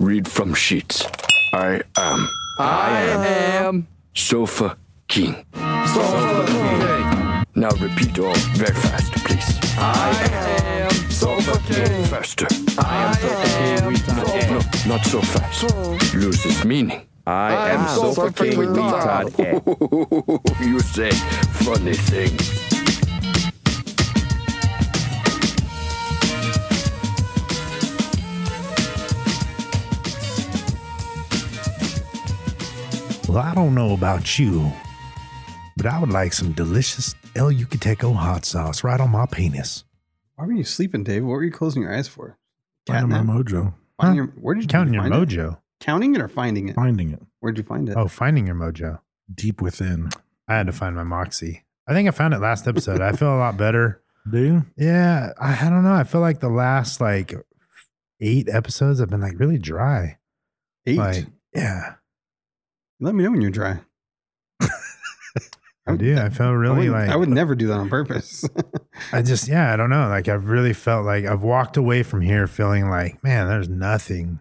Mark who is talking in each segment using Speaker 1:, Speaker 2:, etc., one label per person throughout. Speaker 1: read from sheets. I am
Speaker 2: Um,
Speaker 1: Sofa King. Sofa King. Now repeat all very fast, please. I am Sofa King. Faster. I am Sofa King. No, not so fast. Loses meaning.
Speaker 3: I am so fucking with retard.
Speaker 1: you say funny thing.
Speaker 4: Well, I don't know about you, but I would like some delicious El Yucateco E hot sauce right on my penis.
Speaker 5: Why were you sleeping, Dave? What were you closing your eyes for?
Speaker 3: Finding my
Speaker 5: Catnap?
Speaker 3: mojo.
Speaker 5: Finding
Speaker 4: Huh?
Speaker 5: your, where did you
Speaker 4: Counting your
Speaker 5: find It?
Speaker 4: mojo.
Speaker 5: Counting it or finding it?
Speaker 3: Finding it
Speaker 5: Where'd you find it?
Speaker 4: Oh, finding your mojo.
Speaker 3: deep within.
Speaker 4: I had to find my moxie. I think I found it last episode. I feel a lot better.
Speaker 3: Do you?
Speaker 4: Yeah, I, I don't know. I feel like the last like eight episodes have been like really dry.
Speaker 5: Eight.
Speaker 4: Like, yeah,
Speaker 5: Let me know when you're dry.
Speaker 4: I do. I feel really
Speaker 5: I would,
Speaker 4: like
Speaker 5: I would never do that on purpose.
Speaker 4: I just yeah, I don't know. Like I've really felt like I've walked away from here feeling like, man, there's nothing.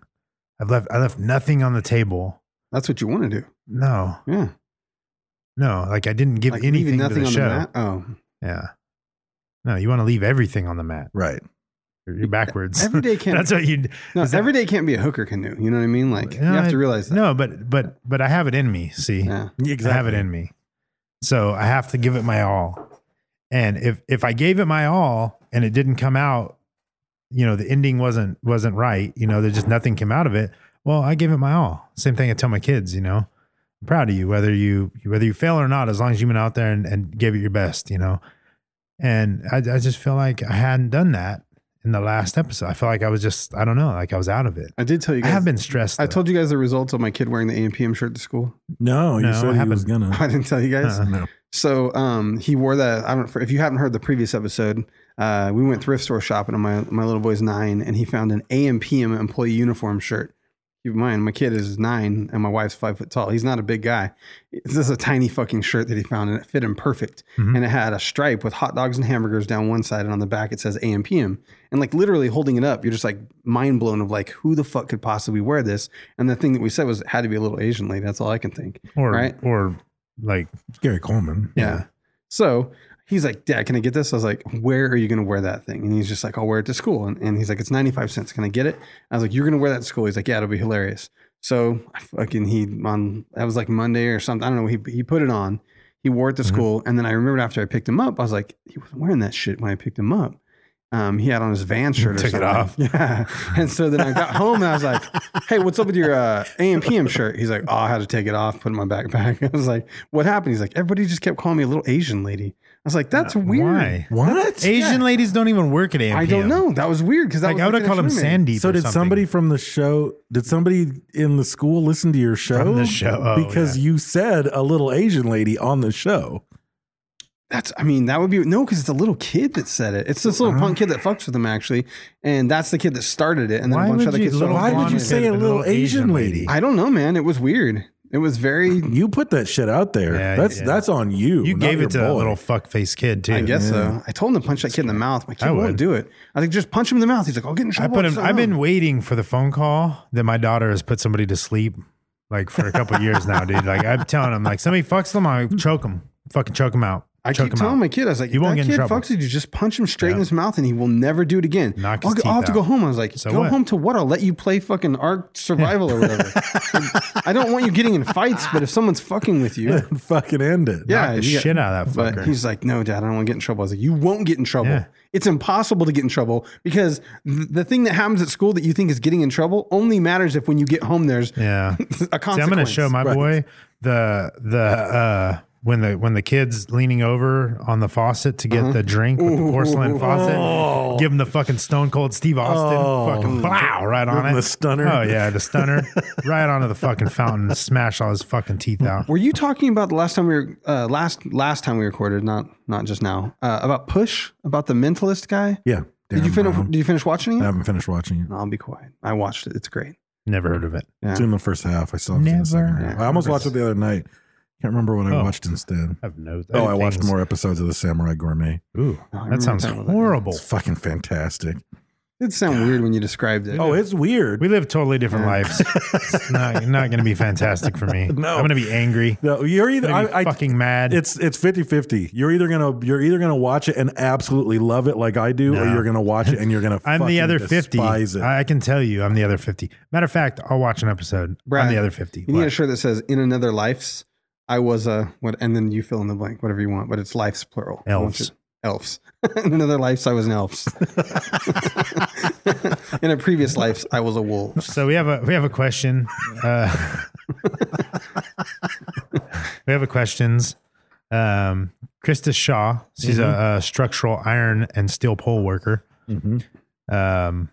Speaker 4: I've left I left nothing on the table.
Speaker 5: That's what you want to do.
Speaker 4: No.
Speaker 5: Yeah.
Speaker 4: No, like I didn't give
Speaker 5: Like
Speaker 4: anything
Speaker 5: leaving
Speaker 4: to the show.
Speaker 5: mat. Oh,
Speaker 4: yeah. No, you want to leave everything on the mat.
Speaker 3: Right.
Speaker 4: You're, you're backwards.
Speaker 5: Every day can't-
Speaker 4: That's what you
Speaker 5: no!
Speaker 4: is that-
Speaker 5: every day can't be a hooker canoe. You know what I mean? Like you
Speaker 4: No,
Speaker 5: have
Speaker 4: I-
Speaker 5: to realize that.
Speaker 4: No, but but but I have it in me, see.
Speaker 5: Yeah.
Speaker 4: I have it in me. So I have to give it my all. And if if I gave it my all and it didn't come out, you know, the ending wasn't wasn't right, you know, there just nothing came out of it. Well, I gave it my all. Same thing I tell my kids, you know. I'm proud of you, whether you whether you fail or not, as long as you went out there and, and gave it your best, you know. And I, I just feel like I hadn't done that in the last episode. I felt like I was just I don't know, like I was out of it.
Speaker 5: I did tell you
Speaker 4: I
Speaker 5: guys.
Speaker 4: have been stressed.
Speaker 5: I
Speaker 4: though.
Speaker 5: told you guys the results of my kid wearing the AMPM shirt to school.
Speaker 3: No, you
Speaker 4: No,
Speaker 3: said
Speaker 4: what
Speaker 3: he was
Speaker 4: happened?
Speaker 5: I
Speaker 3: gonna.
Speaker 5: didn't tell you guys.
Speaker 4: Uh-uh.
Speaker 3: No.
Speaker 5: So um, he wore that. I don't. If you haven't heard the previous episode, uh, we went thrift store shopping. And my my little boy's nine, and he found an AMPM employee uniform shirt. Keep in mind, my kid is nine, and my wife's five foot tall. He's not a big guy. This is a tiny fucking shirt that he found, and it fit him perfect. And it had a stripe with hot dogs and hamburgers down one side, and on the back it says AMPM. And like literally holding it up, you're just like mind blown of like who the fuck could possibly wear this. And the thing that we said was it had to be a little Asian lady. That's all I can think.
Speaker 4: or
Speaker 5: right?
Speaker 4: or like
Speaker 3: Gary Coleman.
Speaker 5: Yeah. So he's like, Dad, can I get this? I was like, Where are you going to wear that thing? And he's just like, I'll wear it to school. And, and he's like, It's 95 cents. Can I get it? I was like, You're going to wear that to school. He's like, Yeah, it'll be hilarious. So I fucking, he, on, that was like Monday or something. I don't know. He, he put it on. He wore it to
Speaker 4: Mm-hmm.
Speaker 5: school. And then I remembered after I picked him up, I was like, He wasn't wearing that shit when I picked him up. Um, he had on his van shirt or
Speaker 4: Took it
Speaker 5: something.
Speaker 4: off.
Speaker 5: Yeah. And so then I got home and I was like, hey, what's up with your uh, AMPM shirt? He's like, oh, I had to take it off, put it in my backpack. I was like, what happened? He's like, everybody just kept calling me a little Asian lady. I was like, that's weird.
Speaker 4: Uh, why?
Speaker 3: What?
Speaker 4: Asian ladies don't even work at AMPM.
Speaker 5: I don't know. That was weird because
Speaker 4: Like I would have called him Sandy.
Speaker 3: So did somebody from the show? Did somebody in the school listen to your show?
Speaker 4: From the show, oh,
Speaker 3: because
Speaker 4: yeah.
Speaker 3: you said a little Asian lady on the show.
Speaker 5: That's. I mean, that would be no, because it's a little kid that said it. It's this little
Speaker 4: Uh-huh.
Speaker 5: punk kid that fucks with him actually, and that's the kid that started it. And then
Speaker 4: Why
Speaker 5: a bunch
Speaker 4: would
Speaker 5: of other
Speaker 4: you-
Speaker 5: kids. started
Speaker 4: little
Speaker 3: Why
Speaker 5: following
Speaker 3: would you
Speaker 5: it.
Speaker 3: say a
Speaker 4: blonde-headed
Speaker 3: little
Speaker 4: little Asian
Speaker 3: Asian
Speaker 4: lady.
Speaker 3: lady?
Speaker 5: I don't know, man. It was weird. It was very.
Speaker 4: Mm-hmm.
Speaker 3: You put that shit out there.
Speaker 4: Yeah,
Speaker 3: that's
Speaker 4: yeah.
Speaker 3: that's on you.
Speaker 4: You
Speaker 3: not
Speaker 4: gave
Speaker 3: your
Speaker 4: it to that
Speaker 3: boy.
Speaker 4: little fuck face kid too.
Speaker 5: I guess so. I told him to punch that kid in the mouth. My kid
Speaker 4: I
Speaker 5: won't
Speaker 4: would.
Speaker 5: do it. I was like, just punch him in the mouth. He's like, I'll get in
Speaker 4: I
Speaker 5: trouble. "Oh."
Speaker 4: put him.
Speaker 5: upside
Speaker 4: I've been
Speaker 5: down."
Speaker 4: waiting for the phone call that my daughter has put somebody to sleep, like for a couple years now, dude. Like I'm telling him, like somebody fucks them, I choke him, fucking choke him out.
Speaker 5: I
Speaker 4: choke
Speaker 5: keep
Speaker 4: him
Speaker 5: telling
Speaker 4: out.
Speaker 5: my kid, I was like,
Speaker 4: You
Speaker 5: if
Speaker 4: won't
Speaker 5: that
Speaker 4: get in
Speaker 5: kid
Speaker 4: trouble.
Speaker 5: fucks with you, just punch him straight in
Speaker 4: Yeah.
Speaker 5: his mouth and he will never do it again.
Speaker 4: Knock
Speaker 5: I'll,
Speaker 4: his
Speaker 5: go- I'll
Speaker 4: teeth
Speaker 5: have to go
Speaker 4: out.
Speaker 5: home. I was like,
Speaker 4: So
Speaker 5: go
Speaker 4: what?
Speaker 5: home to what? I'll let you play fucking Ark Survival or whatever. I don't want you getting in fights, but if someone's fucking with you,
Speaker 3: fucking end it.
Speaker 5: yeah.
Speaker 4: Knock the
Speaker 5: you
Speaker 4: shit out of that
Speaker 5: But
Speaker 4: fucker.
Speaker 5: he's like, no, dad, I don't want to get in trouble. I was like, you won't get in trouble.
Speaker 4: Yeah.
Speaker 5: It's impossible to get in trouble because th- the thing that happens at school that you think is getting in trouble only matters if when you get home there's
Speaker 4: Yeah.
Speaker 5: a consequence.
Speaker 4: See, I'm going to show my
Speaker 3: right.
Speaker 4: boy the the uh when the when the kid's leaning over on the faucet to get
Speaker 3: Mm-hmm.
Speaker 4: the drink with the porcelain faucet, give him the fucking Stone Cold Steve Austin
Speaker 3: Oh.
Speaker 4: fucking blow right
Speaker 3: Give
Speaker 4: on
Speaker 3: him
Speaker 4: it.
Speaker 3: the stunner.
Speaker 4: Oh yeah, the stunner right onto the fucking fountain, and smash all his fucking teeth out.
Speaker 5: Were you talking about the last time we were uh, last last time we recorded? Not not just now. Uh, about push about the mentalist guy.
Speaker 3: Yeah.
Speaker 5: Did you
Speaker 3: Darren
Speaker 5: finish?
Speaker 3: Brown.
Speaker 5: Did you finish watching
Speaker 3: I
Speaker 5: it?
Speaker 3: haven't finished watching it.
Speaker 5: No, I'll be quiet. I watched it. It's great.
Speaker 4: Never heard of it.
Speaker 5: Yeah.
Speaker 3: It's in the first half. I saw it in the second
Speaker 4: Never.
Speaker 3: half. I almost watched it the other night. Can't remember what I
Speaker 4: Oh.
Speaker 3: watched instead.
Speaker 4: I've no.
Speaker 3: Oh, I watched
Speaker 4: things-
Speaker 3: more Oh, episodes of the Samurai Gourmet.
Speaker 4: Ooh,
Speaker 5: I remember
Speaker 4: that sounds
Speaker 5: that one.
Speaker 4: horrible.
Speaker 3: It's fucking fantastic.
Speaker 5: It sound weird when you described it.
Speaker 3: Oh, it's weird.
Speaker 4: We live totally different lives. It's not, not going to be fantastic for me.
Speaker 3: No.
Speaker 4: I'm going to be angry.
Speaker 3: No, you're either
Speaker 4: I'm gonna be
Speaker 3: I, I,
Speaker 4: fucking mad.
Speaker 3: It's it's 50-50. You're either gonna you're either gonna watch it and absolutely love it like I do, or
Speaker 4: No.
Speaker 3: you're gonna watch it and you're gonna.
Speaker 4: I'm the
Speaker 3: fucking
Speaker 4: other 50.
Speaker 3: despise it.
Speaker 4: I I can tell you, I'm the other 50. Matter of fact, I'll watch an episode.
Speaker 5: Brad,
Speaker 4: I'm the other 50.
Speaker 5: You need a
Speaker 4: What?
Speaker 5: shirt that says "In another life's." I was a what, and then you fill in the blank, whatever you want, but it's life's plural. I want
Speaker 4: Elves.
Speaker 5: you- Elves. in another life's, I was an elves. in a previous life's, I was a wolf.
Speaker 4: So we have a we have a question. Uh, we have a questions. Um, Krista Shaw, she's
Speaker 5: Mm-hmm.
Speaker 4: a, a structural iron and steel pole worker.
Speaker 3: Mhm.
Speaker 5: Mm-hmm.
Speaker 4: Um,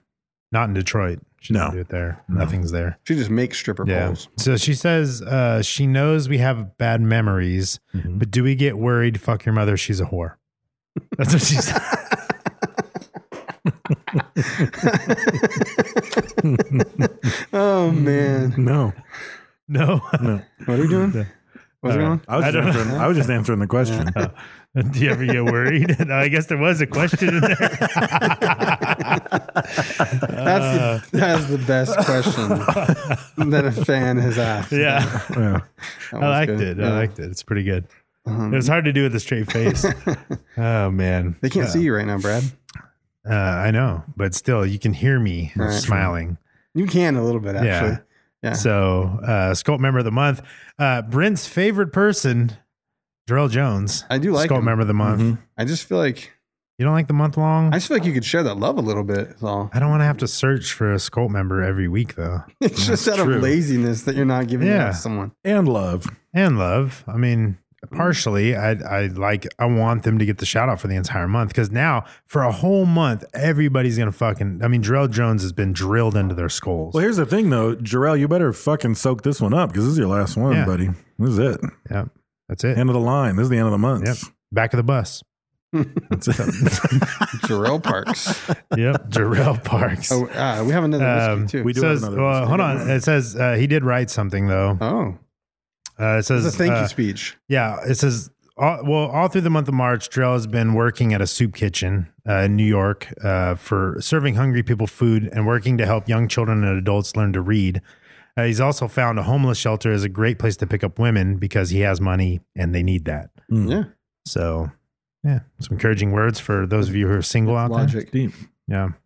Speaker 4: not in Detroit. She
Speaker 3: No.
Speaker 4: doesn't do it there.
Speaker 3: No.
Speaker 4: Nothing's there.
Speaker 5: She just makes stripper poles.
Speaker 4: So she says uh, she knows we have bad memories,
Speaker 3: Mhm.
Speaker 4: but do we get worried? Fuck your mother, she's a whore. That's what she said.
Speaker 5: Oh man,
Speaker 3: no,
Speaker 4: No,
Speaker 3: no.
Speaker 5: what are you doing? What's going on?
Speaker 3: I was,
Speaker 4: I
Speaker 3: just
Speaker 4: don't-
Speaker 3: answering, I was just answering the question.
Speaker 4: do you ever get worried? No, I guess there was a question in there.
Speaker 5: That's
Speaker 4: Uh.
Speaker 5: the, that's the best question that a fan has asked.
Speaker 4: Yeah,
Speaker 3: Yeah.
Speaker 5: That
Speaker 4: I
Speaker 5: one's
Speaker 4: liked
Speaker 5: good.
Speaker 4: it.
Speaker 5: Yeah.
Speaker 4: I liked it. It's pretty good.
Speaker 5: Uh-huh.
Speaker 4: It was hard to do with a straight face. oh man,
Speaker 5: They can't see you right now, Brad.
Speaker 4: Uh, I know, but still, you can hear me
Speaker 5: Right.
Speaker 4: smiling.
Speaker 5: You can a little bit actually.
Speaker 4: Yeah.
Speaker 5: Yeah.
Speaker 4: So, uh, Sculpt Member of the Month, uh, Brent's favorite person, Darrell Jones.
Speaker 5: I do like
Speaker 4: Sculpt
Speaker 5: him.
Speaker 4: Member of the Month.
Speaker 5: I just feel like
Speaker 4: You don't like the month long?
Speaker 5: I
Speaker 4: I,
Speaker 5: just feel like you could share that love a little bit. Is all.
Speaker 4: don't want to have to search for a Sculpt member every week, though.
Speaker 5: It's just out
Speaker 3: true.
Speaker 5: of laziness that you're not giving it
Speaker 4: Yeah.
Speaker 5: to someone.
Speaker 3: and love.
Speaker 4: And love. I mean,
Speaker 5: Mm-hmm.
Speaker 4: partially, I, I like, I want them to get the shout out for the entire month because now for a whole month, everybody's going to fucking, I mean, Darrell Jones has been drilled into their skulls.
Speaker 3: Well, here's the thing though, Jarrell, you better fucking soak this one up because this is your last one,
Speaker 4: Yeah.
Speaker 3: buddy. This is it.
Speaker 4: Yep. That's it.
Speaker 3: End of the line. This is the end of the month.
Speaker 4: Yep. Back of the bus.
Speaker 3: That's it.
Speaker 5: Jarrell Parks.
Speaker 4: Yep. Darrell Parks.
Speaker 5: Oh, uh, we have another whiskey
Speaker 4: Um,
Speaker 5: too.
Speaker 3: we do
Speaker 4: says,
Speaker 3: have another
Speaker 4: well,
Speaker 3: whiskey.
Speaker 4: hold on. It says uh, he did write something though.
Speaker 5: oh,
Speaker 4: Uh, it
Speaker 5: it's
Speaker 4: says
Speaker 5: a thank
Speaker 4: uh,
Speaker 5: you speech.
Speaker 4: Yeah, it says all, well all through the month of March, Drell has been working at a soup kitchen uh, in New York uh, for serving hungry people food and working to help young children and adults learn to read. Uh, he's also found a homeless shelter is a great place to pick up women because he has money and they need that.
Speaker 3: Mm.
Speaker 5: Yeah,
Speaker 4: So, yeah, some encouraging words for those of you who are single out
Speaker 5: logic.
Speaker 3: Deep.
Speaker 4: there.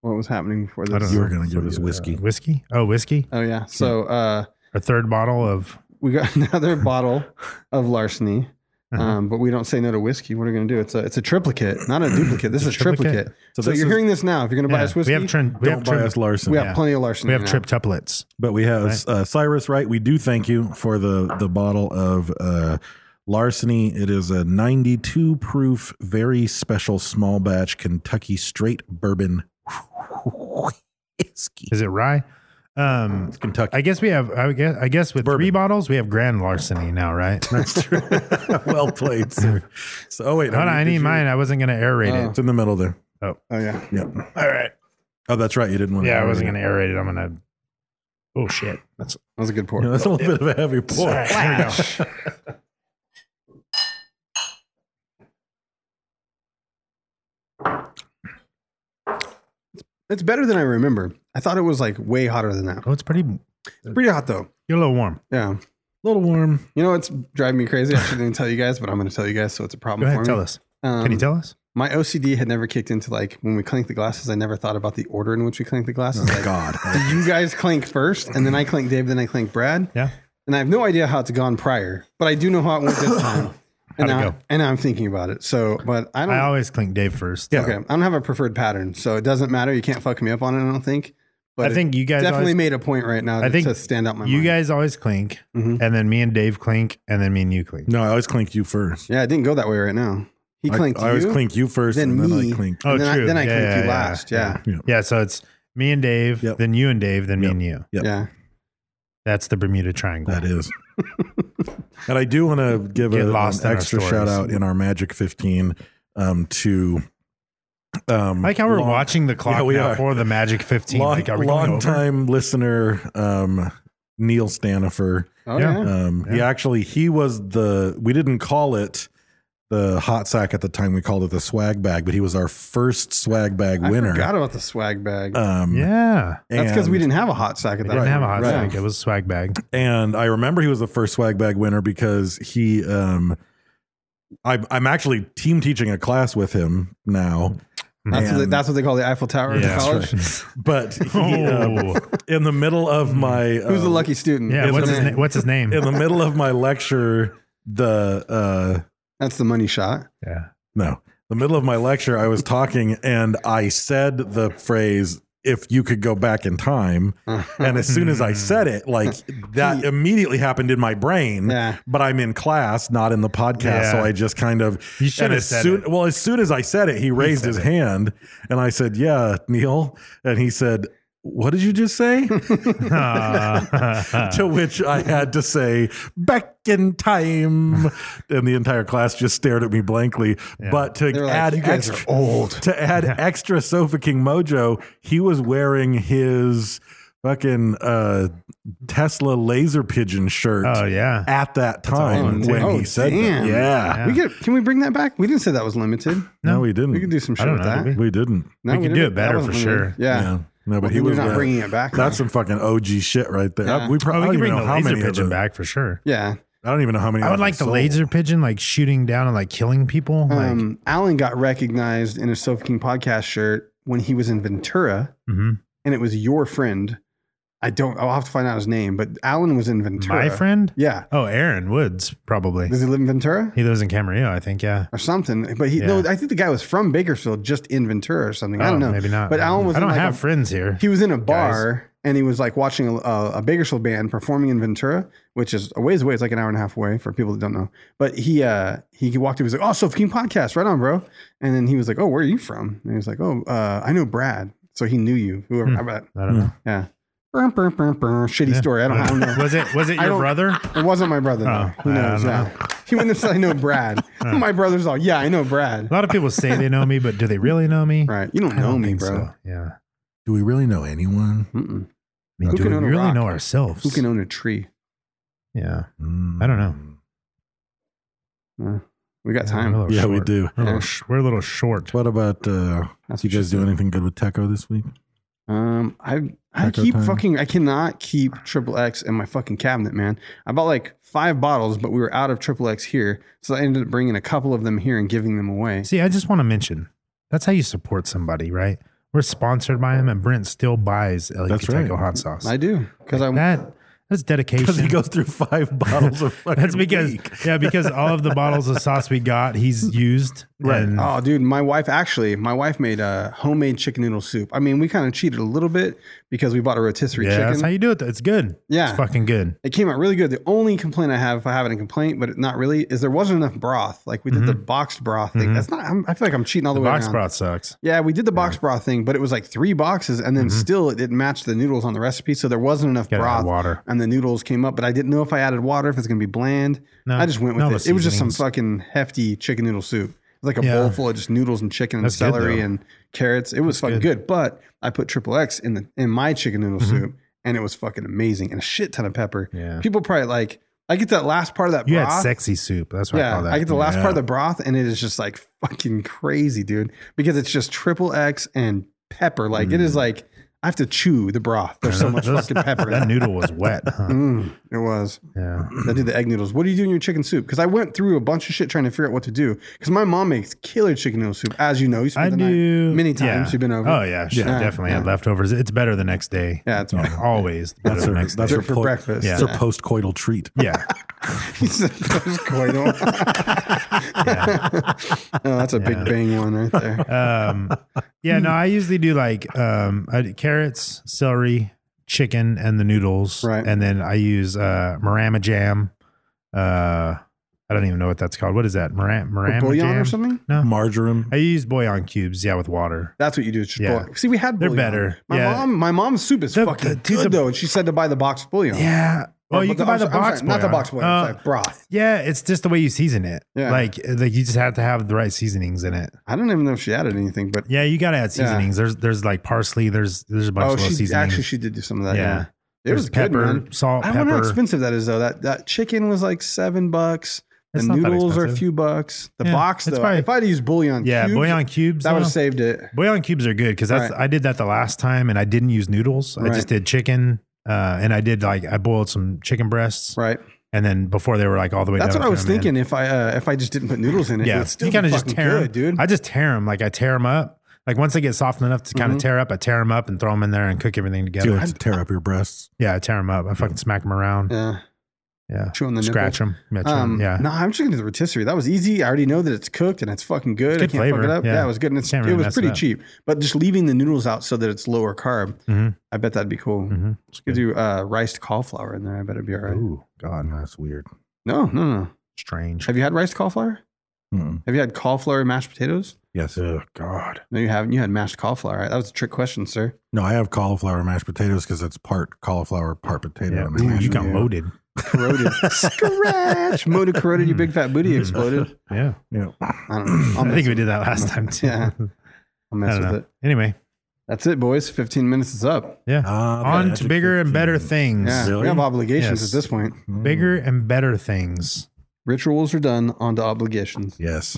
Speaker 5: What was happening before
Speaker 4: Yeah, I
Speaker 5: this?
Speaker 4: don't
Speaker 3: You
Speaker 4: know.
Speaker 3: were gonna give us whiskey.
Speaker 4: Uh, whiskey? Oh, whiskey.
Speaker 5: Oh yeah. So uh,
Speaker 4: A third bottle of
Speaker 5: we got another bottle of larceny.
Speaker 4: Uh-huh.
Speaker 5: Um, but we don't say no to whiskey. What are we going to do? It's a it's a triplicate, not a duplicate. This
Speaker 4: a
Speaker 5: is a triplicate.
Speaker 4: triplicate.
Speaker 3: So
Speaker 5: So,
Speaker 3: this
Speaker 5: you're
Speaker 3: is-
Speaker 5: hearing this now. If you're going to buy
Speaker 4: Yeah,
Speaker 5: us whiskey,
Speaker 4: We have trend. We
Speaker 3: Don't
Speaker 4: have
Speaker 3: buy
Speaker 4: trend-
Speaker 3: us Larson.
Speaker 5: we have
Speaker 4: yeah.
Speaker 5: plenty of larceny.
Speaker 4: We have
Speaker 5: now.
Speaker 4: triptuplets.
Speaker 3: But we have uh, Cyrus Wright. We do thank you for the the bottle of uh, larceny. It is a 92 proof, very special small batch Kentucky straight bourbon whiskey.
Speaker 4: Is it rye? Um,
Speaker 3: It's Kentucky.
Speaker 4: I guess we have. I guess. I guess with
Speaker 3: Bourbon.
Speaker 4: three bottles, we have grand larceny now, right? Hold
Speaker 3: That's true. well played, sir. So, oh wait,
Speaker 4: on, I
Speaker 3: did
Speaker 4: need
Speaker 3: you-
Speaker 4: mine. I wasn't going to aerate
Speaker 3: It's in the middle there.
Speaker 5: Oh yeah.
Speaker 3: Yep.
Speaker 4: it. All right.
Speaker 3: Oh, that's right. You didn't want.
Speaker 4: Yeah, I
Speaker 3: to
Speaker 4: wasn't going to aerate it. I'm going to. Oh shit! That's
Speaker 5: That was a good pour.
Speaker 3: You know, that's a little bit of a heavy pour.
Speaker 4: Sorry. Here we go.
Speaker 5: It's better than I remember. I thought it was like way hotter than that.
Speaker 4: Oh, it's pretty.
Speaker 5: Pretty hot though.
Speaker 4: You're a little warm.
Speaker 5: Yeah.
Speaker 3: A little warm.
Speaker 5: You know what's driving me crazy? I shouldn't tell you guys, but I'm going to tell you guys, so it's a
Speaker 4: Go
Speaker 5: problem
Speaker 4: ahead,
Speaker 5: for me.
Speaker 4: tell us.
Speaker 5: Um,
Speaker 4: Can you tell us?
Speaker 5: My OCD had never kicked into like when we clink the glasses. I never thought about the order in which we clink the glasses. Like,
Speaker 3: God.
Speaker 4: Uh.
Speaker 5: do you guys clink first, and then I clink Dave, then I clink Brad.
Speaker 4: Yeah.
Speaker 5: And I have no idea how it's gone prior, but I do know how it went this time.
Speaker 4: How'd
Speaker 5: And
Speaker 4: it
Speaker 5: now,
Speaker 4: go?
Speaker 5: and now I'm thinking about it. So, but I don't.
Speaker 4: I always clink Dave first.
Speaker 3: Yeah.
Speaker 5: okay, I don't have a preferred pattern, so it doesn't matter. You can't fuck me up on it. I don't think. But
Speaker 4: I
Speaker 5: it
Speaker 4: think you guys
Speaker 5: definitely
Speaker 4: always-
Speaker 5: made a point right now.
Speaker 4: I think
Speaker 5: to stand out my
Speaker 4: you
Speaker 5: mind.
Speaker 4: guys always clink,
Speaker 5: Mhm.
Speaker 4: and then me and Dave clink, and then me and you clink.
Speaker 3: No, I always clink you first.
Speaker 5: Yeah, it didn't go that way right now. He
Speaker 3: I-
Speaker 5: clinked.
Speaker 3: I, always
Speaker 5: you,
Speaker 3: clink you first,
Speaker 5: then
Speaker 3: and then
Speaker 5: me.
Speaker 3: I clink.
Speaker 4: Oh,
Speaker 5: and then
Speaker 4: true.
Speaker 5: I, then I
Speaker 4: Yeah,
Speaker 5: clinked
Speaker 4: yeah,
Speaker 5: you
Speaker 4: yeah,
Speaker 5: last. Yeah,
Speaker 3: Yeah.
Speaker 4: Yeah, so it's me and Dave,
Speaker 3: Yep.
Speaker 4: then you and Dave, then me
Speaker 3: Yep.
Speaker 4: and you.
Speaker 3: Yep.
Speaker 5: yeah.
Speaker 4: That's the Bermuda Triangle.
Speaker 3: That is. and I do want to give
Speaker 4: Get
Speaker 3: a,
Speaker 4: lost
Speaker 3: an
Speaker 4: in our
Speaker 3: extra
Speaker 4: stories.
Speaker 3: shout out in our Magic 15 um, to. Um,
Speaker 4: I like how we're
Speaker 3: long-
Speaker 4: watching the clock
Speaker 3: Yeah, we
Speaker 4: now
Speaker 3: are.
Speaker 4: for the Magic 15.
Speaker 3: Long,
Speaker 4: like, are we going
Speaker 3: long
Speaker 4: over?
Speaker 3: time listener um, Neil Stanifer.
Speaker 5: Oh,
Speaker 4: Yeah.
Speaker 5: yeah.
Speaker 3: Um, He
Speaker 4: Yeah.
Speaker 3: actually he was the we didn't call it the hot sack at the time. We called it the swag bag, but he was our first swag bag
Speaker 5: I
Speaker 3: winner.
Speaker 5: forgot about the swag bag.
Speaker 3: Um,
Speaker 4: Yeah.
Speaker 5: That's because
Speaker 3: and-
Speaker 5: we didn't have a hot sack
Speaker 4: They
Speaker 5: at that.
Speaker 4: didn't
Speaker 5: time.
Speaker 4: have a hot
Speaker 5: Right.
Speaker 4: sack. It was a swag bag.
Speaker 3: and I remember he was the first swag bag winner because he um I'm I'm actually team teaching a class with him now,
Speaker 5: That's what, they,
Speaker 3: And-
Speaker 5: that's what they call the Eiffel Tower
Speaker 4: Yeah,
Speaker 5: in
Speaker 4: that's
Speaker 5: college.
Speaker 3: but he, um,
Speaker 4: Oh.
Speaker 3: in the middle of my
Speaker 5: Who's the
Speaker 3: um,
Speaker 5: lucky student?
Speaker 4: Yeah.
Speaker 3: In
Speaker 4: What's
Speaker 3: the-
Speaker 4: his, na- what's his name?
Speaker 3: in the middle of my lecture the uh
Speaker 5: That's the money shot.
Speaker 4: yeah.
Speaker 3: no the middle of my lecture I was talking and I said the phrase if you could go back in time and as soon as I said it like that immediately happened in my brain
Speaker 5: Yeah.
Speaker 3: but I'm in class not in the podcast so
Speaker 4: Yeah.
Speaker 3: I just kind of
Speaker 4: You should
Speaker 3: and
Speaker 4: have
Speaker 3: as
Speaker 4: said
Speaker 3: soon,
Speaker 4: it.
Speaker 3: Well, as soon as I said it, he raised his hand, and I said, "Yeah, Neil." And he said, "What did you just say?"
Speaker 4: Uh.
Speaker 3: to which I had to say, "Back in time," and the entire class just stared at me blankly.
Speaker 4: Yeah.
Speaker 3: But to
Speaker 5: They were like,
Speaker 3: add
Speaker 5: "You guys
Speaker 3: extra,
Speaker 5: are old."
Speaker 3: to add extra Sofa King mojo, he was wearing his fucking uh, Tesla laser pigeon shirt.
Speaker 4: Oh, yeah.
Speaker 3: At that time
Speaker 4: Island,
Speaker 3: when
Speaker 5: too.
Speaker 3: he
Speaker 5: Oh,
Speaker 3: said
Speaker 5: damn.
Speaker 3: that. Yeah.
Speaker 4: Yeah.
Speaker 5: We get, can we bring that back? We didn't say that was limited.
Speaker 3: No, we didn't.
Speaker 5: We can do some
Speaker 4: I
Speaker 5: shit
Speaker 4: don't
Speaker 5: with
Speaker 4: know,
Speaker 5: that.
Speaker 4: did
Speaker 3: We didn't.
Speaker 5: No,
Speaker 4: We could
Speaker 5: didn't.
Speaker 4: do it better
Speaker 5: That wasn't
Speaker 4: for
Speaker 5: limited.
Speaker 4: sure.
Speaker 5: Yeah.
Speaker 3: No, but
Speaker 5: Well,
Speaker 3: he
Speaker 5: then
Speaker 3: was
Speaker 5: you're not
Speaker 3: uh,
Speaker 5: bringing it back
Speaker 3: That's
Speaker 5: now.
Speaker 3: some fucking OG shit right there.
Speaker 5: Yeah.
Speaker 3: We probably
Speaker 4: Oh, we
Speaker 3: I
Speaker 4: can bring
Speaker 3: don't even
Speaker 4: the
Speaker 3: know how
Speaker 4: laser
Speaker 3: many of
Speaker 4: pigeon
Speaker 3: the-
Speaker 4: back for sure.
Speaker 5: Yeah.
Speaker 3: I don't even know how many.
Speaker 4: I would
Speaker 3: of
Speaker 4: like
Speaker 3: them
Speaker 4: the
Speaker 3: sold.
Speaker 4: laser pigeon, like shooting down and like killing people. Like,
Speaker 5: Um, Alan got recognized in a Sofa King podcast shirt when he was in Ventura,
Speaker 4: mhm.
Speaker 5: and it was your friend. I don't. I'll have to find out his name, but Alan was in Ventura.
Speaker 4: my friend.
Speaker 5: Yeah.
Speaker 4: Oh, Aaron Woods, probably.
Speaker 5: Does he live in Ventura?
Speaker 4: He lives in Camarillo, I think. Yeah.
Speaker 5: or something. But he no,
Speaker 4: Yeah.
Speaker 5: I think the guy was from Bakersfield, just in Ventura or something. I
Speaker 4: Oh,
Speaker 5: don't know.
Speaker 4: Maybe not.
Speaker 5: But Alan was.
Speaker 4: I don't
Speaker 5: in like
Speaker 4: have
Speaker 5: a,
Speaker 4: friends here.
Speaker 5: He was in a bar and he was like watching a, a, a Bakersfield band performing in Ventura, which is a ways away. It's like an hour and a half away for people that don't know. But he uh he walked up. He was like, "Oh, so King podcast, right on, bro." And then he was like, "Oh, where are you from?" And he was like, "Oh, uh, I know Brad." So he knew you. Whoever.
Speaker 4: Hmm.
Speaker 5: I bet.
Speaker 4: I don't know.
Speaker 5: Yeah. Brr, brr, brr, brr. Shitty story. I don't, I don't know.
Speaker 4: Was it was it
Speaker 5: I
Speaker 4: your
Speaker 5: don't-
Speaker 4: brother?
Speaker 5: It wasn't my brother.
Speaker 4: Oh,
Speaker 5: no. Who
Speaker 4: I
Speaker 5: knows?
Speaker 4: don't Uh.
Speaker 5: Yeah. He went and said, "I know Brad." my brother's all, "Yeah, I know Brad."
Speaker 4: A lot of people say they know me, but do they really know me?
Speaker 5: Right. You don't
Speaker 4: I
Speaker 5: know
Speaker 4: don't
Speaker 5: me,
Speaker 4: think
Speaker 5: bro.
Speaker 4: so. Yeah. I
Speaker 3: Do we really know anyone?
Speaker 5: Mm-mm.
Speaker 4: mean,
Speaker 5: Who
Speaker 4: do
Speaker 5: can
Speaker 4: we
Speaker 5: own a
Speaker 4: really
Speaker 5: rock?
Speaker 4: know ourselves?
Speaker 5: Who can own a tree?
Speaker 4: yeah.
Speaker 3: Mm.
Speaker 4: I don't know.
Speaker 5: Uh, we
Speaker 4: Yeah, we're
Speaker 5: got
Speaker 4: a
Speaker 5: time.
Speaker 4: little
Speaker 3: Yeah, we
Speaker 4: short.
Speaker 3: do.
Speaker 4: We're a
Speaker 5: Yeah.
Speaker 4: little, sh- we're a little short.
Speaker 3: What about uh,
Speaker 5: That's
Speaker 3: you
Speaker 5: what she
Speaker 3: guys do
Speaker 5: said.
Speaker 3: anything good with Techo this week?
Speaker 5: Um, I I
Speaker 3: Taco
Speaker 5: keep
Speaker 3: time.
Speaker 5: fucking I cannot keep triple X in my fucking cabinet, man. I bought like five bottles, but we were out of triple X here, so I ended up bringing a couple of them here and giving them away.
Speaker 4: See, I just want to mention that's how you support somebody, right? We're sponsored by him, and Brent still buys El
Speaker 3: That's right.
Speaker 4: Yucateco hot sauce.
Speaker 5: I do because I'm
Speaker 4: that that's dedication.
Speaker 3: Because he goes through five bottles of fucking.
Speaker 4: That's because
Speaker 3: week.
Speaker 4: yeah, because all of the bottles of sauce we got, he's used.
Speaker 3: Right.
Speaker 4: and-
Speaker 5: Oh, dude, my wife actually, my wife made a homemade chicken noodle soup. I mean, we kind of cheated a little bit because we bought a rotisserie
Speaker 4: yeah, that's
Speaker 5: chicken.
Speaker 4: how you do it. though. It's good.
Speaker 5: Yeah.
Speaker 4: it's fucking good.
Speaker 5: it came out really good. The only complaint I have, if I have a complaint, but not really, is there wasn't enough broth. Like we did the boxed broth thing. That's not. I'm, I feel like I'm cheating all the,
Speaker 4: The
Speaker 5: way
Speaker 4: box
Speaker 5: around.
Speaker 4: broth sucks.
Speaker 5: Yeah, we did the box broth thing, but it was like three boxes, and then still it didn't match the noodles on the recipe, so there wasn't enough
Speaker 4: Mm-hmm. Gotta add
Speaker 5: broth.
Speaker 4: water.
Speaker 5: and the noodles came up, but I didn't know if I added water if it's gonna be bland.
Speaker 4: No,
Speaker 5: I just went with
Speaker 4: no,
Speaker 5: it.
Speaker 4: the
Speaker 5: It was just some
Speaker 4: seasonings.
Speaker 5: fucking hefty chicken noodle soup. It was like a
Speaker 4: Yeah.
Speaker 5: bowl full of just noodles and chicken and
Speaker 4: That's good,
Speaker 5: celery
Speaker 4: though.
Speaker 5: and carrots. It was fucking good. but I put triple X in the in my chicken noodle soup, and it was fucking amazing and a shit ton of pepper.
Speaker 4: Mm-hmm. Yeah.
Speaker 5: people probably like. I get that last part of that
Speaker 4: You
Speaker 5: broth.
Speaker 4: had sexy soup. That's what I
Speaker 5: Yeah,
Speaker 4: call that.
Speaker 5: I get the last part of
Speaker 3: Yeah.
Speaker 5: the broth, and it is just like fucking crazy, dude. Because it's just triple X and pepper. Like it is like I have to chew the broth. There's so much
Speaker 4: Mm. Those-
Speaker 5: fucking pepper.
Speaker 4: That
Speaker 5: in it.
Speaker 4: noodle was wet. Huh?
Speaker 5: Mm, it was.
Speaker 4: Yeah.
Speaker 5: I did the egg noodles. What do you do in your chicken soup? Because I went through a bunch of shit trying to figure out what to do. Because my mom makes killer chicken noodle soup, as you know. You spent
Speaker 4: I
Speaker 5: the
Speaker 4: do
Speaker 5: night many
Speaker 4: yeah.
Speaker 5: times. You've been over.
Speaker 4: Oh yeah, sure,
Speaker 5: Yeah,
Speaker 4: definitely had
Speaker 5: yeah.
Speaker 4: leftovers. It's better the next day.
Speaker 5: Yeah, it's
Speaker 4: Always better
Speaker 3: That's
Speaker 4: the
Speaker 3: her.
Speaker 4: next
Speaker 3: That's
Speaker 4: day.
Speaker 3: her
Speaker 5: For
Speaker 3: po-
Speaker 5: breakfast.
Speaker 3: That's her
Speaker 5: Yeah.
Speaker 3: post coital treat.
Speaker 4: yeah.
Speaker 5: He said postcoital. oh, that's a
Speaker 4: Yeah.
Speaker 5: big bang one right there.
Speaker 4: um yeah no i usually do like um I do carrots celery chicken and the noodles
Speaker 5: Right.
Speaker 4: and then i use uh marama jam uh i don't even know what that's called what is that Maram, marama
Speaker 5: bouillon
Speaker 4: jam
Speaker 5: or something?
Speaker 4: no
Speaker 3: Marjoram.
Speaker 4: i use bouillon cubes yeah with water
Speaker 5: That's what you do. It's just
Speaker 4: Yeah.
Speaker 5: bouillon. See, we had
Speaker 4: They're
Speaker 5: bouillon.
Speaker 4: better.
Speaker 5: My
Speaker 4: Yeah.
Speaker 5: mom, my mom's soup is
Speaker 4: The-
Speaker 5: fucking
Speaker 4: the- dude,
Speaker 5: good
Speaker 4: the-
Speaker 5: though, and she said to buy the box bouillon.
Speaker 4: yeah
Speaker 5: Or
Speaker 4: well you
Speaker 5: Oh, but
Speaker 4: can buy
Speaker 5: I'm
Speaker 4: the
Speaker 5: sorry- I'm
Speaker 4: box
Speaker 5: sorry, not the
Speaker 4: bouillon.
Speaker 5: box bouillon,
Speaker 4: Uh,
Speaker 5: it's like broth.
Speaker 4: yeah it's just the way you season it
Speaker 5: Yeah.
Speaker 4: like like you just have to have the right seasonings in it
Speaker 5: I don't even know if she added anything, but
Speaker 4: yeah you gotta add
Speaker 5: Yeah.
Speaker 4: seasonings there's there's like parsley there's there's a bunch of
Speaker 5: oh,
Speaker 4: little
Speaker 5: she
Speaker 4: seasonings
Speaker 5: actually she did do some of that.
Speaker 4: Yeah.
Speaker 5: Yeah, it
Speaker 4: There's
Speaker 5: was
Speaker 4: pepper,
Speaker 5: good, man.
Speaker 4: salt,
Speaker 5: I wonder how
Speaker 4: pepper.
Speaker 5: expensive that is though. That that chicken was like seven bucks. The
Speaker 4: It's not that
Speaker 5: noodles are a
Speaker 4: expensive.
Speaker 5: few bucks. The
Speaker 4: Yeah,
Speaker 5: box
Speaker 4: it's
Speaker 5: though,
Speaker 4: probably-
Speaker 5: if I'd used bouillon,
Speaker 4: yeah
Speaker 5: cubes,
Speaker 4: bouillon cubes
Speaker 5: that would
Speaker 4: though.
Speaker 5: have saved it.
Speaker 4: Bouillon cubes are good because that's
Speaker 5: Right.
Speaker 4: I did that the last time and I didn't use noodles. I just
Speaker 5: Right.
Speaker 4: did chicken uh, and I did like I boiled some chicken breasts
Speaker 5: Right.
Speaker 4: and then before they were like all the way.
Speaker 5: That's
Speaker 4: done,
Speaker 5: what I was
Speaker 4: threw 'em in.
Speaker 5: thinking. If I uh, if I just didn't put noodles in it,
Speaker 4: Yeah,
Speaker 5: it'd still
Speaker 4: you kind of
Speaker 5: be
Speaker 4: just
Speaker 5: fucking
Speaker 4: tear
Speaker 5: good,
Speaker 4: them,
Speaker 5: dude.
Speaker 4: dude. I just tear them like I tear them up. Like once they get soft enough to
Speaker 5: Mm-hmm.
Speaker 4: kind of tear up, I tear them up and throw them in there and cook everything
Speaker 3: Do
Speaker 4: together.
Speaker 3: it to tear up your breasts.
Speaker 4: yeah, I tear them up. I fucking smack them around. Yeah,
Speaker 5: yeah. Chewing the
Speaker 4: scratch
Speaker 5: nipple.
Speaker 4: them. Yeah, chew 'em.
Speaker 5: Um,
Speaker 4: yeah.
Speaker 5: No, I'm just gonna do the rotisserie. That was easy. I already know that it's cooked and it's fucking good.
Speaker 4: It's
Speaker 5: I
Speaker 4: good
Speaker 5: can't fuck
Speaker 4: flavor.
Speaker 5: it up.
Speaker 4: Yeah.
Speaker 5: Yeah. it was good. And it's,
Speaker 4: Can't really
Speaker 5: it was
Speaker 4: mess it
Speaker 5: pretty
Speaker 4: up.
Speaker 5: cheap. But just leaving the noodles out so that it's lower carb,
Speaker 4: Mhm.
Speaker 5: I bet that'd be cool.
Speaker 4: Mhm. It's
Speaker 5: You could
Speaker 4: good.
Speaker 5: do uh, riced cauliflower in there. I bet it'd be all right.
Speaker 4: Ooh, God,
Speaker 3: that's weird.
Speaker 5: No, no, no.
Speaker 4: strange.
Speaker 5: Have you had riced cauliflower?
Speaker 3: Mm-mm.
Speaker 5: Have you had cauliflower and mashed potatoes?
Speaker 3: Yes. Oh God.
Speaker 5: No, you haven't. You had mashed cauliflower. Right? That was a trick question, sir.
Speaker 3: No, I have cauliflower mashed potatoes because it's part cauliflower, part potato.
Speaker 4: Yeah,
Speaker 3: and
Speaker 4: ooh,
Speaker 3: mashed
Speaker 4: you got
Speaker 3: potato.
Speaker 4: loaded.
Speaker 5: Corroded. Scratch. Motor corroded. Your big fat booty exploded.
Speaker 4: Yeah,
Speaker 5: I don't know. I'll
Speaker 4: Hmm. i
Speaker 5: mess,
Speaker 4: think we did that last time too.
Speaker 5: Yeah. I'll
Speaker 4: I
Speaker 5: mess
Speaker 4: don't
Speaker 5: with
Speaker 4: know.
Speaker 5: it.
Speaker 4: Anyway,
Speaker 5: That's it, boys. 15 minutes is up.
Speaker 4: yeah.
Speaker 3: Ah, the
Speaker 4: On to
Speaker 3: magic
Speaker 4: bigger and better
Speaker 3: 15.
Speaker 4: things.
Speaker 5: Yeah,
Speaker 3: Really?
Speaker 5: we have obligations
Speaker 4: Yes.
Speaker 5: at this point.
Speaker 3: Mm.
Speaker 4: Bigger and better things.
Speaker 5: Rituals are done onto obligations.
Speaker 3: Yes.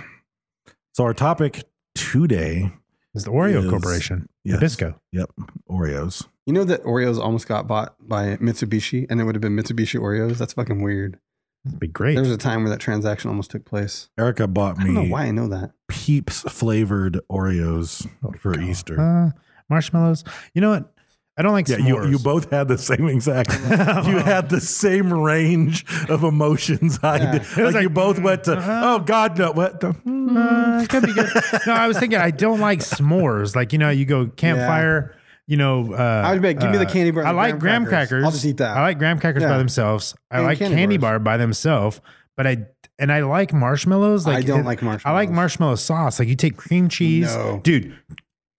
Speaker 3: So our topic today,
Speaker 4: It's the Oreo
Speaker 3: Is-
Speaker 4: Corporation.
Speaker 3: yes.
Speaker 4: Nabisco.
Speaker 3: yep, Oreos.
Speaker 5: You know that Oreos almost got bought by Mitsubishi, and it would have been Mitsubishi Oreos. That's fucking weird.
Speaker 4: That'd be great.
Speaker 5: There was a time where that transaction almost took place.
Speaker 3: Erica bought
Speaker 5: I don't know
Speaker 3: me
Speaker 5: why I know that.
Speaker 3: Peeps flavored Oreos
Speaker 5: Oh,
Speaker 3: for Easter.
Speaker 4: Uh, marshmallows. You know what? I don't like
Speaker 3: yeah,
Speaker 4: s'mores.
Speaker 3: you, you both had the same exact. you had the same range of emotions. I
Speaker 5: Yeah.
Speaker 3: did.
Speaker 5: It
Speaker 4: was
Speaker 3: Like,
Speaker 4: like,
Speaker 3: you both went to.
Speaker 4: uh-huh.
Speaker 3: Oh God, no! What? The,
Speaker 4: Uh, it could be good. No, I was thinking I don't like s'mores. Like you know, you go campfire. You know, uh,
Speaker 5: I would be like, give me the candy bar
Speaker 4: I
Speaker 5: and the
Speaker 4: like graham crackers.
Speaker 5: I'll just eat that.
Speaker 4: I like graham crackers by
Speaker 5: Yeah.
Speaker 4: themselves. I
Speaker 5: And
Speaker 4: like candy,
Speaker 5: candy bars.
Speaker 4: bar by themselves. But I and I like marshmallows. Like
Speaker 5: I don't like
Speaker 4: I like
Speaker 5: marshmallows.
Speaker 4: marshmallow sauce. Like you take cream cheese,
Speaker 5: No.
Speaker 4: dude.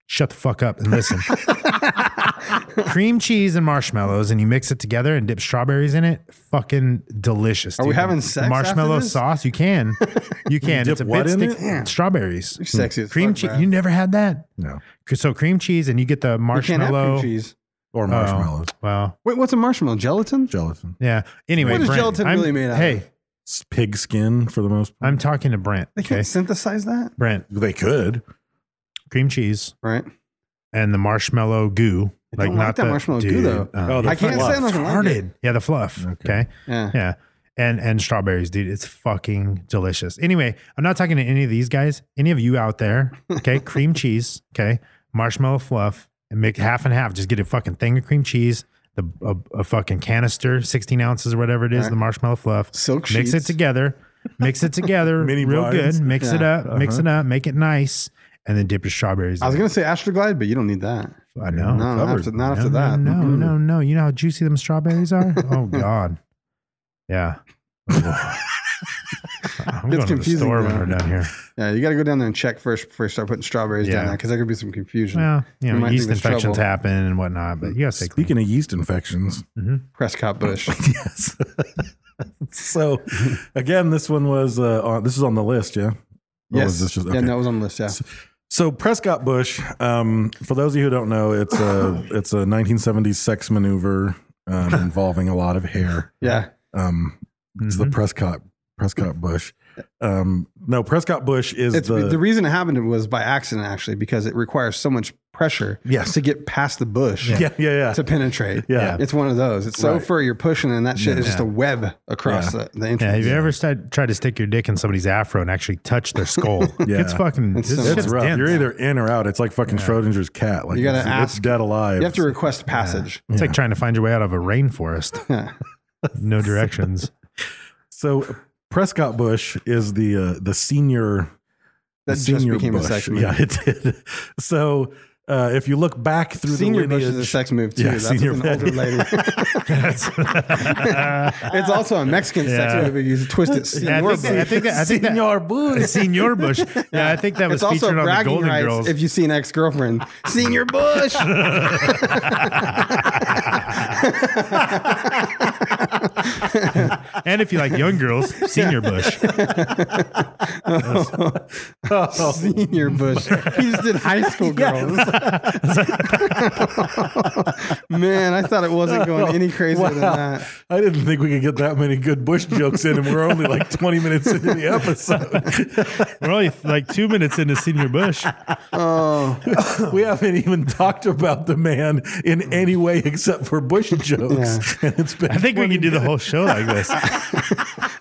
Speaker 4: Shut the fuck up and listen. cream cheese and marshmallows, and you mix it together and dip strawberries in it. Fucking delicious.
Speaker 5: Are we
Speaker 4: dude.
Speaker 5: having sex after
Speaker 4: Marshmallow
Speaker 5: this?
Speaker 4: sauce. You can, you can.
Speaker 3: dip
Speaker 4: it's a
Speaker 3: what
Speaker 4: bit
Speaker 3: in
Speaker 4: stick.
Speaker 3: it? Yeah.
Speaker 4: Strawberries. Mm.
Speaker 5: You're sexy as
Speaker 4: Cream
Speaker 5: fuck,
Speaker 4: cheese.
Speaker 5: Brad.
Speaker 4: You never had that.
Speaker 3: no,
Speaker 4: So cream cheese, and you get the
Speaker 5: You can't have
Speaker 4: marshmallow.
Speaker 5: cream cheese.
Speaker 3: or
Speaker 4: Oh,
Speaker 3: marshmallows,
Speaker 4: wow.
Speaker 5: Wait, what's a marshmallow? Gelatin?
Speaker 3: gelatin,
Speaker 4: Yeah. Anyway,
Speaker 5: What is
Speaker 4: Brent,
Speaker 5: gelatin
Speaker 4: I'm-
Speaker 5: really made out of?
Speaker 4: Hey,
Speaker 3: It's pig skin for the most. part.
Speaker 4: I'm talking to Brent.
Speaker 5: They can't
Speaker 4: Okay.
Speaker 5: synthesize that,
Speaker 4: Brent,
Speaker 3: They could.
Speaker 4: cream cheese
Speaker 5: right?
Speaker 4: and the marshmallow goo.
Speaker 5: I don't like that marshmallow goo, though.
Speaker 4: Oh,
Speaker 3: the
Speaker 5: I can't
Speaker 3: fluff.
Speaker 5: say nothing like it.
Speaker 4: Yeah, the fluff. Okay.
Speaker 5: Yeah.
Speaker 4: Yeah. And and strawberries, dude. It's fucking delicious. Anyway, I'm not talking to any of these guys. Any of you out there, okay? cream cheese, okay? Marshmallow fluff, and make half and half. Just get a fucking thing of cream cheese, the a, a fucking canister, 16 ounces or whatever it is, the marshmallow fluff.
Speaker 5: Silk
Speaker 4: Mix it
Speaker 5: sheets.
Speaker 4: together. Mix it together
Speaker 3: Mini
Speaker 4: real
Speaker 3: brines.
Speaker 4: good. Mix it up. Mix it up. Make it nice. And then dip your strawberries.
Speaker 5: Uh-huh. I was
Speaker 4: in.
Speaker 5: gonna say Astroglide, but you don't need that.
Speaker 4: it. I know.
Speaker 5: No, not after, not after
Speaker 4: no,
Speaker 5: that.
Speaker 4: No, no, no. You know how juicy them strawberries are? Oh God. Yeah. I'm going to the
Speaker 5: confusing
Speaker 4: store when
Speaker 5: now.
Speaker 4: we're done here.
Speaker 5: Yeah, you got to go down there and check first before you start putting strawberries
Speaker 4: Yeah.
Speaker 5: down there because there could be some confusion.
Speaker 4: Well, you know,
Speaker 5: might
Speaker 4: yeast
Speaker 5: think there's
Speaker 4: infections
Speaker 5: trouble.
Speaker 4: happen and whatnot, but you got to stay clean.
Speaker 3: Speaking of yeast infections,
Speaker 5: Prescott Bush.
Speaker 3: yes. so, again, this one was uh, on, this is on the list, yeah. Or
Speaker 5: yes,
Speaker 3: was this just-
Speaker 5: yeah,
Speaker 3: okay.
Speaker 5: that was on the list. Yeah,
Speaker 3: So Prescott Bush, um, for those of you who don't know, it's a it's a 1970s sex maneuver um, involving a lot of hair.
Speaker 5: yeah.
Speaker 3: Um, It's the Prescott Prescott Bush. Um, no, Prescott Bush is
Speaker 5: It's
Speaker 3: the,
Speaker 5: the, reason it happened was by accident actually because it requires so much pressure
Speaker 3: Yes.
Speaker 5: to get past the bush
Speaker 3: yeah yeah yeah
Speaker 5: to penetrate.
Speaker 3: Yeah.
Speaker 5: it's one of those. It's so
Speaker 3: Right.
Speaker 5: fur you're pushing, and that shit is just a web across
Speaker 3: Yeah.
Speaker 5: the, the
Speaker 4: Yeah, have
Speaker 5: entrance.
Speaker 4: you ever st- tried to stick your dick in somebody's afro and actually touch their skull?
Speaker 3: Yeah.
Speaker 4: It's fucking.
Speaker 5: It's
Speaker 4: this
Speaker 5: so
Speaker 4: shit's
Speaker 3: It's rough.
Speaker 4: dense.
Speaker 3: You're either in or out. It's like fucking Schrodinger's cat. Like
Speaker 5: You gotta
Speaker 3: it's, it's
Speaker 5: ask-
Speaker 3: dead alive.
Speaker 5: You have to request passage.
Speaker 4: It's like trying to find your way out of a rainforest. no directions.
Speaker 3: So uh, Prescott Bush is the uh, the senior
Speaker 5: That just became a sex move.
Speaker 3: Yeah, it did. So uh, if you look back through
Speaker 5: Senior
Speaker 3: the
Speaker 5: Bush
Speaker 3: lineage,
Speaker 5: is a sex move too.
Speaker 3: Yeah,
Speaker 5: That's
Speaker 3: senior
Speaker 5: an older
Speaker 3: Bush.
Speaker 5: lady. it's also a Mexican
Speaker 4: Yeah.
Speaker 5: sex move if you twist it.
Speaker 4: Yeah, I
Speaker 5: Senor
Speaker 4: think that, I
Speaker 5: Bush.
Speaker 4: think that, I think that,
Speaker 3: Senor Bush.
Speaker 4: Senor Bush. Yeah, I think that was
Speaker 5: it's also
Speaker 4: featured on the
Speaker 5: bragging
Speaker 4: Golden
Speaker 5: rights
Speaker 4: Girls.
Speaker 5: if you see an ex-girlfriend. Senior Bush.
Speaker 4: and if you like young girls, Senior Bush.
Speaker 5: Senior Bush. He just did high school girls. Man, I thought it wasn't going any crazier than
Speaker 3: Wow.
Speaker 5: that.
Speaker 3: I didn't think we could get that many good Bush jokes in, and we're only like 20 minutes into the episode.
Speaker 4: We're only like two minutes into Senior Bush.
Speaker 5: Oh.
Speaker 3: we haven't even talked about the man in any way except for Bush jokes. And it's been
Speaker 4: I think we
Speaker 3: 20
Speaker 4: can do the whole show like this.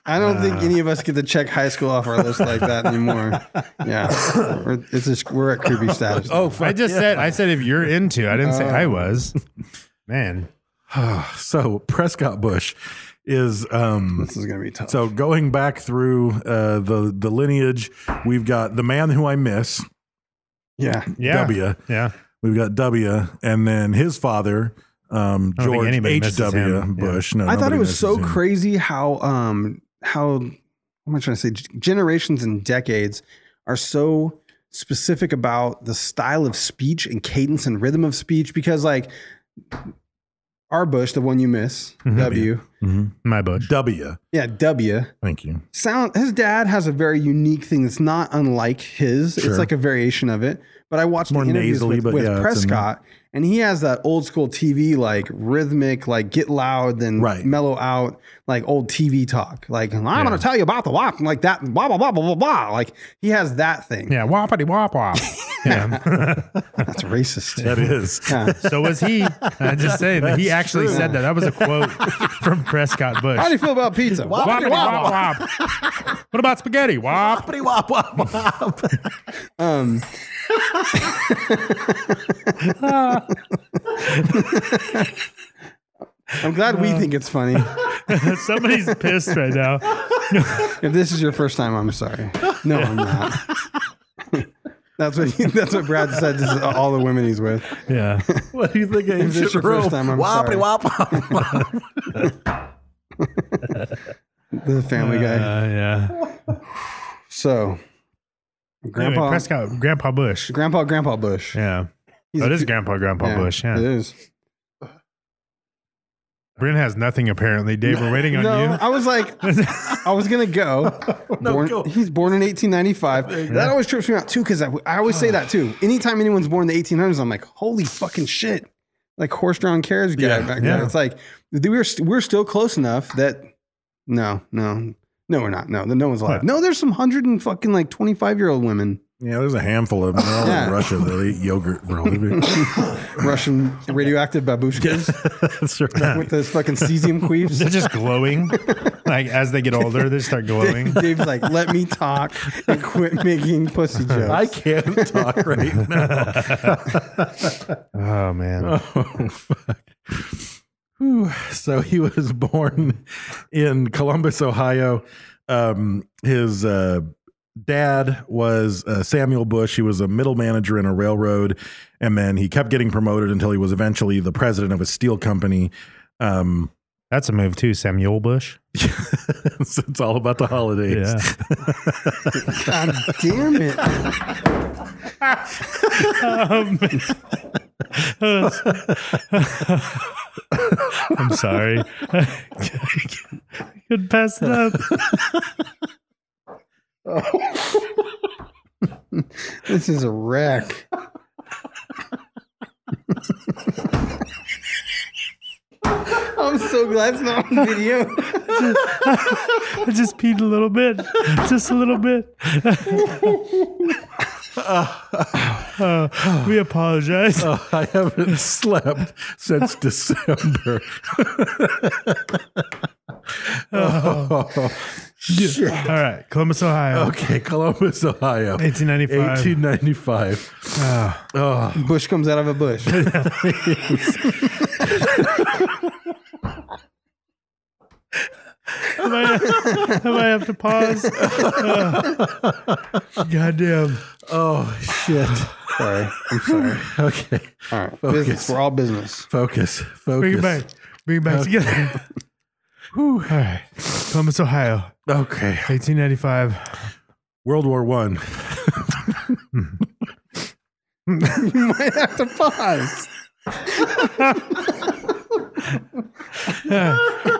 Speaker 5: I don't think any of us get to check high school off our list like that anymore. Yeah, we're, it's just, we're at creepy status.
Speaker 3: Oh,
Speaker 4: I
Speaker 3: fuck
Speaker 4: just
Speaker 3: yeah.
Speaker 4: said I said if you're into, I didn't say I was. Man,
Speaker 3: so Prescott Bush is um
Speaker 5: this is gonna be tough.
Speaker 3: so going back through uh the the lineage, we've got the man who I miss,
Speaker 5: yeah,
Speaker 4: yeah,
Speaker 3: W.
Speaker 4: yeah.
Speaker 3: We've got W and then his father um
Speaker 4: I don't think
Speaker 3: George
Speaker 4: anybody misses
Speaker 3: H.W.
Speaker 4: him. Yeah.
Speaker 3: Bush. No,
Speaker 5: I thought
Speaker 3: nobody
Speaker 5: it was
Speaker 3: misses
Speaker 5: so
Speaker 3: him.
Speaker 5: crazy how um how what am I trying to say? G- Generations and decades are so specific about the style of speech and cadence and rhythm of speech because like our Bush, the one you miss, W,
Speaker 4: My Bush.
Speaker 3: W.
Speaker 5: Mm-hmm. yeah, W.
Speaker 3: Thank you.
Speaker 5: sound his dad has a very unique thing that's not unlike his
Speaker 3: Sure.
Speaker 5: it's like a variation of it but i watched
Speaker 3: more
Speaker 5: the interviews
Speaker 3: nasally,
Speaker 5: with,
Speaker 3: but
Speaker 5: with
Speaker 3: yeah, it's in
Speaker 5: prescott and he has that old school tv like rhythmic like get loud then
Speaker 3: Right.
Speaker 5: mellow out like old tv talk like i'm gonna tell you about the wop like that blah blah blah blah blah blah like he has that thing
Speaker 4: Yeah, whoppity wop wop. Yeah.
Speaker 5: that's racist
Speaker 3: That is.
Speaker 4: So was he. I'm just saying that he actually said that. That was a quote from Prescott Bush.
Speaker 5: how do you feel about pizza
Speaker 4: Whoppity wop wop. What about spaghetti? Wop.
Speaker 3: wop wop wop.
Speaker 5: um i'm glad we think it's funny
Speaker 4: Somebody's pissed right now.
Speaker 5: If this is your first time, I'm sorry. No, I'm not. that's what that's what Brad said to all the women he's with.
Speaker 4: Yeah. Uh,
Speaker 3: What do you think I
Speaker 5: If this is your first time, I'm sorry.
Speaker 3: wop wop.
Speaker 5: The Family
Speaker 4: Uh,
Speaker 5: Guy.
Speaker 4: yeah.
Speaker 5: So, Grandpa,
Speaker 4: Anyway, Prescott, Grandpa Bush.
Speaker 5: Grandpa, Grandpa Bush.
Speaker 4: Yeah.
Speaker 5: He's
Speaker 4: oh, it
Speaker 5: a
Speaker 4: is
Speaker 5: cu-
Speaker 4: Grandpa, Grandpa Bush. Yeah.
Speaker 5: it is.
Speaker 4: Bryn has nothing apparently. Dave, we're waiting on
Speaker 5: No,
Speaker 4: you.
Speaker 5: I was like, I was gonna go. Born-
Speaker 3: go.
Speaker 5: He's born in 1895. That always trips me out too, because I, I always say that too. Anytime anyone's born in the 1800s, I'm like, holy fucking shit! Like horse-drawn carriage guy back then.
Speaker 4: yeah.
Speaker 5: It's like th- we're st- we're still close enough that no, no, no, we're not. No, no one's alive. No, there's some hundred and fucking like 25 year old women
Speaker 3: Yeah, there's a handful of them. They're all
Speaker 5: Yeah.
Speaker 3: in Russia. They eat yogurt for a living.
Speaker 5: Russian radioactive babushkas
Speaker 3: That's right.
Speaker 5: with those fucking cesium queefs.
Speaker 4: They're just glowing. like as they get older, they start glowing.
Speaker 5: Dave's like, let me talk and quit making pussy jokes.
Speaker 3: I can't talk right now.
Speaker 4: Oh man.
Speaker 3: Oh, fuck. Whew. So he was born in Columbus, Ohio. Um, his uh, dad was uh, Samuel Bush. He was a middle manager in a railroad, and then he kept getting promoted until he was eventually the president of a steel company. Um,
Speaker 4: That's a move too, Samuel Bush.
Speaker 3: so it's all about the holidays.
Speaker 5: God damn it.
Speaker 4: I'm sorry. Could pass it up.
Speaker 5: This is a wreck. I'm so glad it's not on video.
Speaker 4: I just peed a little bit. Just a little bit. Uh, we apologize.
Speaker 3: Oh, I haven't slept since December. Oh, shit.
Speaker 4: All right, Columbus, Ohio.
Speaker 3: Okay, Columbus, Ohio.
Speaker 4: 1895.
Speaker 3: 1895.
Speaker 5: Bush comes out of a bush.
Speaker 4: I might have, I might have to pause. Uh, goddamn.
Speaker 3: Oh shit.
Speaker 5: Sorry. I'm sorry.
Speaker 3: Okay.
Speaker 5: All right.
Speaker 3: Focus.
Speaker 5: Business. We're all business.
Speaker 3: Focus. Focus.
Speaker 4: Bring it back. Bring it back together. Whew. All right. Columbus, Ohio,
Speaker 3: Okay.
Speaker 4: 1895.
Speaker 3: World War One.
Speaker 5: you might have to pause.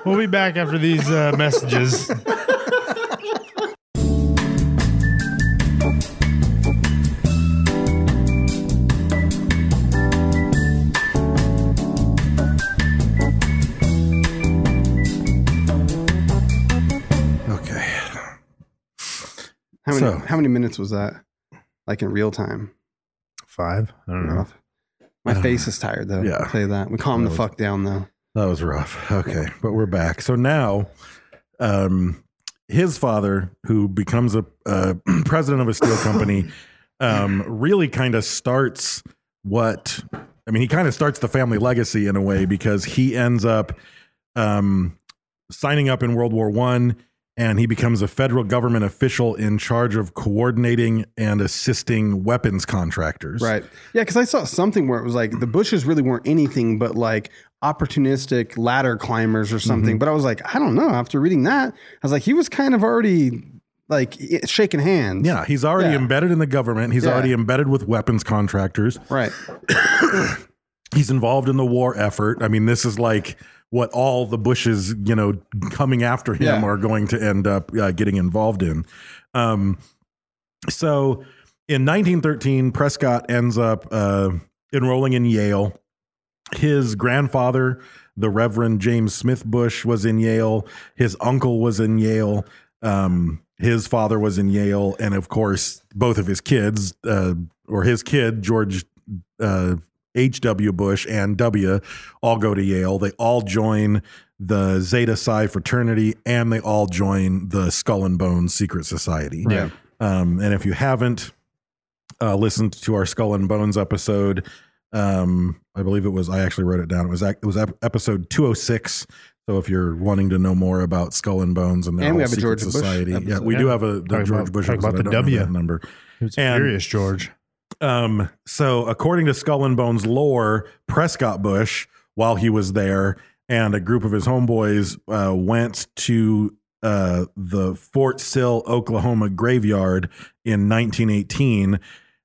Speaker 4: We'll be back after these uh, messages.
Speaker 3: Okay.
Speaker 5: How many,
Speaker 3: So-
Speaker 5: how many minutes was that? Like in real time?
Speaker 4: Five. I
Speaker 3: Mm-hmm.
Speaker 4: don't know.
Speaker 5: My face is tired though.
Speaker 3: Yeah.
Speaker 5: I'll tell you that. We calm the
Speaker 3: was-
Speaker 5: fuck down though.
Speaker 3: That was rough. Okay, but we're back. So now, um, his father, who becomes a uh, president of a steel company, um, really kind of starts what I mean. He kind of starts the family legacy in a way because he ends up um, signing up in World War One, and he becomes a federal government official in charge of coordinating and assisting weapons contractors.
Speaker 5: Right. Yeah, because I saw something where it was like the bushes really weren't anything but like opportunistic ladder climbers or something.
Speaker 3: Mm-hmm.
Speaker 5: But I was like, I don't know. After reading that, I was like, he was kind of already like i- shaking hands.
Speaker 3: Yeah, he's already
Speaker 5: Yeah.
Speaker 3: embedded in the government. He's
Speaker 5: Yeah.
Speaker 3: already embedded with weapons contractors.
Speaker 5: Right.
Speaker 3: he's involved in the war effort. I mean, this is like what all the Bushes, you know, coming after
Speaker 5: Yeah.
Speaker 3: him are going to end up uh, getting involved in. Um, so in 1913, Prescott ends up uh, enrolling in Yale. His grandfather, the Reverend James Smith Bush, was in Yale. His uncle was in Yale. Um, his father was in Yale, and of course, both of his kids, uh, or his kid George uh, H.W. Bush and W all go to Yale. They all join the Zeta Psi fraternity and they all join the Skull and Bones Secret Society.
Speaker 5: Yeah.
Speaker 3: Um, and if you haven't uh, listened to our Skull and Bones episode, um, I believe it was, I actually wrote it down. It was, ac- it was ep- episode 206. So if you're wanting to know more about Skull and Bones and, their
Speaker 5: And we
Speaker 3: whole
Speaker 5: have a
Speaker 3: secret
Speaker 5: George Bush
Speaker 3: society, yeah,
Speaker 5: episode.
Speaker 3: we
Speaker 4: Yeah.
Speaker 3: do have a the
Speaker 4: Talk
Speaker 3: George
Speaker 4: about-
Speaker 3: Bush
Speaker 4: talk about
Speaker 3: episode.
Speaker 4: the
Speaker 3: I don't remember
Speaker 4: W.
Speaker 3: that number.
Speaker 4: He was
Speaker 3: And-
Speaker 4: furious, George.
Speaker 3: Um, so, according to Skull and Bones lore, Prescott Bush, while he was there, and a group of his homeboys uh, went to uh, the Fort Sill, Oklahoma graveyard in 1918,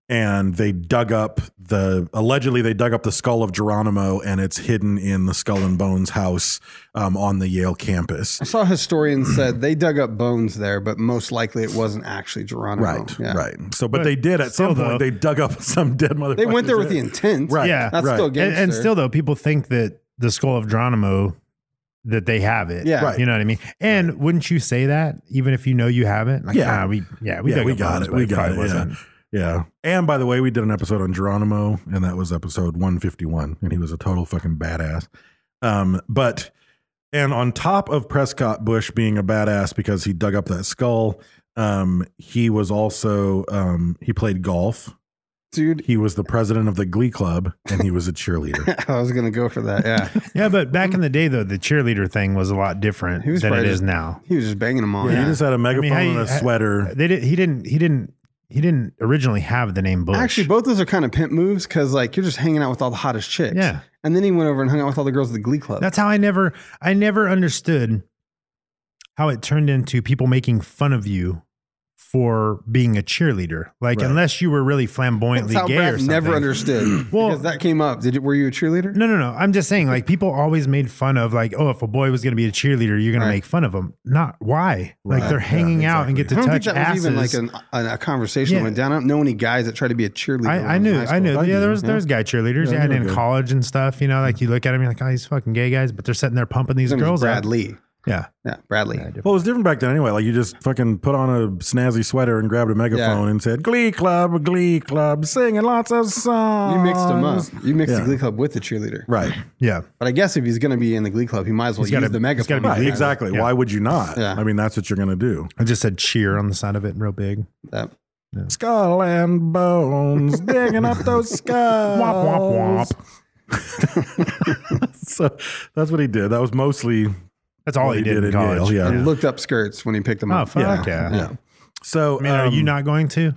Speaker 3: and they dug up the allegedly they dug up the skull of Geronimo, and it's hidden in the Skull and Bones house um, on the Yale campus.
Speaker 5: I saw historians said they dug up bones there, but most likely it wasn't actually Geronimo.
Speaker 3: Right,
Speaker 5: Yeah.
Speaker 3: right. So, but,
Speaker 4: But
Speaker 3: they did at some
Speaker 4: still,
Speaker 3: point
Speaker 4: though-
Speaker 3: they dug up some dead motherfucker.
Speaker 5: They went there with the intent.
Speaker 3: Right,
Speaker 4: Yeah.
Speaker 5: That's
Speaker 3: right.
Speaker 5: still
Speaker 3: And-
Speaker 5: gangster.
Speaker 4: and, and still though people think that the skull of geronimo that they have it
Speaker 5: Yeah. Right.
Speaker 4: you know what i mean and wouldn't you say that even if you know you haven't like
Speaker 3: Yeah.
Speaker 4: yeah we yeah we,
Speaker 3: Yeah,
Speaker 4: dug
Speaker 3: we
Speaker 4: up
Speaker 3: got
Speaker 4: bones,
Speaker 3: it.
Speaker 4: but
Speaker 3: We got
Speaker 4: probably
Speaker 3: it, yeah. Yeah. And by the way, we did an episode on Geronimo, and that was episode 151, and he was a total fucking badass. Um, but and on top of Prescott Bush being a badass because he dug up that skull, um, he was also um, he played golf.
Speaker 5: Dude,
Speaker 3: He was the president of the Glee Club, and he was a cheerleader.
Speaker 5: I was going to go for that. Yeah.
Speaker 4: yeah but back in the day though the cheerleader thing was a lot different
Speaker 5: He was
Speaker 4: than it
Speaker 5: probably
Speaker 4: is
Speaker 5: just-
Speaker 4: now
Speaker 5: He was just banging them all.
Speaker 3: He
Speaker 5: Yeah.
Speaker 3: just had a
Speaker 4: I mean,
Speaker 3: megaphone
Speaker 4: how you-
Speaker 3: and a sweater.
Speaker 4: they did he didn't he didn't he didn't originally have the name bush
Speaker 5: Actually, both those are kind of pimp moves because like you're just hanging out with all the hottest chicks.
Speaker 4: Yeah.
Speaker 5: And then he went over and hung out with all the girls at the Glee Club.
Speaker 4: That's how I never I never understood how it turned into people making fun of you for being a cheerleader. Like
Speaker 3: Right.
Speaker 4: unless you were really
Speaker 5: That's
Speaker 4: flamboyantly
Speaker 5: how
Speaker 4: gay
Speaker 5: Brad
Speaker 4: or something.
Speaker 5: never understood.
Speaker 4: Well-
Speaker 5: well, because that came up. Did you, were you a cheerleader?
Speaker 4: No, no, no. I'm just saying like people always made fun of like, oh, if a boy was going to be a cheerleader, you're going
Speaker 5: Right.
Speaker 4: to make fun of him. Not why.
Speaker 3: Right.
Speaker 4: Like they're
Speaker 3: Yeah,
Speaker 4: hanging out and get to
Speaker 3: exactly.
Speaker 4: touch
Speaker 5: I don't think that
Speaker 4: asses.
Speaker 5: was even like an, a, a conversation that
Speaker 4: Yeah.
Speaker 5: went down. I don't know any guys that try to be a cheerleader. when
Speaker 4: I, I
Speaker 5: was in
Speaker 4: knew,
Speaker 5: high
Speaker 4: I
Speaker 5: school.
Speaker 4: knew.
Speaker 3: I
Speaker 4: Yeah,
Speaker 3: knew,
Speaker 4: there was
Speaker 5: yeah.
Speaker 4: there's guy cheerleaders,
Speaker 3: Yeah,
Speaker 4: yeah, and
Speaker 3: they were
Speaker 4: in
Speaker 3: good.
Speaker 4: college and stuff. You know, like you look at him, you're like, oh, these fucking gay guys, but they're sitting there pumping these
Speaker 5: His name
Speaker 4: girls
Speaker 5: was Brad
Speaker 4: out.
Speaker 5: Lee.
Speaker 4: Yeah,
Speaker 5: Yeah, Bradley.
Speaker 3: Well, it was different back then anyway. Like you just fucking put on a snazzy sweater and grabbed a megaphone and said, Glee Club, Glee Club, singing lots of songs.
Speaker 5: You mixed him up. You mixed
Speaker 3: Yeah.
Speaker 5: the Glee Club with the cheerleader.
Speaker 3: Right.
Speaker 4: yeah.
Speaker 5: But I guess if he's going to be in the Glee Club, he might as well
Speaker 4: He's
Speaker 5: use
Speaker 4: gotta-
Speaker 5: the
Speaker 4: he's
Speaker 5: megaphone.
Speaker 4: gotta be
Speaker 3: Right,
Speaker 4: Yeah.
Speaker 3: exactly.
Speaker 4: Yeah.
Speaker 3: Why would you not?
Speaker 5: Yeah.
Speaker 3: I mean, that's what you're going to do.
Speaker 4: I just said cheer on the side of it, real big.
Speaker 5: That-
Speaker 3: Skull and bones, digging up those skulls.
Speaker 4: Uh, Womp, womp, womp.
Speaker 3: so that's what he did. That was mostly
Speaker 4: That's all
Speaker 5: Oh,
Speaker 3: What
Speaker 4: he did, in college.
Speaker 3: Yale, yeah.
Speaker 5: I looked up skirts when he picked them
Speaker 4: Oh
Speaker 5: up.
Speaker 4: fuck yeah.
Speaker 5: yeah.
Speaker 3: So,
Speaker 4: I mean, are you
Speaker 3: um,
Speaker 4: not going to?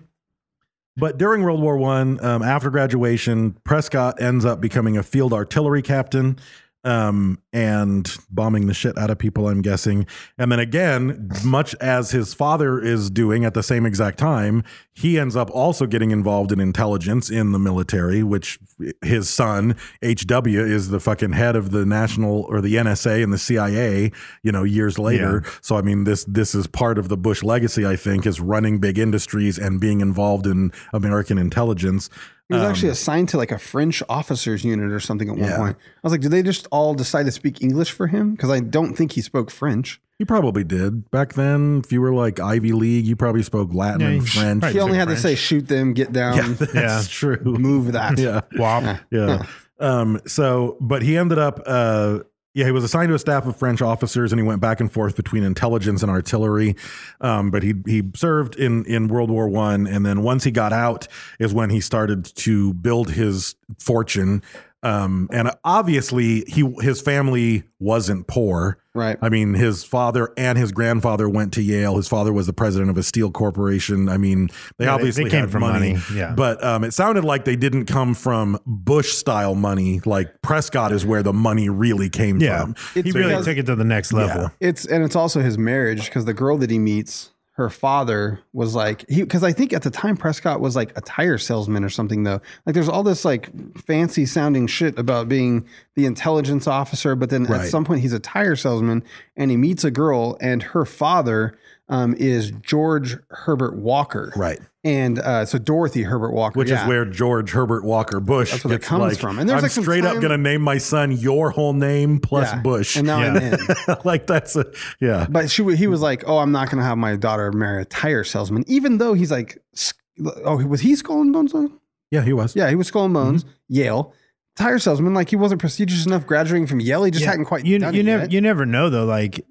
Speaker 3: But during World War One, um, after graduation, Prescott ends up becoming a field artillery captain um, and bombing the shit out of people. I'm guessing. And then again, much as his father is doing at the same exact time, he ends up also getting involved in intelligence in the military. Which his son H.W. is the fucking head of the national or the NSA and the CIA. You know, years later. So I mean, this this is part of the Bush legacy. I think is running big industries and being involved in American intelligence.
Speaker 5: He was actually assigned to like a French officers unit or something at one
Speaker 3: Um, Yeah.
Speaker 5: point. I was like, did they just all decide to speak English for him? Because I don't think he spoke French.
Speaker 3: You probably did back then. If you were like Ivy League, you probably spoke Latin
Speaker 4: Yeah,
Speaker 3: and
Speaker 4: you-
Speaker 3: French.
Speaker 4: right.
Speaker 5: He only had
Speaker 4: spoke
Speaker 5: to say,
Speaker 4: French.
Speaker 5: shoot them, get down,
Speaker 3: Yeah, that's
Speaker 4: Yeah.
Speaker 3: true.
Speaker 5: move that.
Speaker 3: Yeah,
Speaker 4: Wop.
Speaker 3: yeah. um. So, but he ended up. Uh, yeah, he was assigned to a staff of French officers, and he went back and forth between intelligence and artillery. Um, but he he served in in World War One, and then once he got out, is when he started to build his fortune. Um, and obviously, he his family wasn't poor.
Speaker 5: Right.
Speaker 3: I mean, his father and his grandfather went to Yale. His father was the president of a steel corporation. I mean, they
Speaker 4: Yeah, they-
Speaker 3: obviously
Speaker 4: they came
Speaker 3: had
Speaker 4: from
Speaker 3: money,
Speaker 4: money, yeah.
Speaker 3: But um, it sounded like they didn't come from Bush style money. Like Prescott is where the money really came
Speaker 4: Yeah.
Speaker 3: from.
Speaker 4: He
Speaker 5: It's
Speaker 4: really
Speaker 5: because-
Speaker 4: took it to the next level.
Speaker 5: It's and it's also his marriage because the girl that he meets, her father was like he because I think at the time Prescott was like a tire salesman or something though. Like there's all this like fancy sounding shit about being the intelligence officer, but then
Speaker 3: Right.
Speaker 5: at some point he's a tire salesman and he meets a girl and her father um, is George Herbert Walker,
Speaker 3: Right.
Speaker 5: And uh, so Dorothy Herbert Walker,
Speaker 3: Which
Speaker 5: yeah.
Speaker 3: is where George Herbert Walker Bush
Speaker 5: That's where that
Speaker 3: gets
Speaker 5: comes
Speaker 3: like,
Speaker 5: from. And there's,
Speaker 3: I'm
Speaker 5: like, some
Speaker 3: straight up
Speaker 5: time-
Speaker 3: going to name my son your whole name plus
Speaker 5: Yeah.
Speaker 3: Bush.
Speaker 5: and now I'm
Speaker 4: Yeah.
Speaker 5: in.
Speaker 3: like that's a yeah.
Speaker 5: But she, wa- he was like, "Oh, I'm not going to have my daughter marry a tire salesman," even though he's like, sk- "Oh, was he skull and bones?" Though?
Speaker 3: Yeah, he was.
Speaker 5: Yeah, he was skull and bones.
Speaker 4: Mm-hmm.
Speaker 5: Yale tire salesman, like he wasn't prestigious enough graduating from Yale. He just
Speaker 4: Yeah.
Speaker 5: hadn't quite
Speaker 4: you,
Speaker 5: done
Speaker 4: you
Speaker 5: it
Speaker 4: never
Speaker 5: yet.
Speaker 4: you never know though like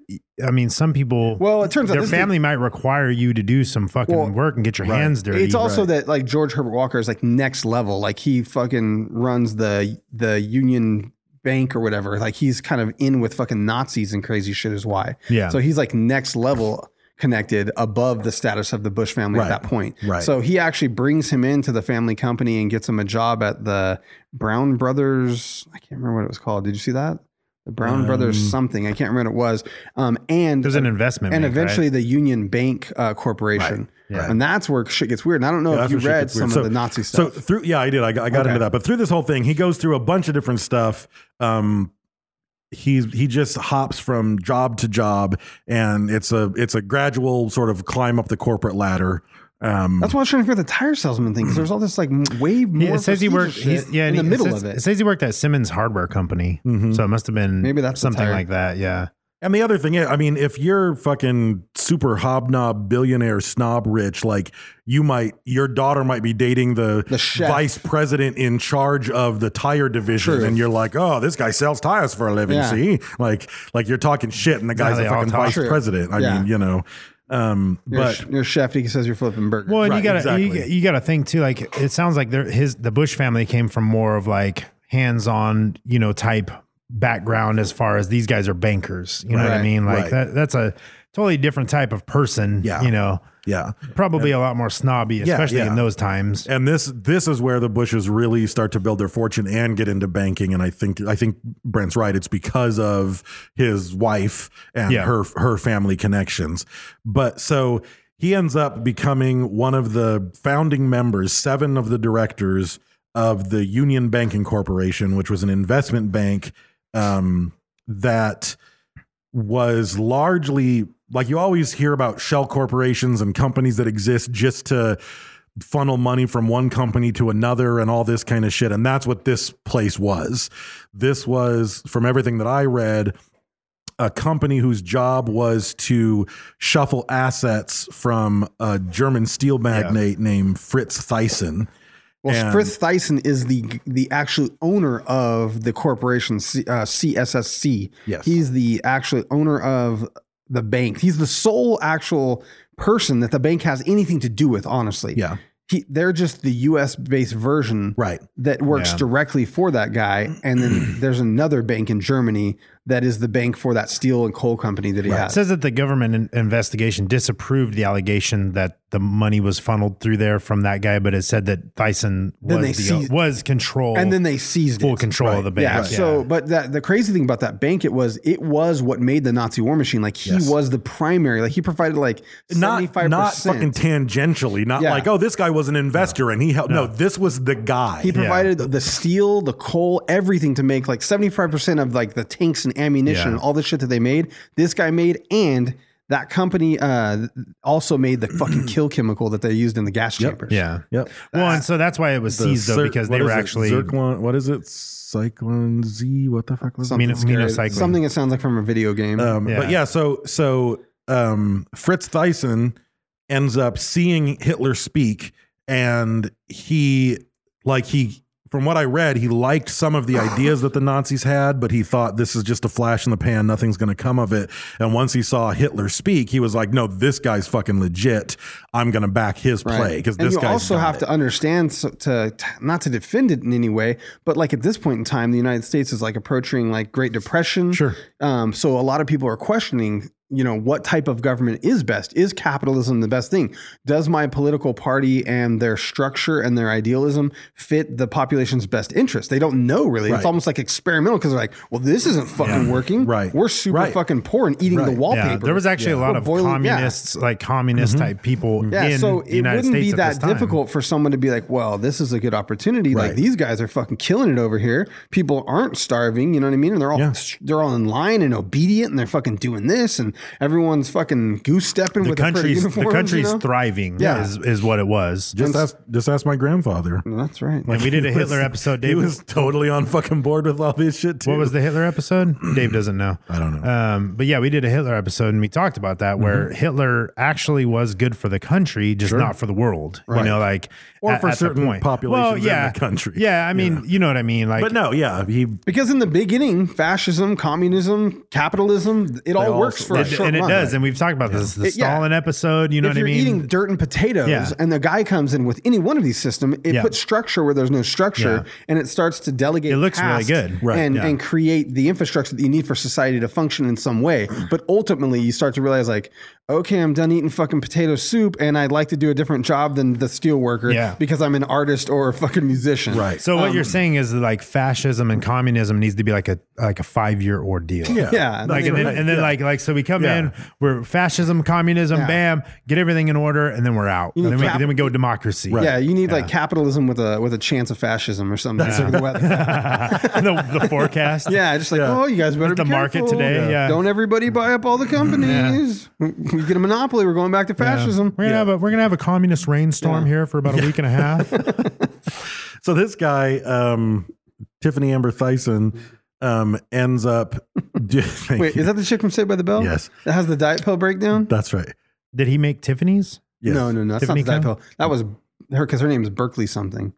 Speaker 4: i mean some people
Speaker 5: Well, it turns out
Speaker 4: their
Speaker 5: this
Speaker 4: family might require you to do some fucking
Speaker 5: Well,
Speaker 4: work and get your
Speaker 3: right.
Speaker 4: hands dirty
Speaker 5: It's also
Speaker 4: Right.
Speaker 5: that like George Herbert Walker is like next level. Like he fucking runs the the Union Bank or whatever. Like he's kind of in with fucking Nazis and crazy shit is why.
Speaker 4: Yeah.
Speaker 5: So he's like next level connected above the status of the Bush family
Speaker 3: Right.
Speaker 5: at that point.
Speaker 3: Right.
Speaker 5: So he actually brings him into the family company and gets him a job at the Brown Brothers. I can't remember what it was called. Did you see that? The Brown Brothers something. I can't remember what it was. Um, and
Speaker 4: It was Um, an investment
Speaker 5: and
Speaker 4: bank, right?
Speaker 5: eventually the Union Bank uh, Corporation. And that's where shit gets weird. And I don't know
Speaker 3: Yeah,
Speaker 5: if
Speaker 3: that's
Speaker 5: you
Speaker 3: where shit
Speaker 5: read
Speaker 3: gets weird.
Speaker 5: some
Speaker 3: So-
Speaker 5: of the Nazi stuff.
Speaker 3: So through, yeah, I did. I, got- I got
Speaker 5: Okay.
Speaker 3: into that, but through this whole thing, he goes through a bunch of different stuff. Um, he's he just hops from job to job, and it's a it's a gradual sort of climb up the corporate ladder. Um,
Speaker 5: that's why I was trying to figure out the tire salesman thing because there's all this like m- way more.
Speaker 4: Yeah, it says he worked.
Speaker 5: prestigious
Speaker 4: He's,
Speaker 5: shit
Speaker 4: yeah,
Speaker 5: in
Speaker 4: and
Speaker 5: the
Speaker 4: it
Speaker 5: middle
Speaker 4: says-
Speaker 5: of it. Mm-hmm.
Speaker 4: It says he worked at Simmons Hardware Company, so it must have been
Speaker 5: Maybe that's the
Speaker 4: something
Speaker 5: tire.
Speaker 4: like that. Yeah,
Speaker 3: And the other thing is, I mean, if you're fucking super hobnob billionaire snob rich, like you might, your daughter might be dating the,
Speaker 5: The chef.
Speaker 3: vice president in charge of the tire division,
Speaker 5: True.
Speaker 3: and you're like, oh, this guy sells tires for a living.
Speaker 5: Yeah.
Speaker 3: See, like, like you're talking shit, and the guy's
Speaker 4: they
Speaker 3: a
Speaker 4: all
Speaker 3: fucking
Speaker 4: talk.
Speaker 3: vice
Speaker 5: True.
Speaker 3: president. I
Speaker 5: Yeah.
Speaker 3: mean, you know, um,
Speaker 5: Your
Speaker 3: but
Speaker 5: sh- your chef he says you're flipping burgers.
Speaker 4: Well, and
Speaker 3: Right,
Speaker 4: you got to
Speaker 3: exactly.
Speaker 4: you, you got to think too. Like it sounds like there his the Bush family came from more of like hands-on, you know, type background as far as these guys are bankers. You know what I
Speaker 5: Right,
Speaker 4: mean? Like
Speaker 3: right.
Speaker 4: that that's a totally different type of person.
Speaker 3: Yeah.
Speaker 4: you know,
Speaker 3: yeah,
Speaker 4: probably a lot more snobby, especially
Speaker 3: yeah.
Speaker 4: in those times.
Speaker 3: and this this is where the Bushes really start to build their fortune and get into banking. And I think I think Brent's right. It's because of his wife and
Speaker 4: Yeah.
Speaker 3: her her family connections. But so he ends up becoming one of the founding members, seven of the directors of the Union Banking Corporation, which was an investment bank um, that was largely like you always hear about shell corporations and companies that exist just to funnel money from one company to another and all this kind of shit. And that's what this place was. This was, from everything that I read, a company whose job was to shuffle assets from a German steel magnate named Fritz Thyssen.
Speaker 5: well,
Speaker 3: and-
Speaker 5: Fritz Thyssen is the the actual owner of the corporation C, uh, CSSC.
Speaker 3: Yes.
Speaker 5: he's the actual owner of the bank. He's the sole actual person that the bank has anything to do with. Honestly,
Speaker 3: Yeah.
Speaker 5: he, they're just the U.S. based version,
Speaker 3: Right.
Speaker 5: that works
Speaker 4: Yeah.
Speaker 5: directly for that guy. And then there's another bank in Germany that is the bank for that steel and coal company that he
Speaker 4: Right. It
Speaker 5: has.
Speaker 4: says that the government in- investigation disapproved the allegation that the money was funneled through there from that guy, but it said that Thyssen
Speaker 5: Then
Speaker 4: was,
Speaker 5: they
Speaker 4: the,
Speaker 5: seized-
Speaker 4: was control.
Speaker 5: and then they seized
Speaker 4: full
Speaker 5: it.
Speaker 4: control of the bank.
Speaker 5: Yeah. So, but that, the crazy thing about that bank, it was it was what made the Nazi war machine. Like he
Speaker 3: Yes.
Speaker 5: was the primary. Like he provided like seventy
Speaker 3: Not
Speaker 5: five
Speaker 3: not fucking
Speaker 5: percent.
Speaker 3: tangentially, not
Speaker 5: Yeah.
Speaker 3: like oh this guy was an investor and he helped. No, this was the guy.
Speaker 5: He provided the steel, the coal, everything to make like seventy five percent of like the tanks and ammunition
Speaker 4: Yeah.
Speaker 5: and all the shit that they made. This guy made and. That company uh, also made the fucking kill chemical that they used in the gas chambers.
Speaker 4: yeah.
Speaker 3: Yep.
Speaker 4: Well, and so that's why it was
Speaker 3: The
Speaker 4: seized though,
Speaker 3: cir-
Speaker 4: because
Speaker 3: what
Speaker 4: they
Speaker 3: is
Speaker 4: were
Speaker 3: it?
Speaker 4: actually
Speaker 3: Zircon- what is it? Cyclone Z. What the fuck was it?
Speaker 5: Something,
Speaker 4: Amino-
Speaker 5: scary.
Speaker 4: aminocycline.
Speaker 5: something that sounds like from a video game.
Speaker 4: Uh,
Speaker 3: Um,
Speaker 4: Yeah.
Speaker 3: But yeah, so so um, Fritz Thyssen ends up seeing Hitler speak, and he like he from what I read, he liked some of the ideas that the Nazis had, but he thought this is just a flash in the pan. Nothing's going to come of it. And once he saw Hitler speak, he was like, "No, this guy's fucking legit. I'm going to back his play because
Speaker 5: And
Speaker 3: this
Speaker 5: you
Speaker 3: guy's
Speaker 5: also
Speaker 3: got
Speaker 5: have
Speaker 3: it."
Speaker 5: to understand so, to t- not to defend it in any way, but like at this point in time, the United States is like approaching like Great Depression.
Speaker 3: Sure.
Speaker 5: Um, so a lot of people are questioning, you know, what type of government is best? Is capitalism the best thing? Does my political party and their structure and their idealism fit the population's best interest? They don't know really. It's
Speaker 3: Right.
Speaker 5: almost like experimental because they're like, well, this isn't fucking working.
Speaker 3: Right.
Speaker 5: We're super
Speaker 3: Right.
Speaker 5: fucking poor and eating the
Speaker 3: Right.
Speaker 5: wallpaper.
Speaker 4: Yeah, there was actually a lot
Speaker 5: We're
Speaker 4: of
Speaker 5: boiling- yeah.
Speaker 4: communists, like
Speaker 3: Mm-hmm.
Speaker 4: communist type people
Speaker 5: Yeah,
Speaker 4: in
Speaker 5: so
Speaker 4: the
Speaker 5: it
Speaker 4: United
Speaker 5: wouldn't
Speaker 4: States
Speaker 5: be
Speaker 4: at
Speaker 5: that
Speaker 4: this time.
Speaker 5: difficult for someone to be like, "Well, this is a good opportunity. Like
Speaker 3: Right.
Speaker 5: these guys are fucking killing it over here. People aren't starving. You know what I mean? And they're all
Speaker 3: Yeah.
Speaker 5: they're all in line and obedient, and they're fucking doing this, and everyone's fucking goose stepping
Speaker 4: The
Speaker 5: with their pretty
Speaker 4: country's the
Speaker 5: uniforms,
Speaker 4: country's
Speaker 5: you know?
Speaker 4: thriving.
Speaker 5: Yeah.
Speaker 4: is is what it was.
Speaker 3: just ask just ask my grandfather.
Speaker 5: That's right.
Speaker 4: and we did a
Speaker 3: He was-
Speaker 4: Hitler episode.
Speaker 3: He
Speaker 4: Dave
Speaker 3: was totally on fucking board with all this shit too.
Speaker 4: What was the Hitler episode? Dave doesn't know.
Speaker 3: I don't know.
Speaker 4: Um, but yeah, we did a Hitler episode and we talked about that where
Speaker 3: Mm-hmm.
Speaker 4: Hitler actually was good for the country, just not for the world. You know, like
Speaker 3: Or for
Speaker 4: the
Speaker 3: certain
Speaker 4: point.
Speaker 3: populations
Speaker 4: Well,
Speaker 3: in
Speaker 4: yeah,
Speaker 3: the country,
Speaker 4: Yeah, I
Speaker 3: you
Speaker 4: mean,
Speaker 3: know.
Speaker 4: you know what I mean. Like,
Speaker 3: But no, yeah, he
Speaker 5: Because in the beginning, fascism, communism, capitalism, it all
Speaker 3: all-
Speaker 5: works for
Speaker 3: it-
Speaker 5: a
Speaker 4: and,
Speaker 5: short
Speaker 4: and it
Speaker 5: run.
Speaker 4: does, and we've talked about this. The
Speaker 5: It- yeah.
Speaker 4: Stalin episode. You know
Speaker 5: if
Speaker 4: what I
Speaker 5: you're
Speaker 4: mean?
Speaker 5: eating dirt and potatoes
Speaker 4: Yeah.
Speaker 5: and the guy comes in with any one of these systems, it
Speaker 4: Yeah.
Speaker 5: puts structure where there's no structure
Speaker 4: Yeah.
Speaker 5: and it starts to delegate.
Speaker 4: It looks really
Speaker 5: tasks
Speaker 4: good. Right,
Speaker 5: And,
Speaker 4: yeah.
Speaker 5: and create the infrastructure that you need for society to function in some way. But ultimately you start to realize like, okay, I'm done eating fucking potato soup and I'd like to do a different job than the steel worker
Speaker 4: Yeah.
Speaker 5: because I'm an artist or a fucking musician.
Speaker 3: Right.
Speaker 4: So what
Speaker 5: um,
Speaker 4: you're saying is that, like fascism and communism needs to be like a like a five year ordeal.
Speaker 3: yeah,
Speaker 5: Yeah.
Speaker 4: Like and then, and then like like so we come
Speaker 3: Yeah.
Speaker 4: in we're fascism communism
Speaker 5: Yeah.
Speaker 4: bam get everything in order and then we're out and
Speaker 5: need
Speaker 4: then, we,
Speaker 5: cap-
Speaker 4: then we go democracy
Speaker 5: Yeah, you need like capitalism with a with a chance of fascism or something. It's like the weather.
Speaker 4: the, the forecast
Speaker 5: Yeah, just like oh, you guys better
Speaker 4: the
Speaker 5: be
Speaker 4: market
Speaker 5: careful.
Speaker 4: today, Yeah. Mm-hmm. yeah.
Speaker 5: Don't everybody buy up all the companies. We get a monopoly. We're going back to
Speaker 4: Yeah.
Speaker 5: fascism.
Speaker 4: We're gonna have a we're gonna have a communist rainstorm here for about a week and a half.
Speaker 3: So this guy, um, Tiffany Amber Thyssen, um, ends up. do- thank
Speaker 5: Wait,
Speaker 3: you.
Speaker 5: is that the chick from Saved by the Bell?
Speaker 3: Yes.
Speaker 5: that has the diet pill breakdown.
Speaker 3: That's right.
Speaker 4: Did he make Tiffany's?
Speaker 3: Yes.
Speaker 5: No, no, no. That's
Speaker 4: Tiffany
Speaker 5: not the diet
Speaker 4: Cam?
Speaker 5: pill. That was her because her name is Berkeley something.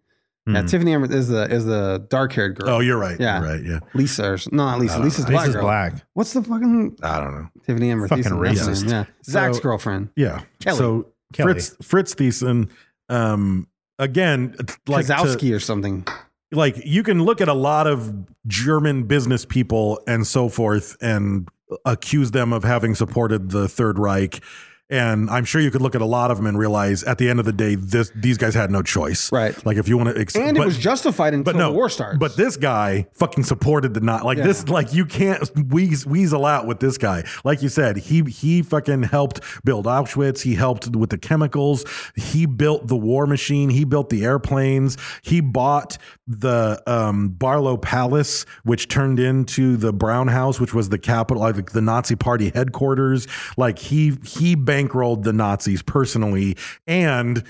Speaker 5: Yeah, Tiffany Amber is the is the dark haired girl.
Speaker 3: Oh, you're right.
Speaker 5: Yeah.
Speaker 3: Yeah. right. Yeah.
Speaker 5: Lisa, or, s- no, not Lisa. Lisa's black.
Speaker 4: Lisa's
Speaker 5: girl.
Speaker 4: black.
Speaker 5: What's the fucking
Speaker 3: I don't know.
Speaker 5: Tiffany Amber?
Speaker 4: Fucking
Speaker 5: Thiessen, that's her
Speaker 4: racist.
Speaker 5: name, Yeah,
Speaker 3: So-
Speaker 5: Zach's girlfriend.
Speaker 3: Yeah.
Speaker 5: Kelly.
Speaker 3: So
Speaker 4: Kelly.
Speaker 3: Fritz Fritz Thyssen, um, again, like to-
Speaker 5: Kozowski or something.
Speaker 3: like you can look at a lot of German business people and so forth and accuse them of having supported the Third Reich. And I'm sure you could look at a lot of them and realize at the end of the day, this these guys had no choice.
Speaker 5: Right.
Speaker 3: Like if you want to, ex-
Speaker 5: And it was justified until
Speaker 3: but no,
Speaker 5: the war starts.
Speaker 3: But this guy fucking supported the not like
Speaker 5: Yeah.
Speaker 3: this. Like you can't wheeze, weasel out with this guy. Like you said, he he fucking helped build Auschwitz. He helped with the chemicals. He built the war machine. He built the airplanes. He bought the um, Barlow Palace, which turned into the Brown House, which was the capital, like the Nazi Party headquarters. Like he he bankrolled the Nazis personally and.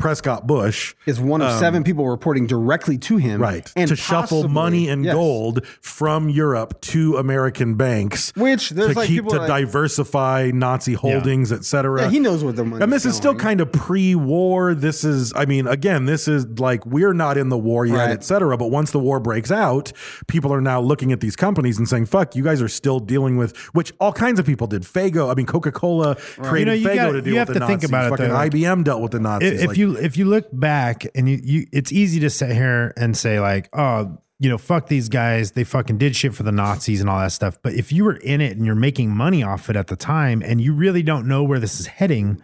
Speaker 3: Prescott Bush
Speaker 5: is one of
Speaker 4: Um,
Speaker 5: seven people reporting directly to him,
Speaker 3: right
Speaker 5: And
Speaker 3: to shuffle
Speaker 5: possibly-
Speaker 3: money and
Speaker 5: yes.
Speaker 3: gold from Europe to American banks,
Speaker 5: Which there's
Speaker 3: to
Speaker 5: like
Speaker 3: keep
Speaker 5: people
Speaker 3: to
Speaker 5: like-
Speaker 3: diversify Nazi holdings, et cetera.
Speaker 5: Yeah, he knows what the money's
Speaker 3: And this is still
Speaker 5: going.
Speaker 3: kind of pre-war. This is, I mean, again, this is like we're not in the war yet,
Speaker 5: Right.
Speaker 3: et cetera. But once the war breaks out, people are now looking at these companies and saying, "Fuck, you guys are still dealing with," which all kinds of people did. Fago, I mean, Coca-Cola created
Speaker 4: You know, you
Speaker 3: Fago
Speaker 4: gotta-
Speaker 3: to deal
Speaker 4: you
Speaker 3: with
Speaker 4: have
Speaker 3: the
Speaker 4: to think
Speaker 3: Nazis.
Speaker 4: about it,
Speaker 3: Fucking
Speaker 4: though.
Speaker 3: IBM dealt with the Nazis.
Speaker 4: if, if
Speaker 3: Like,
Speaker 4: you if you look back and you, you it's easy to sit here and say like oh you know, fuck these guys. They fucking did shit for the Nazis and all that stuff. But if you were in it and you're making money off it at the time and you really don't know where this is heading,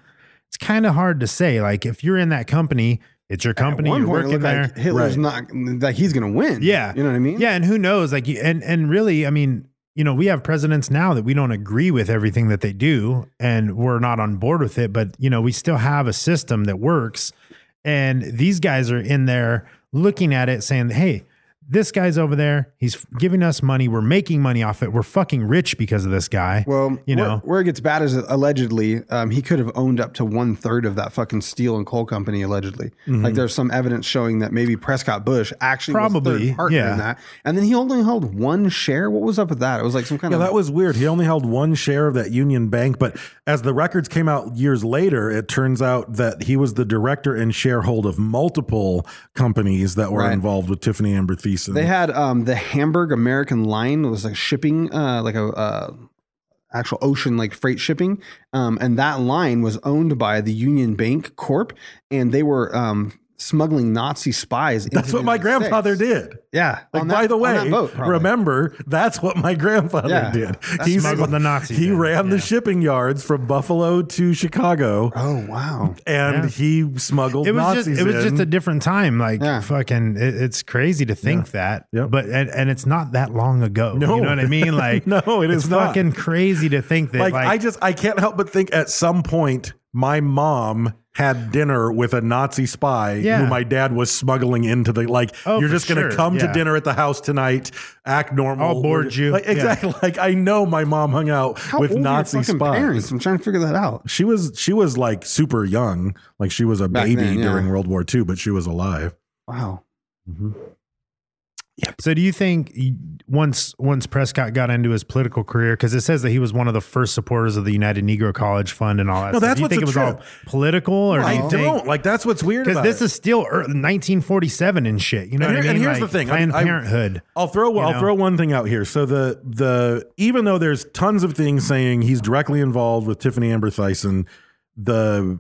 Speaker 4: it's kind of hard to say. Like, if you're in that company, it's your company,
Speaker 5: At one
Speaker 4: you're
Speaker 5: point,
Speaker 4: working
Speaker 5: it looked
Speaker 4: there.
Speaker 5: like Hitler's not like he's gonna win.
Speaker 4: Yeah.
Speaker 5: you know what I mean.
Speaker 4: Yeah, and who knows? Like you- and and really, I mean, you know, we have presidents now that we don't agree with everything that they do and we're not on board with it, but you know, we still have a system that works. And these guys are in there looking at it saying, "Hey, this guy's over there. He's giving us money. We're making money off it. We're fucking rich because of this guy."
Speaker 5: Well,
Speaker 4: you
Speaker 5: where-
Speaker 4: know.
Speaker 5: where it gets bad is that allegedly um, he could have owned up to one third of that fucking steel and coal company. Allegedly,
Speaker 4: Mm-hmm.
Speaker 5: like there's some evidence showing that maybe Prescott Bush actually was
Speaker 4: Probably,
Speaker 5: third partner
Speaker 4: yeah.
Speaker 5: in that, and then he only held one share. What was up with that? It was like some kind
Speaker 3: Yeah,
Speaker 5: of
Speaker 3: that was weird. He only held one share of that Union Bank, but as the records came out years later, it turns out that he was the director and shareholder of multiple companies that were
Speaker 5: Right.
Speaker 3: involved with Tiffany Amber Thiessen.
Speaker 5: They had um, the Hamburg American line was like shipping, uh, like a uh, actual ocean like freight shipping, um, and that line was owned by the Union Bank Corp, and they were um, smuggling Nazi spies. Into
Speaker 3: that's
Speaker 5: the
Speaker 3: what my
Speaker 5: United
Speaker 3: grandfather
Speaker 5: States.
Speaker 3: did.
Speaker 5: Yeah.
Speaker 3: Like,
Speaker 5: on that-
Speaker 3: by the
Speaker 5: on
Speaker 3: way,
Speaker 5: that boat, probably.
Speaker 3: remember that's what my grandfather
Speaker 5: Yeah.
Speaker 3: did.
Speaker 5: That's
Speaker 3: He
Speaker 4: smuggled the Nazis
Speaker 3: He
Speaker 4: in.
Speaker 3: ran the
Speaker 4: Yeah.
Speaker 3: shipping yards from Buffalo to Chicago,
Speaker 5: Oh wow.
Speaker 3: and
Speaker 4: Yeah.
Speaker 3: he smuggled.
Speaker 4: it was
Speaker 3: Nazis
Speaker 4: just it was
Speaker 3: in.
Speaker 4: just a different time like
Speaker 5: Yeah.
Speaker 4: fucking it, it's crazy to think that
Speaker 3: Yep.
Speaker 4: but and, and it's not that long ago
Speaker 3: No.
Speaker 4: you know what i mean like
Speaker 3: No, it
Speaker 4: it's
Speaker 3: is not.
Speaker 4: fucking crazy to think that
Speaker 3: like,
Speaker 4: like,
Speaker 3: I just I can't help but think at some point my mom had dinner with a Nazi spy
Speaker 4: Yeah.
Speaker 3: who my dad was smuggling into the like
Speaker 4: Oh,
Speaker 3: you're
Speaker 4: for
Speaker 3: just gonna
Speaker 4: sure,
Speaker 3: come to
Speaker 4: yeah.
Speaker 3: dinner at the house tonight, act normal.
Speaker 4: I'll board
Speaker 3: We're-
Speaker 4: you.
Speaker 3: Like
Speaker 4: Yeah.
Speaker 3: exactly like I know my mom hung out
Speaker 5: How
Speaker 3: with
Speaker 5: old were your
Speaker 3: Nazi
Speaker 5: fucking
Speaker 3: spies.
Speaker 5: parents? I'm trying to figure that out.
Speaker 3: She was she was like super young, like she was a
Speaker 5: Back
Speaker 3: baby
Speaker 5: then, yeah.
Speaker 3: during World War II, but she was alive.
Speaker 5: Wow.
Speaker 4: so do you think you- once once prescott got into his political career because it says that he was one of the first supporters of the united negro college fund and all that
Speaker 3: No,
Speaker 4: stuff.
Speaker 3: that's
Speaker 4: do you
Speaker 3: what's
Speaker 4: think
Speaker 3: a
Speaker 4: it was all
Speaker 3: trip.
Speaker 4: political or do
Speaker 3: I
Speaker 4: you
Speaker 3: don't
Speaker 4: think
Speaker 3: like that's what's weird
Speaker 4: because
Speaker 3: about
Speaker 4: this
Speaker 3: it.
Speaker 4: is still ear- 1947 and shit. You know
Speaker 3: And
Speaker 4: what
Speaker 3: here-
Speaker 4: I mean?
Speaker 3: and here's
Speaker 4: Like,
Speaker 3: the thing. I-
Speaker 4: Planned
Speaker 3: I-
Speaker 4: Parenthood.
Speaker 3: I'll throw
Speaker 4: you
Speaker 3: I'll
Speaker 4: know?
Speaker 3: throw one thing out here. So the the even though there's tons of things saying he's directly involved with Tiffany Amber Thyssen, the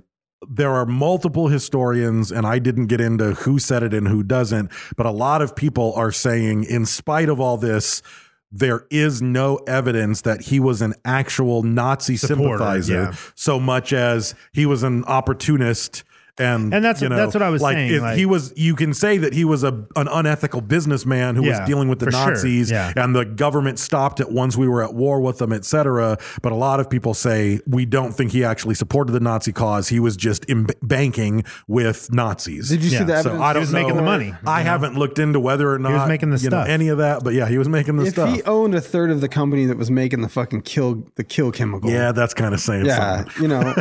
Speaker 3: there are multiple historians, and I didn't get into who said it and who doesn't, but a lot of people are saying, in spite of all this, there is no evidence that he was an actual Nazi
Speaker 4: Supporter,
Speaker 3: sympathizer
Speaker 4: yeah.
Speaker 3: so much as he was an opportunist. And,
Speaker 4: And that's-
Speaker 3: you know,
Speaker 4: that's what I was
Speaker 3: like,
Speaker 4: saying,
Speaker 3: it-
Speaker 4: like-
Speaker 3: he was. You can say that he was a an unethical businessman who who
Speaker 4: Yeah,
Speaker 3: was dealing with the
Speaker 4: for sure.
Speaker 3: Nazis
Speaker 4: Yeah.
Speaker 3: and the government stopped it once we were at war with them, et cetera. But a lot of people say we don't think he actually supported the Nazi cause. He was just Im- banking with Nazis.
Speaker 5: Did you
Speaker 4: Yeah,
Speaker 5: see the
Speaker 4: so
Speaker 5: evidence?
Speaker 3: so I don't
Speaker 4: was
Speaker 3: know.
Speaker 4: making the money,
Speaker 3: I
Speaker 4: you know?
Speaker 3: haven't looked into whether or not
Speaker 4: was making the
Speaker 3: you know,
Speaker 4: stuff.
Speaker 3: any of that, but yeah, he was making the
Speaker 5: if
Speaker 3: stuff.
Speaker 5: he owned a third of the company that was making the fucking kill the kill chemical.
Speaker 3: yeah, that's kind of saying
Speaker 5: Yeah.
Speaker 3: something.
Speaker 5: You know.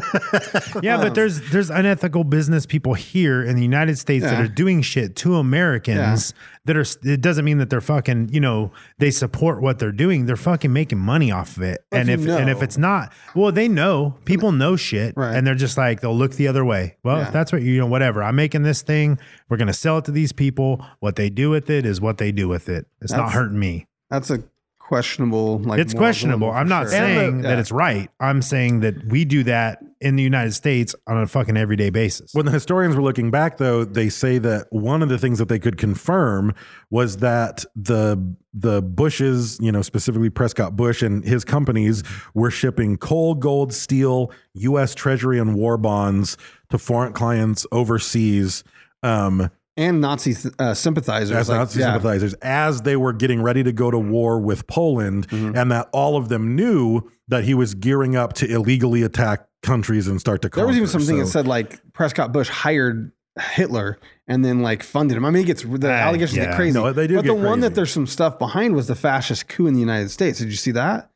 Speaker 4: Yeah,
Speaker 5: Um,
Speaker 4: but there's there's unethical business people here in the United States that
Speaker 5: Yeah.
Speaker 4: are doing shit to Americans that are it doesn't mean that they're fucking, you know, they support what they're doing. They're fucking making money off of it.
Speaker 5: Well,
Speaker 4: and
Speaker 5: if you
Speaker 4: if and if
Speaker 5: know.
Speaker 4: it's not, well, they know. People know shit
Speaker 5: Right.
Speaker 4: and they're just like they'll look the other way. Well,
Speaker 5: Yeah.
Speaker 4: if that's what you know whatever. I'm making this thing. We're going to sell it to these people. What they do with it is what they do with it. It's not
Speaker 5: That's-
Speaker 4: hurting me.
Speaker 5: That's a questionable. Like
Speaker 4: it's
Speaker 5: moral dilemma
Speaker 4: questionable.
Speaker 5: for
Speaker 4: I'm not
Speaker 5: sure.
Speaker 4: saying
Speaker 5: Yeah.
Speaker 4: that it's right. I'm saying that we do that in the United States on a fucking everyday basis.
Speaker 3: When the historians were looking back, though, they say that one of the things that they could confirm was that the the Bushes, you know, specifically Prescott Bush and his companies, were shipping coal, gold, steel, U.S. Treasury, and war bonds to foreign clients overseas. Um,
Speaker 5: and Nazi uh, sympathizers.
Speaker 3: as
Speaker 5: like,
Speaker 3: Nazi
Speaker 5: yeah.
Speaker 3: sympathizers as they were getting ready to go to war with Poland,
Speaker 5: Mm-hmm.
Speaker 3: and that all of them knew that he was gearing up to illegally attack countries and start to.
Speaker 5: There was even
Speaker 3: conquer.
Speaker 5: something that
Speaker 3: So-
Speaker 5: said like Prescott Bush hired Hitler and then like funded him. I mean, it gets the allegations
Speaker 4: Ah, yeah.
Speaker 5: get crazy.
Speaker 3: No, they do
Speaker 5: But
Speaker 3: get
Speaker 5: the one
Speaker 3: crazy.
Speaker 5: that there's some stuff behind was the fascist coup in the United States. Did you see that?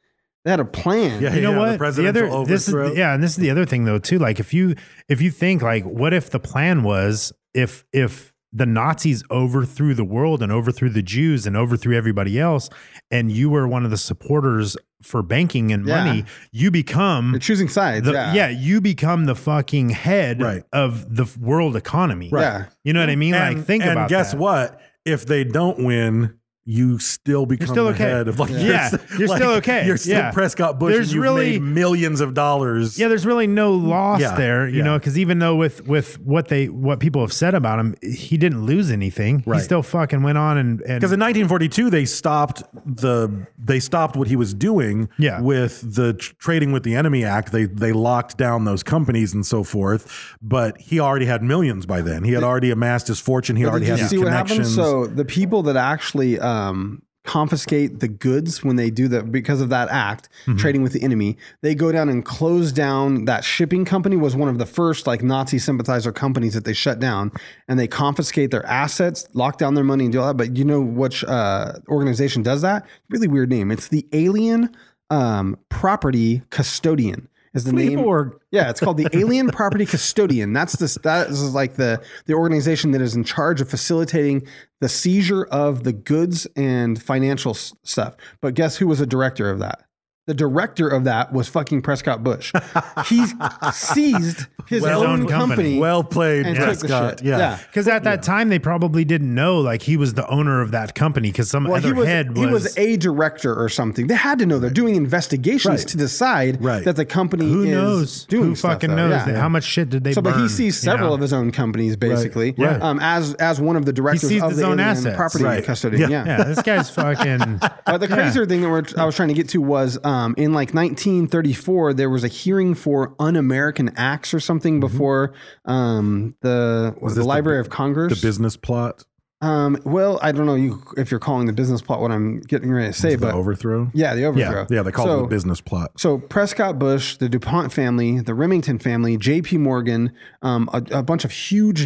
Speaker 5: They had a plan.
Speaker 3: Yeah,
Speaker 4: you know
Speaker 3: yeah,
Speaker 4: what?
Speaker 3: The presidential
Speaker 4: other, this is,
Speaker 3: overthrow.
Speaker 4: yeah, and this is the other thing though too. Like if you if you think like, what if the plan was if if the Nazis overthrew the world and overthrew the Jews and overthrew everybody else, and you were one of the supporters for banking and
Speaker 5: Yeah.
Speaker 4: money, you become
Speaker 5: They're choosing sides.
Speaker 4: the,
Speaker 5: yeah.
Speaker 4: yeah. you become the fucking head
Speaker 3: Right.
Speaker 4: of the f- world economy.
Speaker 5: Right. Yeah.
Speaker 4: You know what I mean? like, think
Speaker 3: and
Speaker 4: about
Speaker 3: guess
Speaker 4: that.
Speaker 3: what? If they don't win, you still become
Speaker 4: still
Speaker 3: the
Speaker 4: okay.
Speaker 3: head of like
Speaker 4: Yeah.
Speaker 3: s-
Speaker 4: You're still okay.
Speaker 3: You're still
Speaker 4: Yeah.
Speaker 3: Prescott Bush.
Speaker 4: There's
Speaker 3: and you've
Speaker 4: really-
Speaker 3: made millions of dollars.
Speaker 4: Yeah, there's really no loss
Speaker 3: Yeah,
Speaker 4: there, you
Speaker 3: yeah.
Speaker 4: know, because even though with with what they what people have said about him, he didn't lose anything.
Speaker 3: Right.
Speaker 4: He still fucking went on and and
Speaker 3: Because in 1942 they stopped the they stopped what he was doing
Speaker 4: Yeah.
Speaker 3: with the Tr- Trading with the Enemy Act. They they locked down those companies and so forth. But he already had millions by then. He had already amassed his fortune. He
Speaker 5: But
Speaker 3: already
Speaker 5: did
Speaker 3: had
Speaker 5: you
Speaker 3: his
Speaker 5: see what happened?
Speaker 3: connections.
Speaker 5: So the people that actually um, confiscate the goods when they do that because of that act,
Speaker 3: Mm-hmm.
Speaker 5: trading with the enemy, they go down and close down that shipping company was one of the first like Nazi sympathizer companies that they shut down and they confiscate their assets, lock down their money and do all that. But you know which uh, organization does that? Really weird name. It's the Alien um, Property Custodian. Is the name
Speaker 3: Fleaborg.
Speaker 5: yeah, it's called the Alien Property Custodian. That's this. That is like the the organization that is in charge of facilitating the seizure of the goods and financial s- stuff. But guess who was the director of that? The director of that was fucking Prescott Bush. He seized his
Speaker 4: Well- His
Speaker 5: own,
Speaker 4: own company.
Speaker 5: company.
Speaker 3: well played,
Speaker 5: and took the
Speaker 3: Prescott.
Speaker 5: shit.
Speaker 3: Yeah.
Speaker 5: Yeah.
Speaker 4: because at that time they probably didn't know like he was the owner of that company because some
Speaker 5: Well,
Speaker 4: other
Speaker 5: he was,
Speaker 4: head was,
Speaker 5: he was a director or something. They had to know. They're doing investigations
Speaker 3: Right.
Speaker 5: to decide
Speaker 3: Right.
Speaker 5: that the company
Speaker 4: who
Speaker 5: is
Speaker 4: knows
Speaker 5: doing
Speaker 4: who
Speaker 5: stuff,
Speaker 4: fucking
Speaker 5: though.
Speaker 4: knows
Speaker 5: Yeah.
Speaker 4: that, how much shit did they
Speaker 5: so,
Speaker 4: burn,
Speaker 5: but he sees
Speaker 4: you know?
Speaker 5: several of his own companies basically,
Speaker 3: Yeah.
Speaker 5: Um, as as one of the directors
Speaker 4: sees
Speaker 5: of
Speaker 4: his
Speaker 5: the
Speaker 4: own
Speaker 5: alien
Speaker 4: assets.
Speaker 5: property
Speaker 3: Right.
Speaker 5: custody.
Speaker 3: Yeah.
Speaker 5: Yeah.
Speaker 4: yeah this guy's fucking
Speaker 5: But the
Speaker 4: Yeah.
Speaker 5: crazier thing that we're, I was trying to get to was um, in like 1934, there was a hearing for un-American acts or something before um, the the
Speaker 3: Was Mm-hmm. this the
Speaker 5: Library
Speaker 3: bu-
Speaker 5: of Congress.
Speaker 3: The business plot,
Speaker 5: um, well, I don't know you, if you're calling the business plot what I'm getting ready to say,
Speaker 3: the
Speaker 5: but
Speaker 3: overthrow.
Speaker 5: yeah, the overthrow.
Speaker 3: yeah. They called
Speaker 5: so,
Speaker 3: it the business plot.
Speaker 5: So Prescott Bush, the DuPont family, the Remington family, J.P. Morgan, um, a, a bunch of huge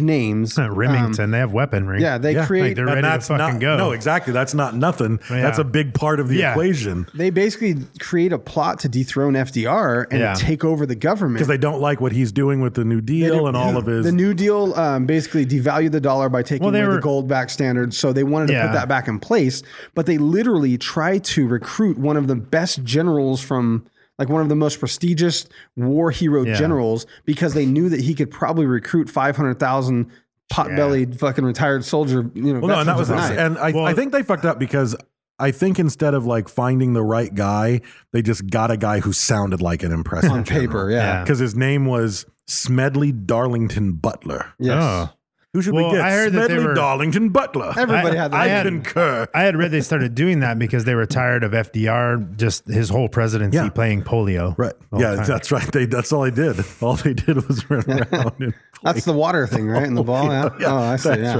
Speaker 5: names.
Speaker 4: Remington. they have weaponry.
Speaker 5: Um, Yeah, they
Speaker 3: Yeah,
Speaker 5: create.
Speaker 4: they're- Ready
Speaker 3: and
Speaker 4: to
Speaker 3: that's
Speaker 4: fucking
Speaker 3: not,
Speaker 4: go.
Speaker 3: No, exactly. That's not nothing.
Speaker 4: Yeah.
Speaker 3: That's a big part of the
Speaker 4: Yeah.
Speaker 3: equation
Speaker 5: they basically create a plot to dethrone FDR and
Speaker 4: Yeah.
Speaker 5: take over the government.
Speaker 3: because they don't like what he's doing with the New Deal and all of his.
Speaker 5: the New Deal um, basically devalued the dollar by taking
Speaker 4: Well, they
Speaker 5: away
Speaker 4: were-
Speaker 5: the gold back standard. So they wanted to
Speaker 4: Yeah.
Speaker 5: put that back in place. But they literally tried to recruit one of the best generals from like one of the most prestigious war hero
Speaker 4: Yeah.
Speaker 5: generals because they knew that he could probably recruit 500,000 pot-bellied fucking retired soldier, you know,
Speaker 3: well, no, and that was
Speaker 5: veterans overnight.
Speaker 3: and I,
Speaker 4: Well-
Speaker 3: I think they fucked up because I think instead of like finding the right guy, they just got a guy who sounded like an impressive
Speaker 5: on paper, yeah.
Speaker 3: because his name was Smedley Darlington Butler.
Speaker 5: Yes.
Speaker 4: Oh.
Speaker 3: Who should
Speaker 4: Well,
Speaker 3: we get?
Speaker 4: I heard that
Speaker 3: Smedley
Speaker 4: they were-
Speaker 3: Darlington Butler.
Speaker 5: Everybody had that.
Speaker 3: I,
Speaker 4: I had-
Speaker 3: concur.
Speaker 4: I had read they started doing that because they were tired of FDR, just his whole presidency
Speaker 3: Yeah.
Speaker 4: playing polio.
Speaker 3: Right.
Speaker 4: the whole
Speaker 3: Yeah,
Speaker 4: time.
Speaker 3: that's right. They that's all they did. All they did was run around. And
Speaker 5: That's the water thing, right? In the ball. Yeah. oh, I see.
Speaker 3: That's
Speaker 5: yeah.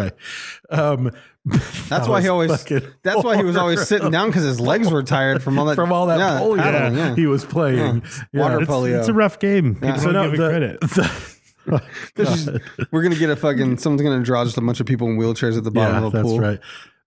Speaker 3: right. Um,
Speaker 5: That's why he always. That's why he was always sitting down because his legs were tired from all that
Speaker 3: from all that
Speaker 5: yeah,
Speaker 3: polio
Speaker 5: paddling, yeah.
Speaker 3: he was playing. Yeah.
Speaker 5: Water
Speaker 4: It's,
Speaker 5: polio.
Speaker 4: it's a rough game. People
Speaker 3: So
Speaker 4: don't
Speaker 3: no,
Speaker 4: give it
Speaker 3: the-
Speaker 4: credit.
Speaker 3: the-
Speaker 5: This is- we're gonna get a fucking. Someone's gonna draw just a bunch of people in wheelchairs at the bottom
Speaker 3: yeah,
Speaker 5: of a
Speaker 3: that's
Speaker 5: pool.
Speaker 3: right.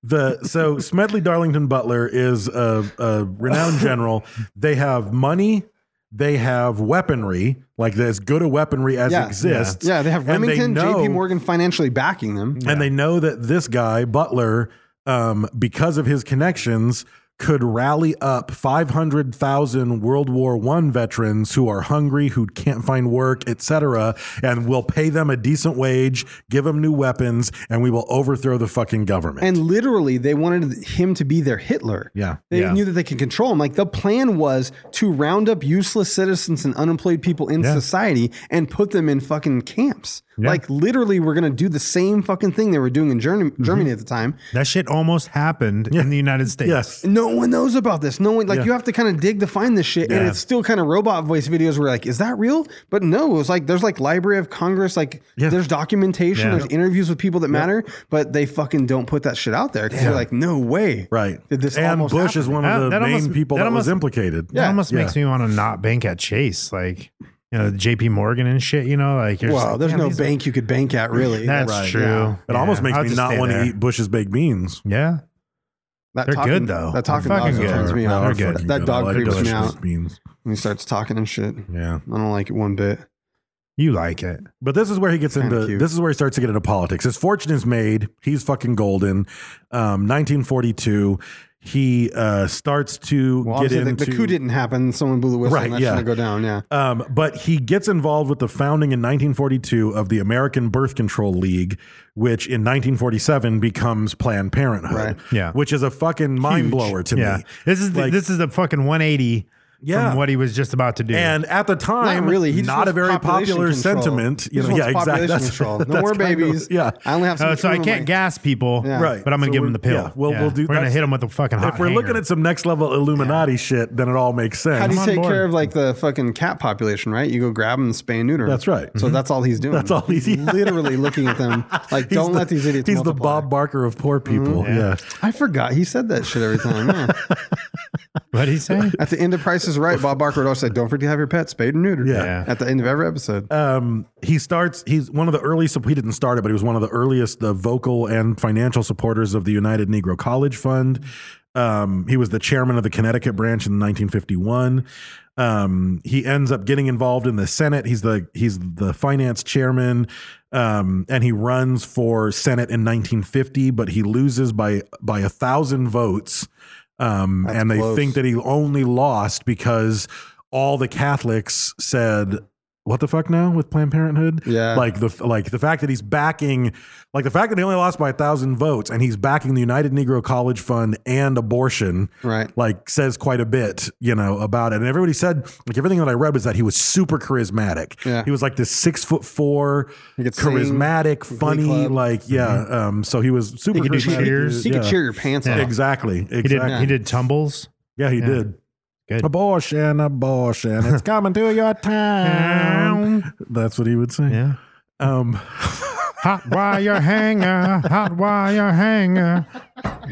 Speaker 3: The so Smedley Darlington Butler is a, a renowned general. They have money. They have weaponry, like as good a weaponry as
Speaker 5: Yeah.
Speaker 3: exists.
Speaker 5: Yeah, they have
Speaker 3: And
Speaker 5: Remington,
Speaker 3: know-
Speaker 5: J.P. Morgan financially backing them.
Speaker 3: and they know that this guy Butler, um, because of his connections, could rally up five hundred thousand World War One veterans who are hungry, who can't find work, etc., and will pay them a decent wage, give them new weapons, and we will overthrow the fucking government.
Speaker 5: And literally, they wanted him to be their Hitler.
Speaker 3: Yeah.
Speaker 5: They
Speaker 4: Yeah.
Speaker 5: knew that they could control him. Like the plan was to round up useless citizens and unemployed people in
Speaker 4: Yeah.
Speaker 5: society and put them in fucking camps.
Speaker 4: Yeah.
Speaker 5: Like literally, we're gonna do the same fucking thing they were doing in Germany,
Speaker 3: Mm-hmm.
Speaker 5: Germany at the time.
Speaker 4: That shit almost happened in the United States.
Speaker 3: yes,
Speaker 5: No one knows about this. No one like
Speaker 3: Yeah.
Speaker 5: you have to kind of dig to find this shit, and
Speaker 4: Yeah.
Speaker 5: it's still kind of robot voice videos. Where like, is that real? But no, it was like there's like Library of Congress, like
Speaker 3: Yeah.
Speaker 5: there's documentation,
Speaker 4: Yeah.
Speaker 5: there's interviews with people that matter, but they fucking don't put that shit out there because they're like, no way,
Speaker 3: right.
Speaker 5: Did this
Speaker 3: and
Speaker 5: almost
Speaker 3: Bush
Speaker 5: happen?
Speaker 3: is one
Speaker 4: That-
Speaker 3: of the
Speaker 4: that
Speaker 3: main
Speaker 4: almost-
Speaker 3: people
Speaker 4: that
Speaker 3: that,
Speaker 4: almost-
Speaker 3: was implicated.
Speaker 4: That almost
Speaker 3: Yeah.
Speaker 4: makes me want to not bank at Chase, like you know, JP Morgan and shit, you know, like you're just
Speaker 5: Wow,
Speaker 4: like,
Speaker 5: there's
Speaker 4: "Damn,
Speaker 5: no
Speaker 4: these-
Speaker 5: bank you could bank at, really.
Speaker 4: That's
Speaker 5: Right.
Speaker 4: true.
Speaker 5: Yeah.
Speaker 3: It almost
Speaker 4: Yeah.
Speaker 3: makes
Speaker 4: I'll
Speaker 3: me
Speaker 4: just
Speaker 3: not
Speaker 4: stay
Speaker 3: want
Speaker 4: there.
Speaker 3: to eat Bush's baked beans.
Speaker 4: Yeah.
Speaker 5: That
Speaker 4: They're
Speaker 5: talking,
Speaker 4: good, though.
Speaker 5: That talking
Speaker 4: They're fucking
Speaker 5: dog
Speaker 4: good.
Speaker 5: turns me
Speaker 4: No,
Speaker 5: off.
Speaker 4: they're
Speaker 3: off.
Speaker 4: good.
Speaker 5: That, that dog creeps me out
Speaker 3: Beans.
Speaker 5: when he starts talking and shit.
Speaker 3: Yeah.
Speaker 5: I don't like it one bit.
Speaker 4: You like it.
Speaker 3: But this is where he gets
Speaker 5: Kinda
Speaker 3: into
Speaker 5: cute.
Speaker 3: this is where he starts to get into politics. His fortune is made. He's fucking golden. Um, 1942. He uh, starts to
Speaker 5: Well,
Speaker 3: get
Speaker 5: obviously the,
Speaker 3: into
Speaker 5: the coup didn't happen. Someone blew the whistle.
Speaker 3: Right,
Speaker 5: and that
Speaker 3: yeah.
Speaker 5: shouldn't go down. Yeah.
Speaker 3: Um, but he gets involved with the founding in 1942 of the American Birth Control League, which in 1947 becomes Planned Parenthood.
Speaker 5: Right.
Speaker 4: Yeah.
Speaker 3: Which is a fucking mind
Speaker 4: Huge.
Speaker 3: blower to
Speaker 4: yeah.
Speaker 3: me.
Speaker 4: This is the,
Speaker 3: Like-
Speaker 4: this is a fucking 180
Speaker 3: Yeah.
Speaker 4: from what he was just about to do.
Speaker 3: And at the time,
Speaker 5: Not really. He just
Speaker 3: not
Speaker 5: wants
Speaker 3: a very
Speaker 5: population
Speaker 3: popular
Speaker 5: control.
Speaker 3: sentiment.
Speaker 5: He
Speaker 3: You
Speaker 5: just
Speaker 3: know, yeah,
Speaker 5: wants
Speaker 3: exactly.
Speaker 5: population
Speaker 3: That's,
Speaker 5: control.
Speaker 3: that's
Speaker 5: No more
Speaker 3: kind of-
Speaker 5: babies.
Speaker 3: yeah.
Speaker 5: I only have. So,
Speaker 4: Uh, so I can't gas people,
Speaker 5: Yeah.
Speaker 3: Right.
Speaker 4: But I'm gonna
Speaker 3: So
Speaker 4: give
Speaker 3: we're-
Speaker 4: them the pill.
Speaker 3: Yeah. Well,
Speaker 4: Yeah.
Speaker 3: we'll do.
Speaker 4: We're gonna
Speaker 3: that's-
Speaker 4: hit them with a fucking hot
Speaker 3: If we're looking
Speaker 4: hanger.
Speaker 3: at some next level Illuminati shit, then it all makes sense.
Speaker 5: How do you
Speaker 4: I'm on
Speaker 5: take
Speaker 4: board.
Speaker 5: care of like the fucking cat population? Right. You go grab them and spay and neuter. 'em.
Speaker 3: That's right. Mm-hmm.
Speaker 5: So that's all he's doing.
Speaker 3: That's all he's- yeah.
Speaker 5: literally looking at them like,
Speaker 3: He's
Speaker 5: don't
Speaker 3: the-
Speaker 5: let these idiots.
Speaker 3: He's
Speaker 5: multiply." Mm-hmm.
Speaker 3: the Bob Barker of poor people. yeah.
Speaker 5: I forgot he said that shit every time. yeah.
Speaker 4: what he say?
Speaker 5: At the end of Price is Right, Bob Barker would always say, "Don't forget to have your pet spayed and neutered."
Speaker 3: Yeah. Uh,
Speaker 4: Yeah.
Speaker 5: At the end of every episode.
Speaker 3: he starts he's one of the earliest he didn't start it but he was one of the earliest uh, vocal and financial supporters of the united negro college fund um, he was the chairman of the connecticut branch in 1951 um, he ends up getting involved in the senate he's the he's the finance chairman um, and he runs for senate in 1950 but he loses by by a thousand votes um, and they
Speaker 5: close.
Speaker 3: think that he only lost because all the Catholics said, "What the fuck now with Planned Parenthood?"
Speaker 5: Yeah.
Speaker 3: like the like the fact that he's backing, like the fact that he only lost by a thousand votes, and he's backing the United Negro College Fund and abortion,
Speaker 5: Right.
Speaker 3: Like says quite a bit, you know, about it. And everybody said, like everything that I read was that he was super charismatic.
Speaker 5: Yeah.
Speaker 3: he was like this six foot four,
Speaker 5: He could sing,
Speaker 3: charismatic,
Speaker 5: Glee
Speaker 3: funny,
Speaker 5: Club. Mm-hmm.
Speaker 3: like yeah. Um, so he was super.
Speaker 4: He could do
Speaker 3: charismatic.
Speaker 4: cheers.
Speaker 5: he could
Speaker 3: Yeah.
Speaker 5: cheer your pants off.
Speaker 3: Exactly. Exactly.
Speaker 4: He did. He did tumbles.
Speaker 3: Yeah, he
Speaker 4: Yeah.
Speaker 3: did.
Speaker 4: Good.
Speaker 3: Abortion, abortion, it's coming to your town. That's what he would say.
Speaker 4: Yeah.
Speaker 3: Um,
Speaker 4: Hot wire hanger. Hot wire hanger.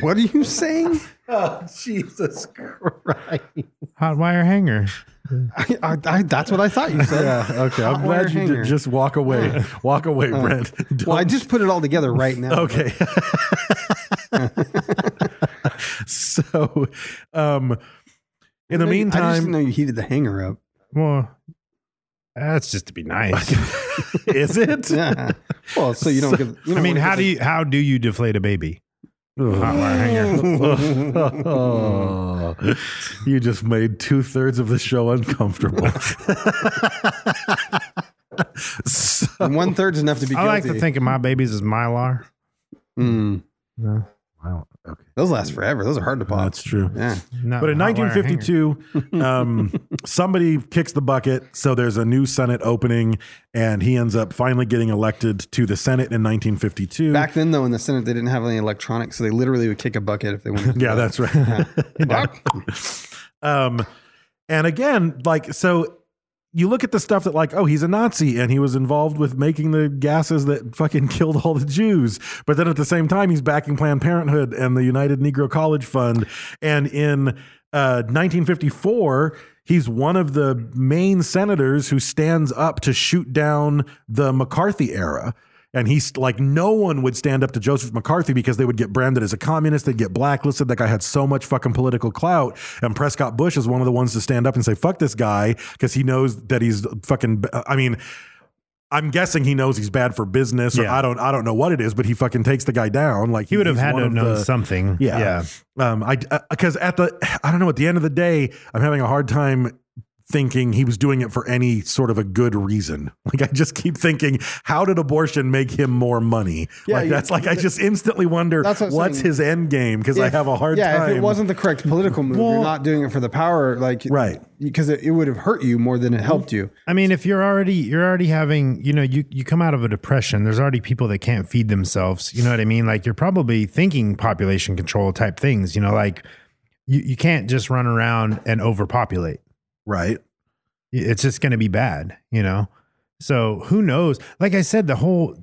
Speaker 5: What are you saying?
Speaker 3: Jesus Christ.
Speaker 4: Hot wire hanger.
Speaker 5: I, I, I, that's what I thought you said.
Speaker 3: Okay, I'm
Speaker 5: Hot wire
Speaker 3: glad you
Speaker 5: hanger. Uh,
Speaker 3: did. Just walk away. Walk away, Brent. Don't-
Speaker 5: Well, I just put it all together right now.
Speaker 3: okay. so, um, in the
Speaker 5: I know you- I just didn't
Speaker 3: meantime,
Speaker 5: know you heated the hanger up.
Speaker 4: Well, that's just to be nice.
Speaker 3: is it?
Speaker 5: Yeah. Well, so you don't get. You
Speaker 4: I
Speaker 5: don't
Speaker 4: mean,
Speaker 5: wanna
Speaker 4: how
Speaker 5: get
Speaker 4: do you how do you deflate a baby? Hot wire hanger.
Speaker 3: Oh, you just made two thirds of the show uncomfortable. So-
Speaker 5: the- one third's enough to be.
Speaker 4: I
Speaker 5: guilty.
Speaker 4: like to think of my babies as mylar.
Speaker 5: Mm,
Speaker 4: No,
Speaker 5: those last forever. Those are hard to pop.
Speaker 3: that's true.
Speaker 5: Yeah.
Speaker 4: not
Speaker 3: But in
Speaker 4: hot wire hanger.
Speaker 3: 1952, um, somebody kicks the bucket. So there's a new Senate opening, and he ends up finally getting elected to the Senate in 1952.
Speaker 5: Back then, though, in the Senate, they didn't have any electronics, so they literally would kick a bucket if they wanted. to
Speaker 3: yeah,
Speaker 5: do
Speaker 3: that's right.
Speaker 5: that.
Speaker 3: Um, and again, like, so you look at the stuff that, like, oh, he's a Nazi and he was involved with making the gases that fucking killed all the Jews. But then at the same time, he's backing Planned Parenthood and the United Negro College Fund. And in uh, 1954, he's one of the main senators who stands up to shoot down the McCarthy era. And he's like, no one would stand up to Joseph McCarthy because they would get branded as a communist. They'd get blacklisted. That guy had so much fucking political clout. And Prescott Bush is one of the ones to stand up and say, fuck this guy because he knows that he's fucking. I mean, I'm guessing he knows he's bad for business, or
Speaker 4: Yeah.
Speaker 3: I don't, I don't know what it is, but he fucking takes the guy down. Like
Speaker 4: He would have
Speaker 3: he's
Speaker 4: had to
Speaker 3: one
Speaker 4: have
Speaker 3: of
Speaker 4: known
Speaker 3: the-
Speaker 4: something.
Speaker 3: yeah.
Speaker 4: yeah.
Speaker 3: Um, I because at the I don't know at the end of the day I'm having a hard time thinking he was doing it for any sort of a good reason. Like I just keep thinking, how did abortion make him more money?
Speaker 5: Yeah,
Speaker 3: like
Speaker 5: you-
Speaker 3: that's like I just instantly wonder
Speaker 5: That's what I'm
Speaker 3: what's
Speaker 5: saying.
Speaker 3: his end game because I
Speaker 5: If-
Speaker 3: have a hard
Speaker 5: yeah,
Speaker 3: time.
Speaker 5: if it wasn't the correct political move,
Speaker 4: Well-
Speaker 5: you're not doing it for the power, like
Speaker 3: Right.
Speaker 5: because it, it would have hurt you more than it helped you.
Speaker 4: I mean, if you're already you're already having, you know, you you come out of a depression, there's already people that can't feed themselves. You know what I mean? Like you're probably thinking population control type things, you know, like you, you can't just run around and overpopulate.
Speaker 3: right,
Speaker 4: It's just gonna be bad, you know? So who knows? Like I said, the whole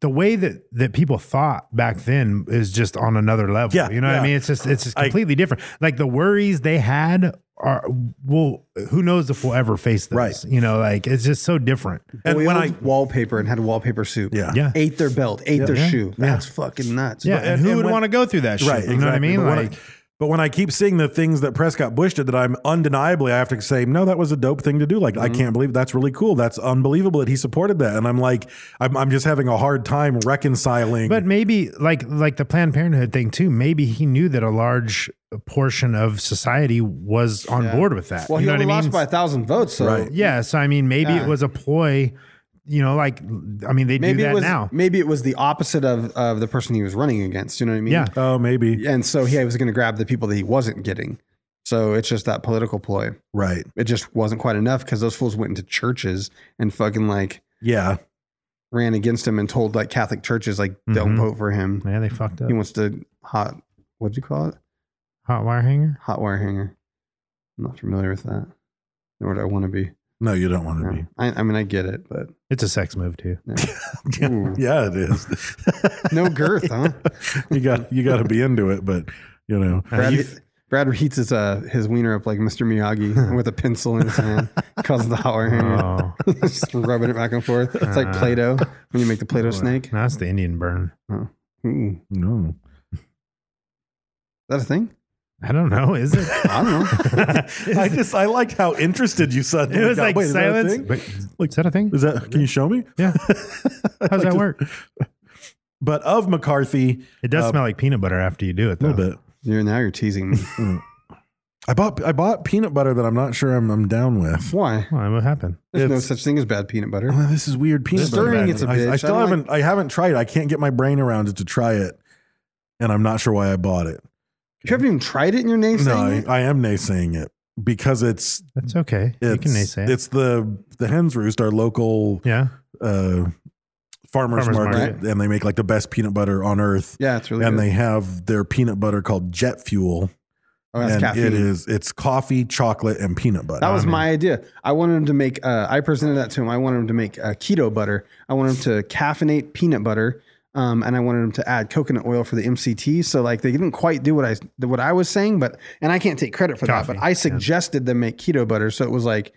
Speaker 4: the way that that people thought back then is just on another level.
Speaker 3: Yeah,
Speaker 4: you know what
Speaker 3: yeah.
Speaker 4: I mean? It's just it's just
Speaker 3: I-
Speaker 4: completely different. Like the worries they had are well, who knows if we'll ever face this?
Speaker 3: Right.
Speaker 4: You know, like it's just so different.
Speaker 3: and when I
Speaker 5: Boiled wallpaper and had wallpaper soup,
Speaker 3: yeah
Speaker 4: Yeah.
Speaker 5: ate their belt, ate their
Speaker 4: Yeah.
Speaker 5: shoe. That's fucking nuts.
Speaker 4: Yeah,
Speaker 3: But-
Speaker 4: and,
Speaker 3: and-
Speaker 4: who
Speaker 3: and
Speaker 4: would
Speaker 3: when-
Speaker 4: want to go through that shit?
Speaker 3: right
Speaker 4: you know what I
Speaker 3: exactly.
Speaker 4: mean?
Speaker 3: But when
Speaker 4: Like,
Speaker 3: But when I keep seeing the things that Prescott Bush did, that I'm undeniably, I have to say, no, that was a dope thing to do. Like, I
Speaker 4: Mm-hmm.
Speaker 3: can't believe that's really cool. That's unbelievable that he supported that. And I'm like, I'm, I'm just having a hard time reconciling.
Speaker 4: But maybe like like the Planned Parenthood thing too. Maybe he knew that a large portion of society was on board with that.
Speaker 5: Well,
Speaker 4: you
Speaker 5: he
Speaker 4: know
Speaker 5: only
Speaker 4: what I
Speaker 5: lost
Speaker 4: mean?
Speaker 5: by a thousand votes, so
Speaker 3: Right.
Speaker 4: yeah. So I mean, maybe
Speaker 5: Yeah.
Speaker 4: it was a ploy. You know, like I mean, they
Speaker 5: maybe
Speaker 4: do that
Speaker 5: it was
Speaker 4: now.
Speaker 5: maybe it was the opposite of of the person he was running against. You know what I mean?
Speaker 4: Yeah.
Speaker 3: oh, maybe.
Speaker 5: And so he was going to grab the people that he wasn't getting. So it's just that political ploy.
Speaker 3: Right.
Speaker 5: It just wasn't quite enough because those fools went into churches and fucking like
Speaker 3: Yeah.
Speaker 5: ran against him and told like Catholic churches like don't
Speaker 4: Mhm.
Speaker 5: vote for him.
Speaker 4: Yeah, they fucked up.
Speaker 5: He wants to hot what'd you call it?
Speaker 4: Hot wire hanger.
Speaker 5: Hot wire hanger. I'm not familiar with that. Nor do I want to be.
Speaker 3: No, you don't want to
Speaker 5: No. I, I mean, I get it, but
Speaker 4: It's a sex move too.
Speaker 3: be.
Speaker 4: Mm.
Speaker 5: Ooh.
Speaker 3: yeah, it is.
Speaker 5: no girth, huh?
Speaker 3: you got you got to be into it, but you know,
Speaker 5: Brad,
Speaker 3: you-
Speaker 5: Brad heats his uh, his wiener up like Mr. Miyagi with a pencil in his hand, calls it the hot wire hanger,
Speaker 4: Oh,
Speaker 5: just rubbing it back and forth. It's like Play-Doh
Speaker 3: Uh,
Speaker 5: when you make the Play-Doh snake.
Speaker 4: no, that's the Indian burn.
Speaker 5: Ooh, is
Speaker 3: no.
Speaker 5: that a thing?
Speaker 4: I don't know. Is it?
Speaker 5: I don't know.
Speaker 3: I just I liked how interested you suddenly.
Speaker 4: It was
Speaker 3: got.
Speaker 4: like
Speaker 3: Wait, is that a
Speaker 4: silence.
Speaker 3: thing?
Speaker 4: But- is that a thing?
Speaker 3: Is that? Can you show me?
Speaker 4: Yeah. How does that work?
Speaker 3: But of McCarthy,
Speaker 4: It does
Speaker 3: Uh,
Speaker 4: smell like peanut butter after you do it,
Speaker 3: a
Speaker 4: though.
Speaker 3: little bit.
Speaker 5: You're now you're teasing me.
Speaker 3: I bought I bought peanut butter that I'm not sure I'm I'm down with.
Speaker 5: Why?
Speaker 4: Well, what happened?
Speaker 5: There's no
Speaker 3: It's- Oh,
Speaker 5: such thing as bad peanut butter.
Speaker 3: Well, this is weird peanut butter.
Speaker 5: Stirring it's a
Speaker 3: I- I,
Speaker 5: bitch.
Speaker 3: still
Speaker 5: I don't
Speaker 3: haven't I haven't tried. it. I can't get my brain around it to try it, and I'm not sure why I bought it.
Speaker 5: You haven't even tried it in your name.
Speaker 3: No, I, I am naysaying it because it's
Speaker 4: That's okay.
Speaker 3: it's
Speaker 4: you can say it.
Speaker 3: it's the the hens roost, our local
Speaker 4: yeah.
Speaker 3: uh, farmers,
Speaker 4: Farmers
Speaker 3: market,
Speaker 4: market.
Speaker 3: and they make like the best peanut butter on earth.
Speaker 5: yeah, it's really
Speaker 3: and
Speaker 5: good.
Speaker 3: they have their peanut butter called Jet Fuel,
Speaker 5: oh, that's
Speaker 3: and
Speaker 5: caffeine.
Speaker 3: it is it's coffee, chocolate, and peanut butter.
Speaker 5: That was my idea. I wanted him to make. Uh, I presented that to him. I wanted him to make uh, keto butter. I wanted him to caffeinate peanut butter, um, and I wanted him to add coconut oil for the MCT. So like they didn't quite do what I what I was saying, but and I can't take credit for
Speaker 4: Coffee,
Speaker 5: that. But I
Speaker 4: yeah.
Speaker 5: suggested them make keto butter, so it was like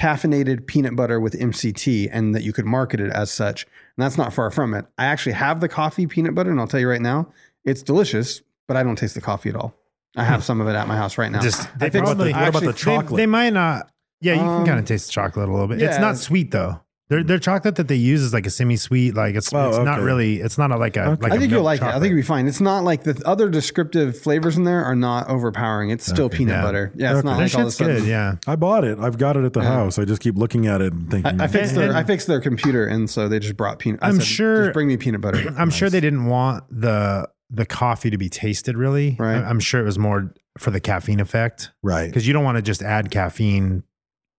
Speaker 5: caffeinated peanut butter with MCT, and that you could market it as such. And that's not far from it. I actually have the coffee peanut butter, and I'll tell you right now, it's delicious. But I don't taste the coffee at all. I have some of it at my house right now.
Speaker 4: Just-
Speaker 5: I
Speaker 4: they
Speaker 5: fixed-
Speaker 3: What about the,
Speaker 4: Probably-
Speaker 5: I
Speaker 3: what about the
Speaker 5: actually-
Speaker 4: They,
Speaker 3: chocolate?
Speaker 4: they might not. Yeah, you
Speaker 5: Um,
Speaker 4: can kind of taste the chocolate a little bit. It's
Speaker 5: yeah.
Speaker 4: not sweet though. Their their chocolate that they use is like a semi-sweet. Like it's,
Speaker 3: Oh,
Speaker 4: it's not
Speaker 3: okay.
Speaker 4: really. It's not a, like a.
Speaker 3: Okay.
Speaker 4: Like
Speaker 5: I
Speaker 4: a
Speaker 5: think you'll
Speaker 4: milk
Speaker 5: like it. I
Speaker 4: chocolate.
Speaker 5: think it'll be fine. It's not like the other descriptive flavors in there are not overpowering. It's still peanut
Speaker 4: Yeah.
Speaker 5: butter. Yeah, it's
Speaker 3: Okay.
Speaker 5: not
Speaker 4: That
Speaker 5: like all of a
Speaker 4: shit's
Speaker 5: sudden.
Speaker 4: good. Yeah.
Speaker 3: I bought it. I've got it at the house. I just keep looking at it and thinking.
Speaker 5: I, I fixed
Speaker 4: And-
Speaker 5: their
Speaker 4: and-
Speaker 5: I fixed their computer, and so they just brought peanut. I
Speaker 4: I'm
Speaker 5: said,
Speaker 4: sure-
Speaker 5: Just bring me peanut butter.
Speaker 4: I'm sure they didn't want the the coffee to be tasted really.
Speaker 5: Right.
Speaker 4: I- I'm sure it was more for the caffeine effect
Speaker 3: right.
Speaker 4: because you don't want to just add caffeine.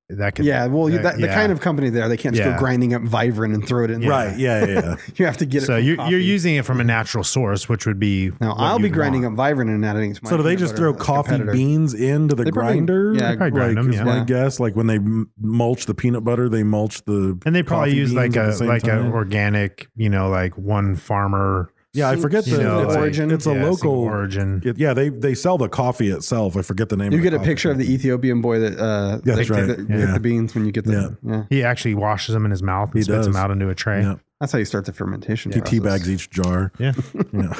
Speaker 4: That could.
Speaker 5: yeah, well, you that, the
Speaker 4: yeah.
Speaker 5: kind of company there, they can't just
Speaker 4: Yeah.
Speaker 5: go grinding up Vibrant and throw it in. there.
Speaker 3: Right. Yeah. Yeah. yeah.
Speaker 5: you have to get it.
Speaker 4: So
Speaker 5: from
Speaker 4: you're
Speaker 5: coffee.
Speaker 4: you're using it from a natural source, which would be.
Speaker 5: Now
Speaker 4: what
Speaker 5: I'll be
Speaker 4: you'd
Speaker 5: grinding
Speaker 4: want.
Speaker 5: up Vibrant and adding it to my.
Speaker 3: so do they
Speaker 5: peanut
Speaker 3: just
Speaker 5: butter
Speaker 3: throw
Speaker 5: as a
Speaker 3: coffee
Speaker 5: competitor.
Speaker 3: beans into the
Speaker 5: They probably-
Speaker 3: grinder?
Speaker 5: yeah,
Speaker 4: Probably grind
Speaker 3: like,
Speaker 4: them,
Speaker 3: is
Speaker 4: yeah.
Speaker 3: my
Speaker 5: Yeah.
Speaker 3: guess. Like when they m- mulch the peanut butter, they mulch the
Speaker 4: and they probably
Speaker 3: coffee
Speaker 4: use
Speaker 3: beans
Speaker 4: like
Speaker 3: at
Speaker 4: a
Speaker 3: the same
Speaker 4: like
Speaker 3: time.
Speaker 4: a organic, you know, like one farmer.
Speaker 3: yeah. I forget
Speaker 4: you
Speaker 3: the
Speaker 4: know,
Speaker 3: it's,
Speaker 4: like-
Speaker 3: origin. It's a
Speaker 4: yeah, single
Speaker 3: local
Speaker 4: origin.
Speaker 3: It- yeah, they they sell the coffee itself. I forget the name.
Speaker 5: You
Speaker 3: of the
Speaker 5: get a
Speaker 3: coffee
Speaker 5: picture of the
Speaker 3: company.
Speaker 5: Ethiopian boy that uh,
Speaker 3: Yeah, that's
Speaker 5: that-
Speaker 3: right.
Speaker 5: that picked
Speaker 3: Yeah.
Speaker 5: the beans when you get the yeah.
Speaker 4: He actually washes them in his mouth and
Speaker 3: He
Speaker 4: spits them
Speaker 3: does.
Speaker 4: out into a tray.
Speaker 3: Yeah.
Speaker 5: That's how you start the fermentation.
Speaker 3: Two tea
Speaker 5: process.
Speaker 3: bags each jar.
Speaker 4: Yeah.
Speaker 3: Yeah.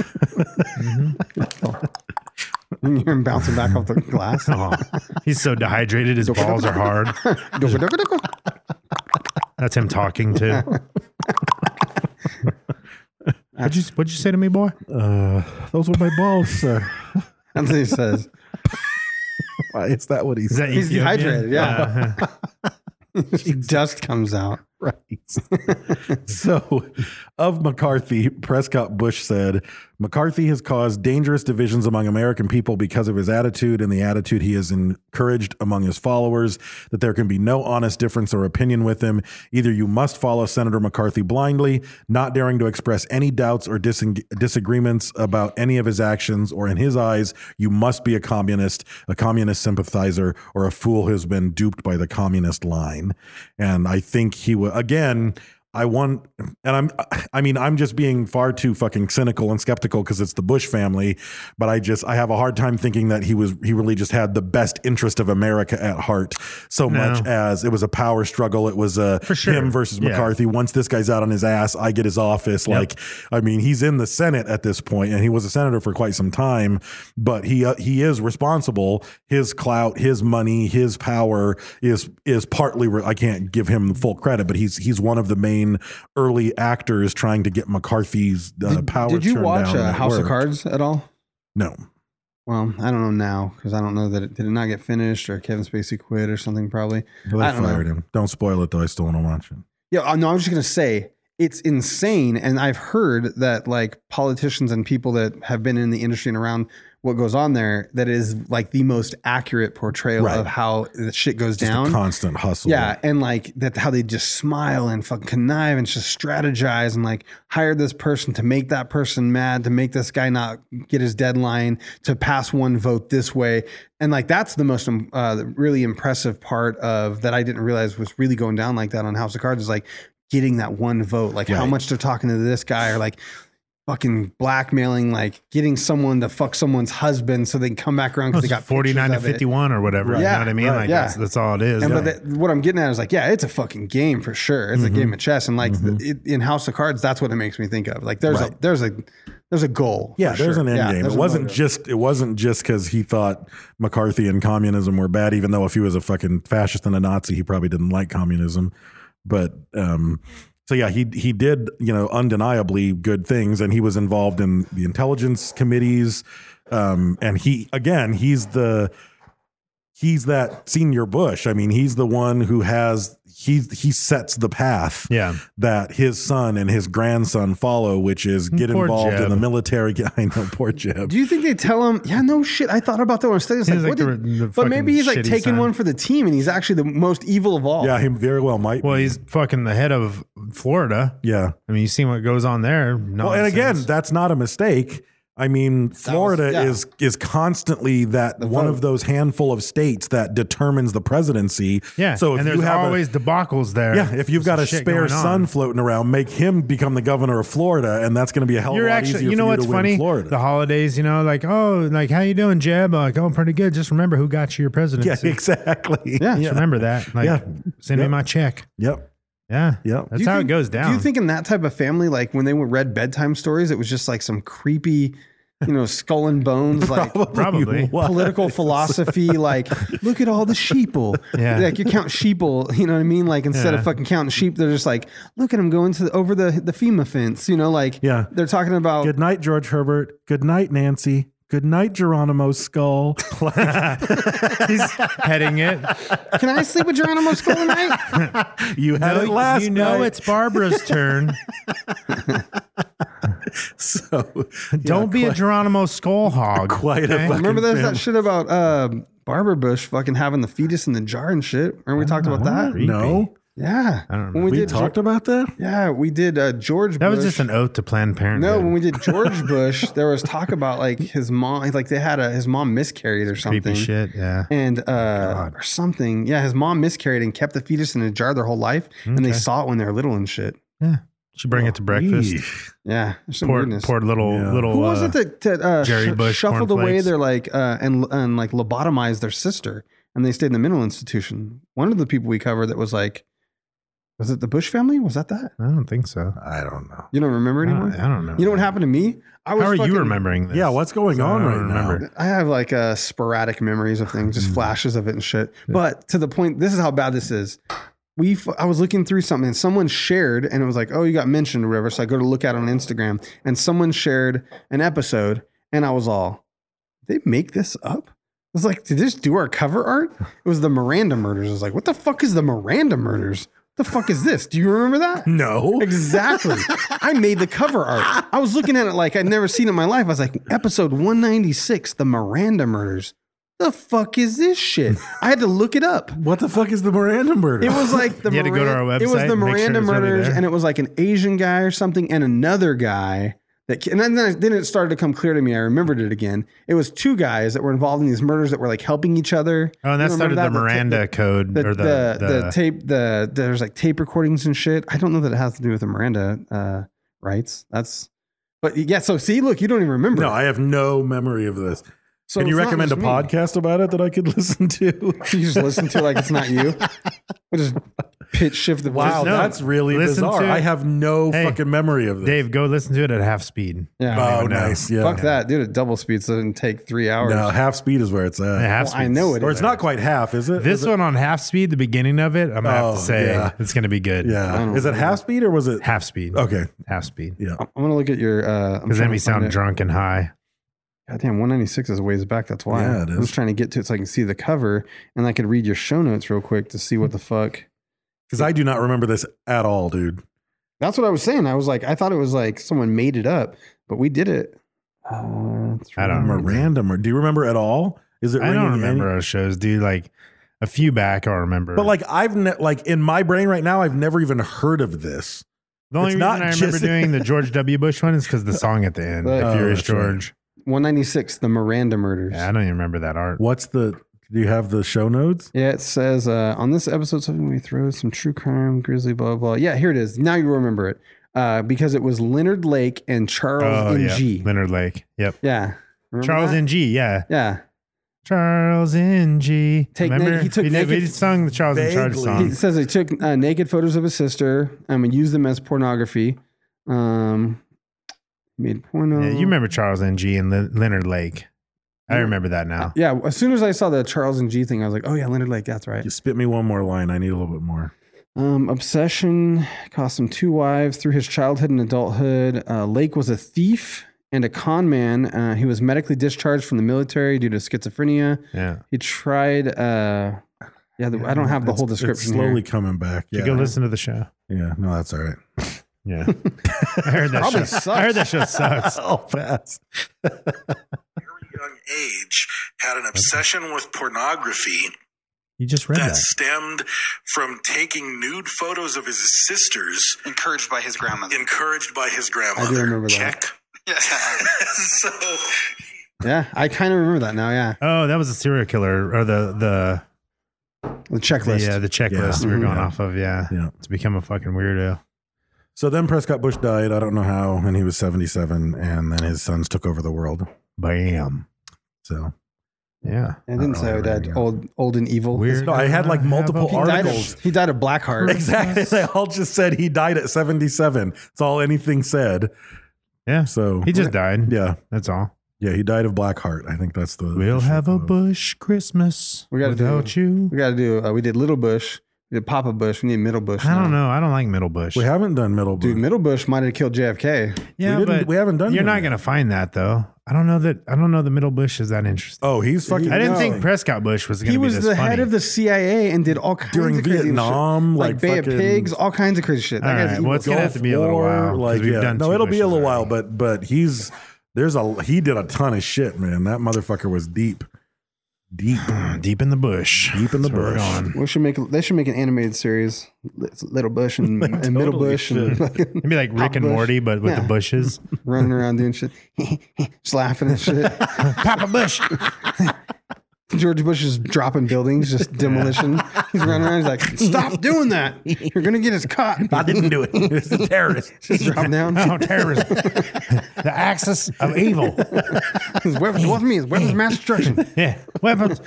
Speaker 5: and you're bouncing back off the glass.
Speaker 4: Oh, he's so dehydrated. His balls are hard. That's him talking too. what'd you What'd you say to me, boy?
Speaker 3: Those were my balls, sir.
Speaker 5: That's what he says.
Speaker 3: Why is that what he
Speaker 4: Is
Speaker 3: said?
Speaker 4: that
Speaker 5: He's
Speaker 4: Ethiopian?
Speaker 5: dehydrated, yeah.
Speaker 4: Uh,
Speaker 5: Dust comes out.
Speaker 3: Right. so, of McCarthy, Prescott Bush said McCarthy has caused dangerous divisions among American people because of his attitude and the attitude he has encouraged among his followers that there can be no honest difference or opinion with him. Either you must follow Senator McCarthy blindly, not daring to express any doubts or diseng- disagreements about any of his actions, or in his eyes, you must be a communist, a communist sympathizer, or a fool who's been duped by the communist line. And I think he was, again, I want, and I'm, I mean, I'm just being far too fucking cynical and skeptical because it's the Bush family, but I just, I have a hard time thinking that he was, he really just had the best interest of America at heart so
Speaker 4: No.
Speaker 3: much as it was a power struggle. It was a
Speaker 4: For sure.
Speaker 3: him versus
Speaker 4: Yeah.
Speaker 3: McCarthy. Once this guy's out on his ass, I get his office.
Speaker 4: Yep.
Speaker 3: Like, I mean, he's in the Senate at this point, and he was a senator for quite some time, but he, uh, he is responsible. His clout, his money, his power is, is partly, re- I can't give him full credit, but he's, he's one of the main early actors trying to get McCarthy's uh, power.
Speaker 5: Did you
Speaker 3: turned
Speaker 5: watch
Speaker 3: down, and
Speaker 5: uh,
Speaker 3: it
Speaker 5: House of
Speaker 3: worked.
Speaker 5: Cards at all?
Speaker 3: No.
Speaker 5: Well, I don't know now because I don't know that it did it not get finished or Kevin Spacey quit or something probably.
Speaker 3: Well,
Speaker 5: I
Speaker 3: they
Speaker 5: don't know.
Speaker 3: fired him. Don't spoil it though. I still want to watch it.
Speaker 5: Yeah, uh, no, I was just gonna say it's insane, and I've heard that like politicians and people that have been in the industry and around what goes on there, that is like the most accurate portrayal
Speaker 3: Right.
Speaker 5: of how the shit goes
Speaker 3: Just
Speaker 5: down.
Speaker 3: a constant hustle.
Speaker 5: Yeah, and like that, how they just smile and fucking connive and just strategize and like hire this person to make that person mad, to make this guy not get his deadline, to pass one vote this way, and like that's the most um, uh, the really impressive part of that I didn't realize was really going down like that on House of Cards is like getting that one vote, like how
Speaker 3: Right.
Speaker 5: much they're talking to this guy or like. Fucking blackmailing, like getting someone to fuck someone's husband so they can come back around because they got pictures
Speaker 4: 49 to
Speaker 5: of it.
Speaker 4: 51 or whatever. You
Speaker 5: Yeah,
Speaker 4: know what I mean?
Speaker 5: right,
Speaker 4: like,
Speaker 5: yeah.
Speaker 4: that's, that's all it is.
Speaker 5: And
Speaker 4: Yeah.
Speaker 5: but that, what I'm getting at is like, yeah, it's a fucking game for sure. It's a game of chess, and like th- it, in House of Cards, that's what it makes me think of. Like there's a
Speaker 3: Right.
Speaker 5: there's a there's a goal.
Speaker 3: Yeah,
Speaker 5: for
Speaker 3: there's
Speaker 5: sure.
Speaker 3: an end
Speaker 5: Yeah,
Speaker 3: game.
Speaker 5: there's
Speaker 3: It
Speaker 5: a
Speaker 3: wasn't
Speaker 5: motive.
Speaker 3: just it wasn't just because he thought McCarthy and communism were bad, even though if he was a fucking fascist and a Nazi, he probably didn't like communism. But um, so yeah, he he did you know undeniably good things, and he was involved in the intelligence committees. Um, and he again, he's the he's that senior Bush. I mean, he's the one who has he he sets the path
Speaker 4: Yeah.
Speaker 3: that his son and his grandson follow, which is get
Speaker 4: Poor
Speaker 3: involved
Speaker 4: Jeb.
Speaker 3: in the military. I know, poor Jeb.
Speaker 5: Do you think they tell him? Yeah, no shit. I thought about that when I was studying. It's
Speaker 4: He's
Speaker 5: Like,
Speaker 4: like
Speaker 5: what
Speaker 4: the-
Speaker 5: did-
Speaker 4: the
Speaker 5: but maybe
Speaker 4: fucking
Speaker 5: he's like
Speaker 4: shitty
Speaker 5: taking
Speaker 4: son.
Speaker 5: one for the team, and he's actually the most evil of all.
Speaker 3: yeah, he very well might.
Speaker 4: well,
Speaker 3: be.
Speaker 4: he's fucking the head of Florida.
Speaker 3: yeah.
Speaker 4: I mean, you see what goes on there.
Speaker 3: Well, and again,
Speaker 4: Nonsense.
Speaker 3: that's not a mistake. I mean, Florida
Speaker 5: yeah.
Speaker 3: is is constantly that one
Speaker 5: vote.
Speaker 3: of those handful of states that determines the presidency.
Speaker 4: yeah.
Speaker 3: So if
Speaker 4: and
Speaker 3: you
Speaker 4: there's
Speaker 3: have a-
Speaker 4: always debacles there.
Speaker 3: yeah, if you've
Speaker 4: There's
Speaker 3: got
Speaker 4: some
Speaker 3: a
Speaker 4: shit
Speaker 3: spare
Speaker 4: going on.
Speaker 3: son floating around, make him become the governor of Florida, and that's going to be a hell of a
Speaker 4: you're
Speaker 3: lot
Speaker 4: actually,
Speaker 3: easier
Speaker 4: you know
Speaker 3: for
Speaker 4: what's
Speaker 3: you to win
Speaker 4: funny?
Speaker 3: Florida.
Speaker 4: The holidays, you know, like, oh, like, how you doing, Jeb? Like, oh, pretty good. Just remember who got you your presidency.
Speaker 3: yeah, exactly.
Speaker 5: Yeah.
Speaker 4: Just remember that. Like,
Speaker 3: Yeah.
Speaker 4: send me
Speaker 3: Yep.
Speaker 4: my check.
Speaker 3: Yep.
Speaker 4: Yeah.
Speaker 3: Yep.
Speaker 4: That's
Speaker 5: Do you
Speaker 4: how
Speaker 5: think-
Speaker 4: it goes down.
Speaker 5: Do you think in that type of family, like when they were read bedtime stories, it was just like some creepy, you know, skull and bones, like
Speaker 4: Probably.
Speaker 3: was.
Speaker 5: political philosophy like look at all the sheeple
Speaker 4: Yeah.
Speaker 5: like you count sheeple you know what i mean like instead
Speaker 4: Yeah.
Speaker 5: of fucking counting sheep they're just like look at them going to the, over the the fema fence you know like
Speaker 3: Yeah.
Speaker 5: they're talking about
Speaker 3: Good night, George Herbert. Good night, Nancy. Good night, Geronimo Skull.
Speaker 4: he's petting it?
Speaker 5: can i sleep with geronimo skull tonight
Speaker 3: you had it
Speaker 4: No,
Speaker 3: last
Speaker 4: you know
Speaker 3: night.
Speaker 4: it's Barbara's turn.
Speaker 3: so
Speaker 4: Don't be a Geronimo skull hog.
Speaker 3: quite a fucking
Speaker 5: remember there's
Speaker 3: film.
Speaker 5: that shit about um Barbara Bush fucking having the fetus in the jar and shit. Remember we talked about that?
Speaker 4: Creepy.
Speaker 3: No,
Speaker 5: Yeah.
Speaker 4: I don't
Speaker 5: When we,
Speaker 3: we
Speaker 5: did
Speaker 3: talked about that.
Speaker 5: Yeah, we did uh, George
Speaker 4: That
Speaker 5: Bush.
Speaker 4: was just an oath to Planned Parenthood.
Speaker 5: No, when we did George Bush, there was talk about like his mom, like they had a his mom miscarried or something.
Speaker 4: creepy shit. Yeah.
Speaker 5: and uh, or something. Yeah, his mom miscarried and kept the fetus in a jar their whole life, and they saw it when they were little and shit.
Speaker 4: Yeah. Should bring it to breakfast.
Speaker 5: Yeah, there's some
Speaker 4: Poor,
Speaker 5: weirdness.
Speaker 4: poor little
Speaker 3: Oh, Yeah.
Speaker 4: little.
Speaker 5: Who was
Speaker 4: uh,
Speaker 5: it that, that uh,
Speaker 4: Jerry
Speaker 5: sh-
Speaker 4: Bush
Speaker 5: shuffled away
Speaker 4: cornflakes.
Speaker 5: their like uh, and and like lobotomized their sister, and they stayed in the mental institution? One of the people we covered that was like, was it the Bush family? Was that that?
Speaker 4: I don't think so.
Speaker 3: I don't know.
Speaker 5: You don't remember
Speaker 4: I don't,
Speaker 5: anymore?
Speaker 4: I don't know.
Speaker 5: You know what happened to me? I
Speaker 4: How are
Speaker 5: fucking-
Speaker 4: you remembering this?
Speaker 3: Yeah, what's going
Speaker 4: I
Speaker 3: on
Speaker 4: don't
Speaker 3: right now?
Speaker 4: remember.
Speaker 5: I have like uh, sporadic memories of things, just flashes of it and shit. But to the point, this is how bad this is. We, f- I was looking through something, and someone shared, and it was like, "Oh, you got mentioned or whatever." So I go to look at it on Instagram, and someone shared an episode, and I was all, "They make this up." I was like, "Did this do our cover art?" It was the Miranda murders. I was like, "What the fuck is the Miranda murders? What the fuck is this? Do you remember that?"
Speaker 3: No.
Speaker 5: Exactly. I made the cover art. I was looking at it like I'd never seen it in my life. I was like, episode 196, the Miranda murders. The fuck is this shit? I had to look it up.
Speaker 3: What the fuck is the Miranda murder?
Speaker 5: It was like the
Speaker 4: You had to go to
Speaker 5: Miran-
Speaker 4: our
Speaker 5: It was
Speaker 4: website
Speaker 5: the
Speaker 4: and make sure
Speaker 5: Miranda
Speaker 4: it's really
Speaker 5: murders,
Speaker 4: there.
Speaker 5: and it was like an Asian guy or something, and another guy That, ki- and then, then it started to come clear to me. I remembered it again. It was two guys that were involved in these murders that were like helping each other.
Speaker 4: Oh, and that
Speaker 5: You
Speaker 4: started
Speaker 5: remember
Speaker 4: the
Speaker 5: that? ta-
Speaker 4: Miranda code
Speaker 5: the,
Speaker 4: or
Speaker 5: the,
Speaker 4: the,
Speaker 5: the, tape the there's like tape recordings and shit. I don't know that it has to do with the Miranda uh, rights. That's but yeah. So see, look, you don't even remember.
Speaker 3: No, I have no memory of this.
Speaker 5: So
Speaker 3: Can you
Speaker 5: it's not
Speaker 3: recommend a
Speaker 5: just me.
Speaker 3: podcast about it that I could listen to?
Speaker 5: You just listen to like it's not you. We'll just pitch shift the
Speaker 3: Wow,
Speaker 4: Just no.
Speaker 3: that's really
Speaker 4: Listen
Speaker 3: bizarre.
Speaker 4: to-
Speaker 3: I have no
Speaker 4: Hey,
Speaker 3: fucking memory of this.
Speaker 4: Dave, go listen to it at half speed.
Speaker 5: Yeah.
Speaker 3: oh,
Speaker 4: even know.
Speaker 3: nice. Yeah.
Speaker 5: Fuck that, dude. At double speed, so it didn't take three hours.
Speaker 3: No, half speed is where it's at.
Speaker 4: At half
Speaker 5: Well, I know it
Speaker 3: or
Speaker 5: is.
Speaker 3: it's not quite half, is it?
Speaker 4: This
Speaker 3: Is it-
Speaker 4: one on half speed, the beginning of it, I'm gonna have
Speaker 3: Oh,
Speaker 4: to say
Speaker 3: yeah.
Speaker 4: it's gonna be good.
Speaker 3: Yeah. Is it half speed or was it?
Speaker 4: half speed.
Speaker 3: Okay.
Speaker 4: half speed.
Speaker 3: Yeah.
Speaker 5: I'm gonna look at your. uh I'm
Speaker 4: Because
Speaker 5: trying
Speaker 4: then
Speaker 5: to
Speaker 4: we sound
Speaker 5: find it.
Speaker 4: drunk and high.
Speaker 5: Goddamn, 196 is ways back. That's why.
Speaker 3: Yeah, it
Speaker 5: I'm
Speaker 3: is.
Speaker 5: just trying to get to it so I can see the cover and I could read your show notes real quick to see what the fuck.
Speaker 3: Because I do not remember this at all, dude.
Speaker 5: That's what I was saying. I was like, I thought it was like someone made it up, but we did it. Uh, it's
Speaker 4: I don't
Speaker 5: really-
Speaker 3: Miranda. Mir- Do you remember at all? Is it?
Speaker 4: I
Speaker 3: ringing
Speaker 4: don't
Speaker 3: any-
Speaker 4: remember our shows, dude. Like a few back, I remember.
Speaker 3: But like I've ne- like in my brain right now, I've never even heard of this.
Speaker 4: the only
Speaker 3: it's
Speaker 4: reason
Speaker 3: not
Speaker 4: I remember
Speaker 3: just-
Speaker 4: doing the George W. Bush one is because the song at the end,
Speaker 5: But-
Speaker 4: The
Speaker 3: Oh,
Speaker 4: Furious
Speaker 3: that's right.
Speaker 4: George.
Speaker 5: 196, the Miranda murders.
Speaker 4: Yeah, I don't even remember that art.
Speaker 3: What's the? Do you have the show notes?
Speaker 5: Yeah, it says uh, on this episode something we throw some true crime, grizzly, blah blah. Yeah, here it is. Now you remember it uh, because it was Leonard Lake and Charles
Speaker 4: Oh, yeah.
Speaker 5: Ng. Yeah,
Speaker 4: Leonard Lake. Yep.
Speaker 5: Remember
Speaker 4: Charles
Speaker 5: that?
Speaker 4: Ng. Yeah.
Speaker 5: Yeah,
Speaker 4: Charles Ng.
Speaker 5: Take na-
Speaker 4: remember
Speaker 5: he took
Speaker 4: we, did- we
Speaker 5: naked-
Speaker 4: did sung the Charles in Charge
Speaker 3: Vaguely.
Speaker 4: song.
Speaker 5: he says they took uh, naked photos of his sister um, and used them as pornography. Um, made porno.
Speaker 4: Yeah, you remember Charles Ng and Le- Leonard Lake? I remember that now.
Speaker 5: Yeah, as soon as I saw the Charles and G thing, I was like, "Oh yeah, Leonard Lake, that's right."
Speaker 3: You spit me one more line. I need a little bit more.
Speaker 5: Um, obsession cost him two wives through his childhood and adulthood. Uh, Lake was a thief and a con man. Uh, he was medically discharged from the military due to schizophrenia.
Speaker 4: Yeah.
Speaker 5: He tried. Uh, yeah, the, I don't have the
Speaker 3: It's-
Speaker 5: whole
Speaker 3: it's
Speaker 5: description.
Speaker 3: slowly
Speaker 5: here.
Speaker 3: coming back.
Speaker 4: You
Speaker 3: Yeah.
Speaker 4: go listen to the show.
Speaker 3: yeah. No, that's all right.
Speaker 4: Yeah. I heard that
Speaker 5: Probably
Speaker 4: show.
Speaker 5: sucks.
Speaker 4: I heard that show sucks.
Speaker 3: I'll pass.
Speaker 6: young age had an obsession with pornography
Speaker 4: You just read
Speaker 6: that
Speaker 4: that.
Speaker 6: stemmed from taking nude photos of his sisters
Speaker 7: Encouraged by his grandmother.
Speaker 6: encouraged by his grandmother.
Speaker 5: remember that.
Speaker 6: Check. so
Speaker 5: Yeah, I kind of remember that now. Yeah,
Speaker 4: Oh, that was a serial killer or the
Speaker 5: the
Speaker 4: the the,
Speaker 5: checklist.
Speaker 4: yeah, the checklist we were going
Speaker 3: Yeah.
Speaker 4: off of. Yeah.
Speaker 3: Yeah.
Speaker 4: To become a fucking weirdo.
Speaker 3: So then Prescott Bush died. I don't know how, and he was 77, and then his sons took over the world.
Speaker 4: Bam.
Speaker 3: So
Speaker 4: Yeah.
Speaker 5: I didn't
Speaker 3: Oh,
Speaker 5: say
Speaker 3: yeah,
Speaker 5: I died
Speaker 3: yeah.
Speaker 5: old, old and evil.
Speaker 4: Weird.
Speaker 3: No, I had, like, multiple
Speaker 5: He died, of,
Speaker 3: Articles.
Speaker 5: he died of black heart.
Speaker 3: exactly, they all just said he died at 77. It's all anything said.
Speaker 4: Yeah.
Speaker 3: So
Speaker 4: He just died.
Speaker 3: yeah,
Speaker 4: That's all.
Speaker 3: yeah, he died of black heart. I think that's the.
Speaker 4: We'll
Speaker 3: official
Speaker 4: have a
Speaker 3: quote.
Speaker 4: Bush Christmas
Speaker 5: We gotta
Speaker 4: without
Speaker 5: do-
Speaker 4: you.
Speaker 5: We got to do. Uh, we did Little Bush. We did Papa Bush. We need Middle Bush.
Speaker 4: I
Speaker 5: now.
Speaker 4: don't know. I don't like Middle Bush.
Speaker 3: We haven't done middle
Speaker 5: Dude,
Speaker 3: Bush.
Speaker 5: Middle Bush might have killed JFK.
Speaker 4: yeah,
Speaker 3: we didn't-
Speaker 4: but
Speaker 3: we haven't done
Speaker 4: You're
Speaker 3: him
Speaker 4: not
Speaker 3: yet.
Speaker 4: going to find that though. I don't know that. I don't know that Middle Bush is that interesting.
Speaker 3: oh, he's fucking.
Speaker 4: I didn't
Speaker 5: no.
Speaker 4: think Prescott Bush was going
Speaker 5: He
Speaker 4: to be
Speaker 5: was
Speaker 4: this
Speaker 5: the
Speaker 4: funny.
Speaker 5: head of the CIA and did all kinds
Speaker 3: During
Speaker 5: of crazy
Speaker 3: Vietnam,
Speaker 5: shit.
Speaker 3: like
Speaker 5: Bay of
Speaker 3: fucking-
Speaker 5: Pigs, all kinds of crazy shit. That
Speaker 4: All
Speaker 5: guy's
Speaker 4: right,
Speaker 5: evil.
Speaker 4: well, it's gonna have to be a little
Speaker 3: War,
Speaker 4: while. 'cause
Speaker 3: Like,
Speaker 4: we've
Speaker 3: yeah.
Speaker 4: done
Speaker 3: no,
Speaker 4: two
Speaker 3: it'll be a
Speaker 4: Bushes
Speaker 3: little while,
Speaker 4: already.
Speaker 3: but but he's there's a he did a ton of shit, man. That motherfucker was deep, deep.
Speaker 4: deep in the bush.
Speaker 3: Deep in the
Speaker 4: That's where we're
Speaker 3: bush.
Speaker 4: going.
Speaker 5: we should make. They should make an animated series, It's Little Bush and, and Middle
Speaker 3: totally
Speaker 5: Bush, and fucking
Speaker 4: It'd be like
Speaker 5: Papa
Speaker 4: Rick and
Speaker 5: Bush.
Speaker 4: Morty, but with
Speaker 5: Yeah.
Speaker 4: the bushes.
Speaker 5: running around doing shit, just laughing and shit.
Speaker 4: Papa Bush.
Speaker 5: George Bush is dropping buildings, just demolition. He's running around. He's like, "Stop doing that! You're gonna get us caught."
Speaker 3: I didn't do it. It's a terrorist.
Speaker 5: Just drop down.
Speaker 4: Oh, terrorism. the axis of evil.
Speaker 5: His weapons. What me is weapons of mass destruction.
Speaker 4: Yeah. Weapons.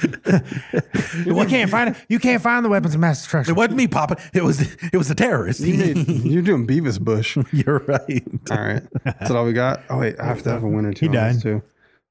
Speaker 4: you can't find it. You can't find the weapons of mass destruction.
Speaker 3: wasn't me, Papa. It was it was the terrorist.
Speaker 5: You're doing Beavis Bush.
Speaker 3: You're right.
Speaker 5: All right. That's all we got. Oh, wait. I have to have a winner too.
Speaker 4: He
Speaker 5: on
Speaker 4: died.
Speaker 5: this, Too.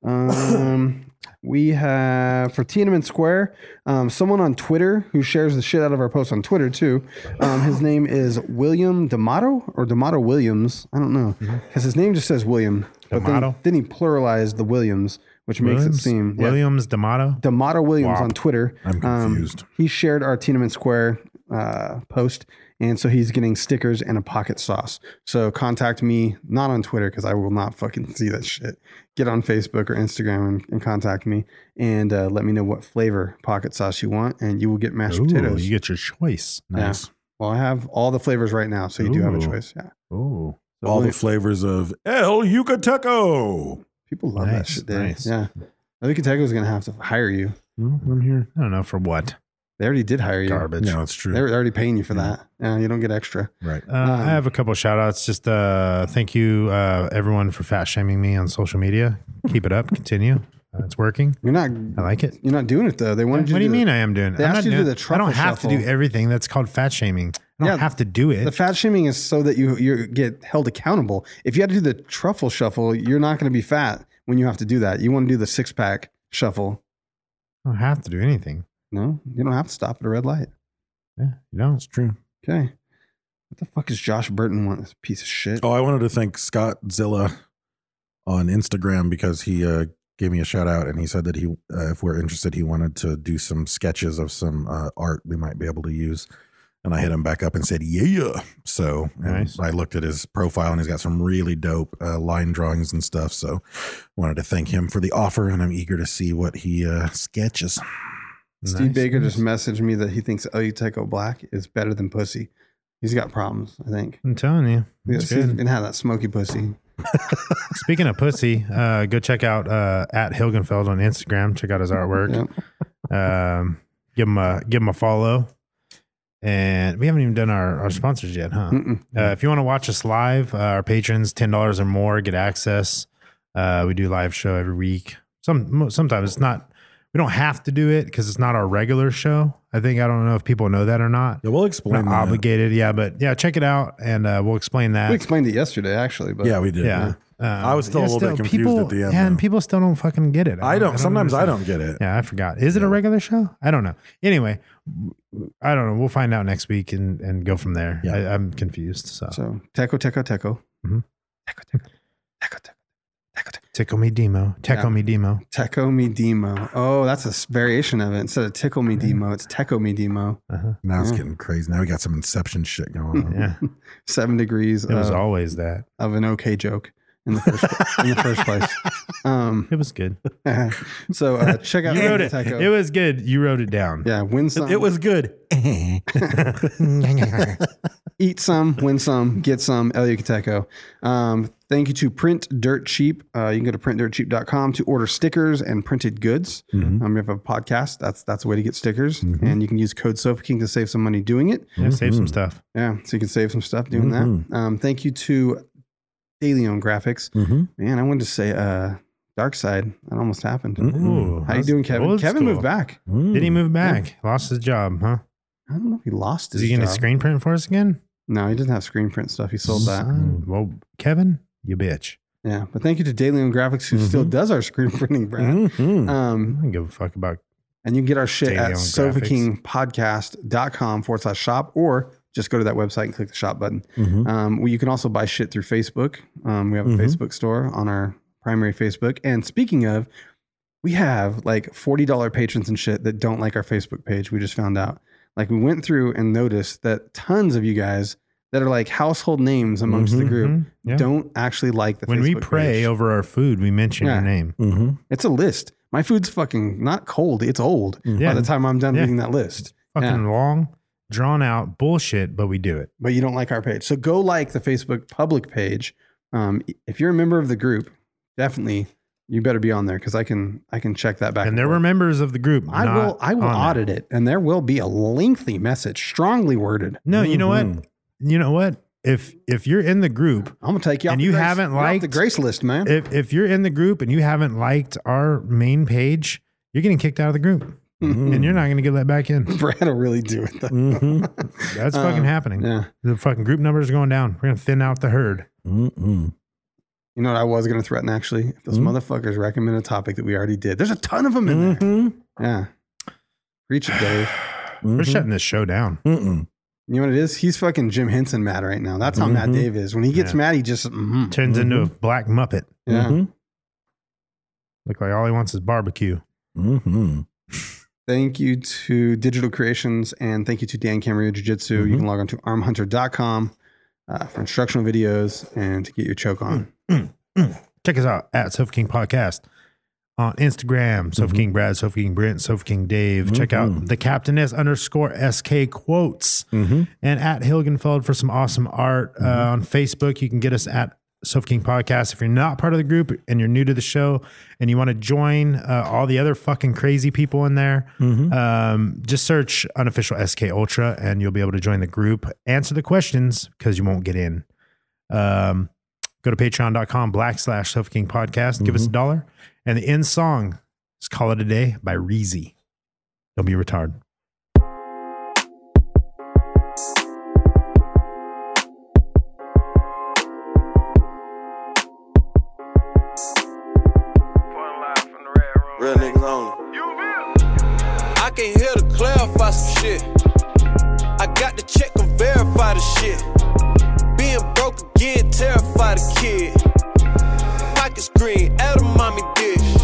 Speaker 5: Um, we have for Tiananmen Square, um, someone on Twitter who shares the shit out of our posts on Twitter too. Um, his name is William D'Amato or D'Amato Williams. I don't know. Because his name just says William. But then,
Speaker 4: Mm-hmm. D'Amato?
Speaker 5: then he pluralized the Williams, which makes it seem. yeah.
Speaker 4: Williams D'Amato.
Speaker 5: D'Amato Williams
Speaker 4: Wow.
Speaker 5: on Twitter.
Speaker 3: I'm
Speaker 5: Um,
Speaker 3: confused.
Speaker 5: he shared our Tiananmen Square uh, post, and so he's getting stickers and a pocket sauce. So contact me, not on Twitter, because I will not fucking see that shit. Get on Facebook or Instagram and, and contact me, and uh, let me know what flavor pocket sauce you want, and you will get mashed
Speaker 4: Ooh,
Speaker 5: potatoes.
Speaker 4: you get your choice.
Speaker 5: Yeah. Well, I have all the flavors right now, so you do have a
Speaker 4: Ooh.
Speaker 5: choice. Yeah.
Speaker 4: Oh.
Speaker 3: all the flavors of El Yucateco.
Speaker 5: People love that
Speaker 4: Nice,
Speaker 5: shit. Dave.
Speaker 4: nice.
Speaker 5: Yeah. I think Kentucky was going to have to hire you.
Speaker 3: Well, I'm here.
Speaker 4: I don't know for what.
Speaker 5: They already did hire you.
Speaker 4: Garbage.
Speaker 3: No, it's true.
Speaker 5: They were already paying you for that. Yeah, you don't get extra.
Speaker 3: right.
Speaker 4: Uh, I have a couple shout outs. Just uh, thank you, uh, everyone, for fat shaming me on social media. Keep it up. Continue. Uh, it's working.
Speaker 5: You're not.
Speaker 4: I like it.
Speaker 5: You're not doing it though. They wanted
Speaker 4: what do
Speaker 5: you.
Speaker 4: you
Speaker 5: to
Speaker 4: mean
Speaker 5: the-
Speaker 4: I am doing it?
Speaker 5: They
Speaker 4: I'm not
Speaker 5: asked you to
Speaker 4: doing
Speaker 5: do
Speaker 4: it.
Speaker 5: the
Speaker 4: I
Speaker 5: truffle
Speaker 4: don't have
Speaker 5: shuffle.
Speaker 4: to do everything. That's called fat shaming. I don't
Speaker 5: Yeah,
Speaker 4: have to do it.
Speaker 5: The fat shaming is so that you you get held accountable. If you had to do the truffle shuffle, you're not going to be fat when you have to do that. You want to do the six pack shuffle.
Speaker 4: I don't have to do anything.
Speaker 5: No, you don't have to stop at a red light.
Speaker 4: Yeah, you know.
Speaker 3: It's true.
Speaker 5: Okay. What the fuck is Josh Burton want? This piece of shit.
Speaker 3: Oh, I wanted to thank Scott Zilla on Instagram because he uh, gave me a shout out and he said that he, uh, if we're interested, he wanted to do some sketches of some uh, art we might be able to use. And I hit him back up and said, "Yeah." So and
Speaker 4: Nice.
Speaker 3: I looked at his profile and he's got some really dope uh, line drawings and stuff. So wanted to thank him for the offer, and I'm eager to see what he uh, sketches.
Speaker 5: Steve
Speaker 4: Nice,
Speaker 5: Baker just
Speaker 4: nice.
Speaker 5: messaged me that he thinks Oh, El Uteco Black is better than pussy. He's got problems, I think.
Speaker 4: I'm telling you. It's
Speaker 5: Yes, he's
Speaker 4: good.
Speaker 5: gonna have that smoky pussy.
Speaker 4: Speaking of pussy, uh, go check out uh, at Hilgenfeld on Instagram. Check out his artwork. Um, give him a give him a follow. And we haven't even done our, our sponsors yet, huh?
Speaker 5: Mm-mm.
Speaker 4: Uh, if you want to watch us live, uh, our patrons ten dollars or more get access. Uh, we do live show every week. Some mo- sometimes it's not. We don't have to do it because it's not our regular show. I think I don't know if people know that or not.
Speaker 3: Yeah, we'll
Speaker 4: We're
Speaker 3: explain.
Speaker 4: not
Speaker 3: that.
Speaker 4: obligated, yeah, but yeah, check it out and uh, we'll explain that.
Speaker 5: We explained it yesterday, actually, but
Speaker 3: Yeah, we did.
Speaker 4: yeah. Um,
Speaker 3: I was still a
Speaker 4: yeah,
Speaker 3: little bit confused
Speaker 4: people,
Speaker 3: at the end.
Speaker 4: Yeah, and
Speaker 3: though.
Speaker 4: people still don't fucking get it.
Speaker 3: I don't. Sometimes I
Speaker 4: understand.
Speaker 3: don't get it.
Speaker 4: Yeah, I forgot. Is it a regular show? I don't know. Anyway, I don't know. We'll find out next week and, and go from there.
Speaker 3: Yeah.
Speaker 4: I, I'm confused. So.
Speaker 5: so teco teco teco.
Speaker 4: Mhm.
Speaker 5: Teco teco teco teco teco teco.
Speaker 4: tickle me demo, tickle
Speaker 5: Yeah.
Speaker 4: me demo.
Speaker 5: Teco me demo. Oh, that's a s- variation of it. Instead of tickle me demo, it's teco me demo.
Speaker 4: Uh-huh.
Speaker 3: Now it's
Speaker 5: Yeah.
Speaker 3: getting crazy. Now we got some Inception shit going on.
Speaker 4: Yeah,
Speaker 5: Seven degrees
Speaker 4: it was
Speaker 3: Uh,
Speaker 5: of,
Speaker 4: always that.
Speaker 5: of an okay joke in the first in the first place. Um,
Speaker 4: It was good.
Speaker 5: so uh, check out
Speaker 4: You wrote it.
Speaker 5: Teco.
Speaker 4: It was good. You wrote it down.
Speaker 5: yeah, win some.
Speaker 3: good.
Speaker 5: eat some, win some, get some, El Yucateco. Um, thank you to Print Dirt Cheap. Uh, you can go to printdirtcheap.com to order stickers and printed goods.
Speaker 4: Mm-hmm.
Speaker 5: Um, we have a podcast. That's that's a way to get stickers, and you can use code SofaKing to save some money doing it.
Speaker 4: Yeah, save
Speaker 3: Mm-hmm.
Speaker 4: some stuff.
Speaker 5: Yeah, so you can save some stuff doing
Speaker 4: Mm-hmm.
Speaker 5: that. Um, thank you to Daily Own Graphics. Man, I wanted to say uh, Dark Side. That almost happened.
Speaker 3: Mm-hmm.
Speaker 4: Ooh,
Speaker 5: How you
Speaker 4: Mm-hmm. that's
Speaker 5: doing, Kevin?
Speaker 4: old
Speaker 5: Kevin
Speaker 4: school.
Speaker 5: moved back.
Speaker 4: Did he move back? Lost his job, huh?
Speaker 5: I don't know if he lost
Speaker 4: Is
Speaker 5: his.
Speaker 4: he going to
Speaker 5: job.
Speaker 4: screen print for us again?
Speaker 5: No, he doesn't have screen print stuff. He sold that.
Speaker 4: Son- Well, Kevin, you bitch.
Speaker 5: Yeah, but thank you to Daily on Graphics who
Speaker 4: Mm-hmm.
Speaker 5: still does our screen printing, Brad.
Speaker 4: I
Speaker 5: Um,
Speaker 4: don't give a fuck about.
Speaker 5: and you can get our shit
Speaker 4: Daily
Speaker 5: at
Speaker 4: Own Graphics.
Speaker 5: sofakingpodcast.com forward slash shop or just go to that website and click the shop button.
Speaker 4: Mm-hmm.
Speaker 5: Um, we, you can also buy shit through Facebook. Um, we have a Facebook store on our primary Facebook. And speaking of, we have like $40 patrons and shit that don't like our Facebook page. We just found out. Like we went through and noticed that tons of you guys that are like household names amongst the group
Speaker 4: Mhm, yeah.
Speaker 5: don't actually like the
Speaker 4: When we
Speaker 5: Facebook
Speaker 4: pray
Speaker 5: page.
Speaker 4: over our food, we mention
Speaker 5: Yeah.
Speaker 4: your name.
Speaker 5: It's a list. My food's fucking not cold. It's old
Speaker 4: Yeah.
Speaker 5: by the time I'm done
Speaker 4: Yeah.
Speaker 5: reading that list.
Speaker 4: Fucking
Speaker 5: Yeah.
Speaker 4: long, drawn out bullshit, but we do it.
Speaker 5: But you don't like our page. So go like the Facebook public page. Um, if you're a member of the group, definitely you better be on there because I can I can check that back.
Speaker 4: And there were
Speaker 5: forth.
Speaker 4: members of the group.
Speaker 5: I
Speaker 4: not
Speaker 5: will I will
Speaker 4: on that.
Speaker 5: audit it and there will be a lengthy message, strongly worded.
Speaker 4: No, you know what? You know what? If if you're in the group,
Speaker 5: I'm gonna take you off
Speaker 4: And
Speaker 5: the
Speaker 4: you
Speaker 5: grace-
Speaker 4: haven't
Speaker 5: you're off the
Speaker 4: liked-
Speaker 5: grace list, man.
Speaker 4: if if you're in the group and you haven't liked our main page, you're getting kicked out of the group, and
Speaker 5: Mm.
Speaker 4: you're not going to get let back in.
Speaker 5: Brad will really do it.
Speaker 4: Mm.
Speaker 5: Though.
Speaker 4: That's fucking happening.
Speaker 5: Uh, yeah.
Speaker 4: The fucking group numbers are going down. We're going to thin out the herd.
Speaker 5: You know what I was gonna threaten actually? If
Speaker 4: Mm.
Speaker 5: those motherfuckers recommend a topic that we already did, there's a ton of them in there. Yeah. Reach it, Dave.
Speaker 4: We're
Speaker 5: Mm-hmm.
Speaker 4: shutting this show down.
Speaker 5: You know what it is? He's fucking Jim Henson mad right now. That's how mad Dave is. When he gets
Speaker 4: Yeah.
Speaker 5: mad, he just mhm.
Speaker 4: Turns into a black muppet.
Speaker 5: yeah.
Speaker 3: mm-hmm.
Speaker 4: Look like all he wants is barbecue.
Speaker 5: Thank you to Digital Creations and thank you to Dan Camarillo Jiu Jitsu. You can log on to armhunter.com uh, for instructional videos and to get your choke on.
Speaker 4: Check us out at Sofa King Podcast on Instagram, Sofa King Brad, Sofa King Brent, Sofa King Dave. Check out the Captainess underscore SK quotes and at Hilgenfeld for some awesome art. Uh, on Facebook, you can get us at Sofa King Podcast. If you're not part of the group and you're new to the show and you want to join uh, all the other fucking crazy people in there, um, just search unofficial SK Ultra and you'll be able to join the group. Answer the questions because you won't get in. Um, go to patreon.com black slash Sofa King Podcast. Give us a dollar. And the end song is Call It a Day by Reezy. Don't be a retard.
Speaker 3: Real niggas only. I came here to clarify some shit. I got to check and verify the shit. Being broke again, terrified a kid. Pockets green, out of mommy dish.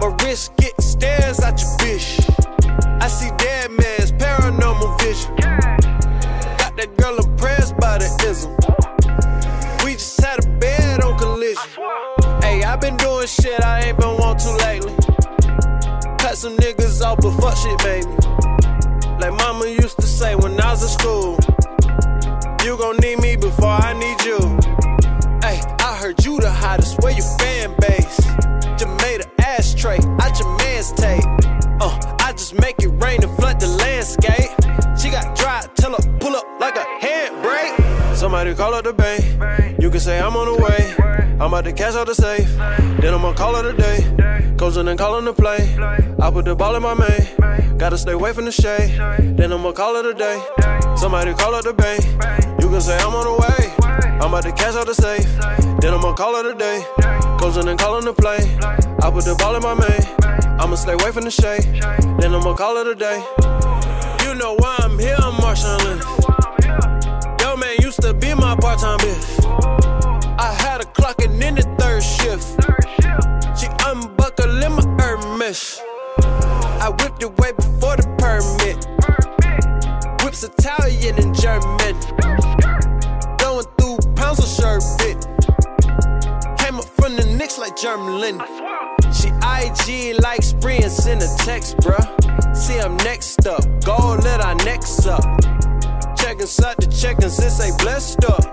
Speaker 3: My wrist getting stares out your bitch. I see dead man's paranormal vision. Got that girl impressed by the ism. We just had a bed on collision. Hey, i been doing shit I ain't been want to lately. Cut some niggas off, but fuck shit, baby. Like mama used to say when I was in school, you gon' need me before I need you. Hey, I heard you the hottest, where your fan base? Jamaica ashtray, I your man's tape. Uh, I just make it rain and flood the landscape. She got dry, tell her pull up like a handbrake. Somebody call up the bank. You can say I'm on the way. I'm about to cash out the safe. Then I'ma call it a day. Coaching and calling the play. I put the ball in my main. Gotta stay away from the shade. Then I'ma call it a day. Somebody call up the bank. You can say I'm on the way. I'm about to cash out the safe. Then I'ma call it a day. Coaching and calling the play. I put the ball in my main. I'ma stay away from the shade. Then I'ma call it a day. You know why I'm here, I'm marshalling. Yo, man, used to be my part time bitch. I had a clock and in the third shift. She unbuckling my Hermes. I whipped it way before the permit. Whips Italian and German. Going through pounds of sherbet. Came up from the Knicks like German. She IG like spraying, send a text, bruh. See, I'm next up. Gold let our necks up. Check inside the check-ins, this ain't blessed up.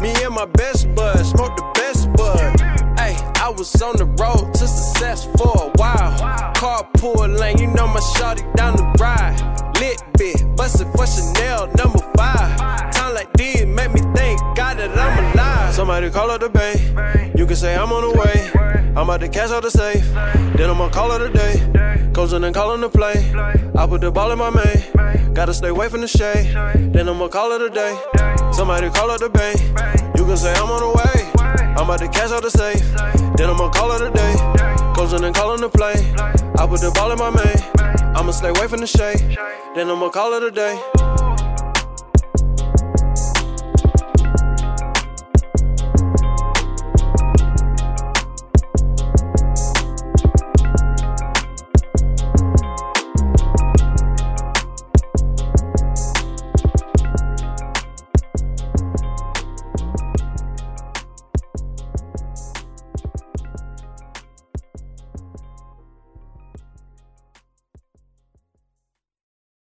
Speaker 3: Me and my best bud, smoke the best bud. Hey, I was on the road to success for a while. Carpool lane, you know my shawty down the ride. Lit bit, bustin' for Chanel number five. Time like these make me think, God, that I'm alive. Somebody call up the bank. You can say I'm on the way. I'm about to cash out the safe. Then I'ma call it a day. Coaching and calling the play. I put the ball in my main. Gotta stay away from the shade. Then I'ma call it a day. Somebody call up the bank. You can say I'm on the way. I'm about to cash out the safe. Then I'ma call it a day. Coaching and calling the play. I put the ball in my main. I'ma stay away from the shade. Then I'ma call it a day.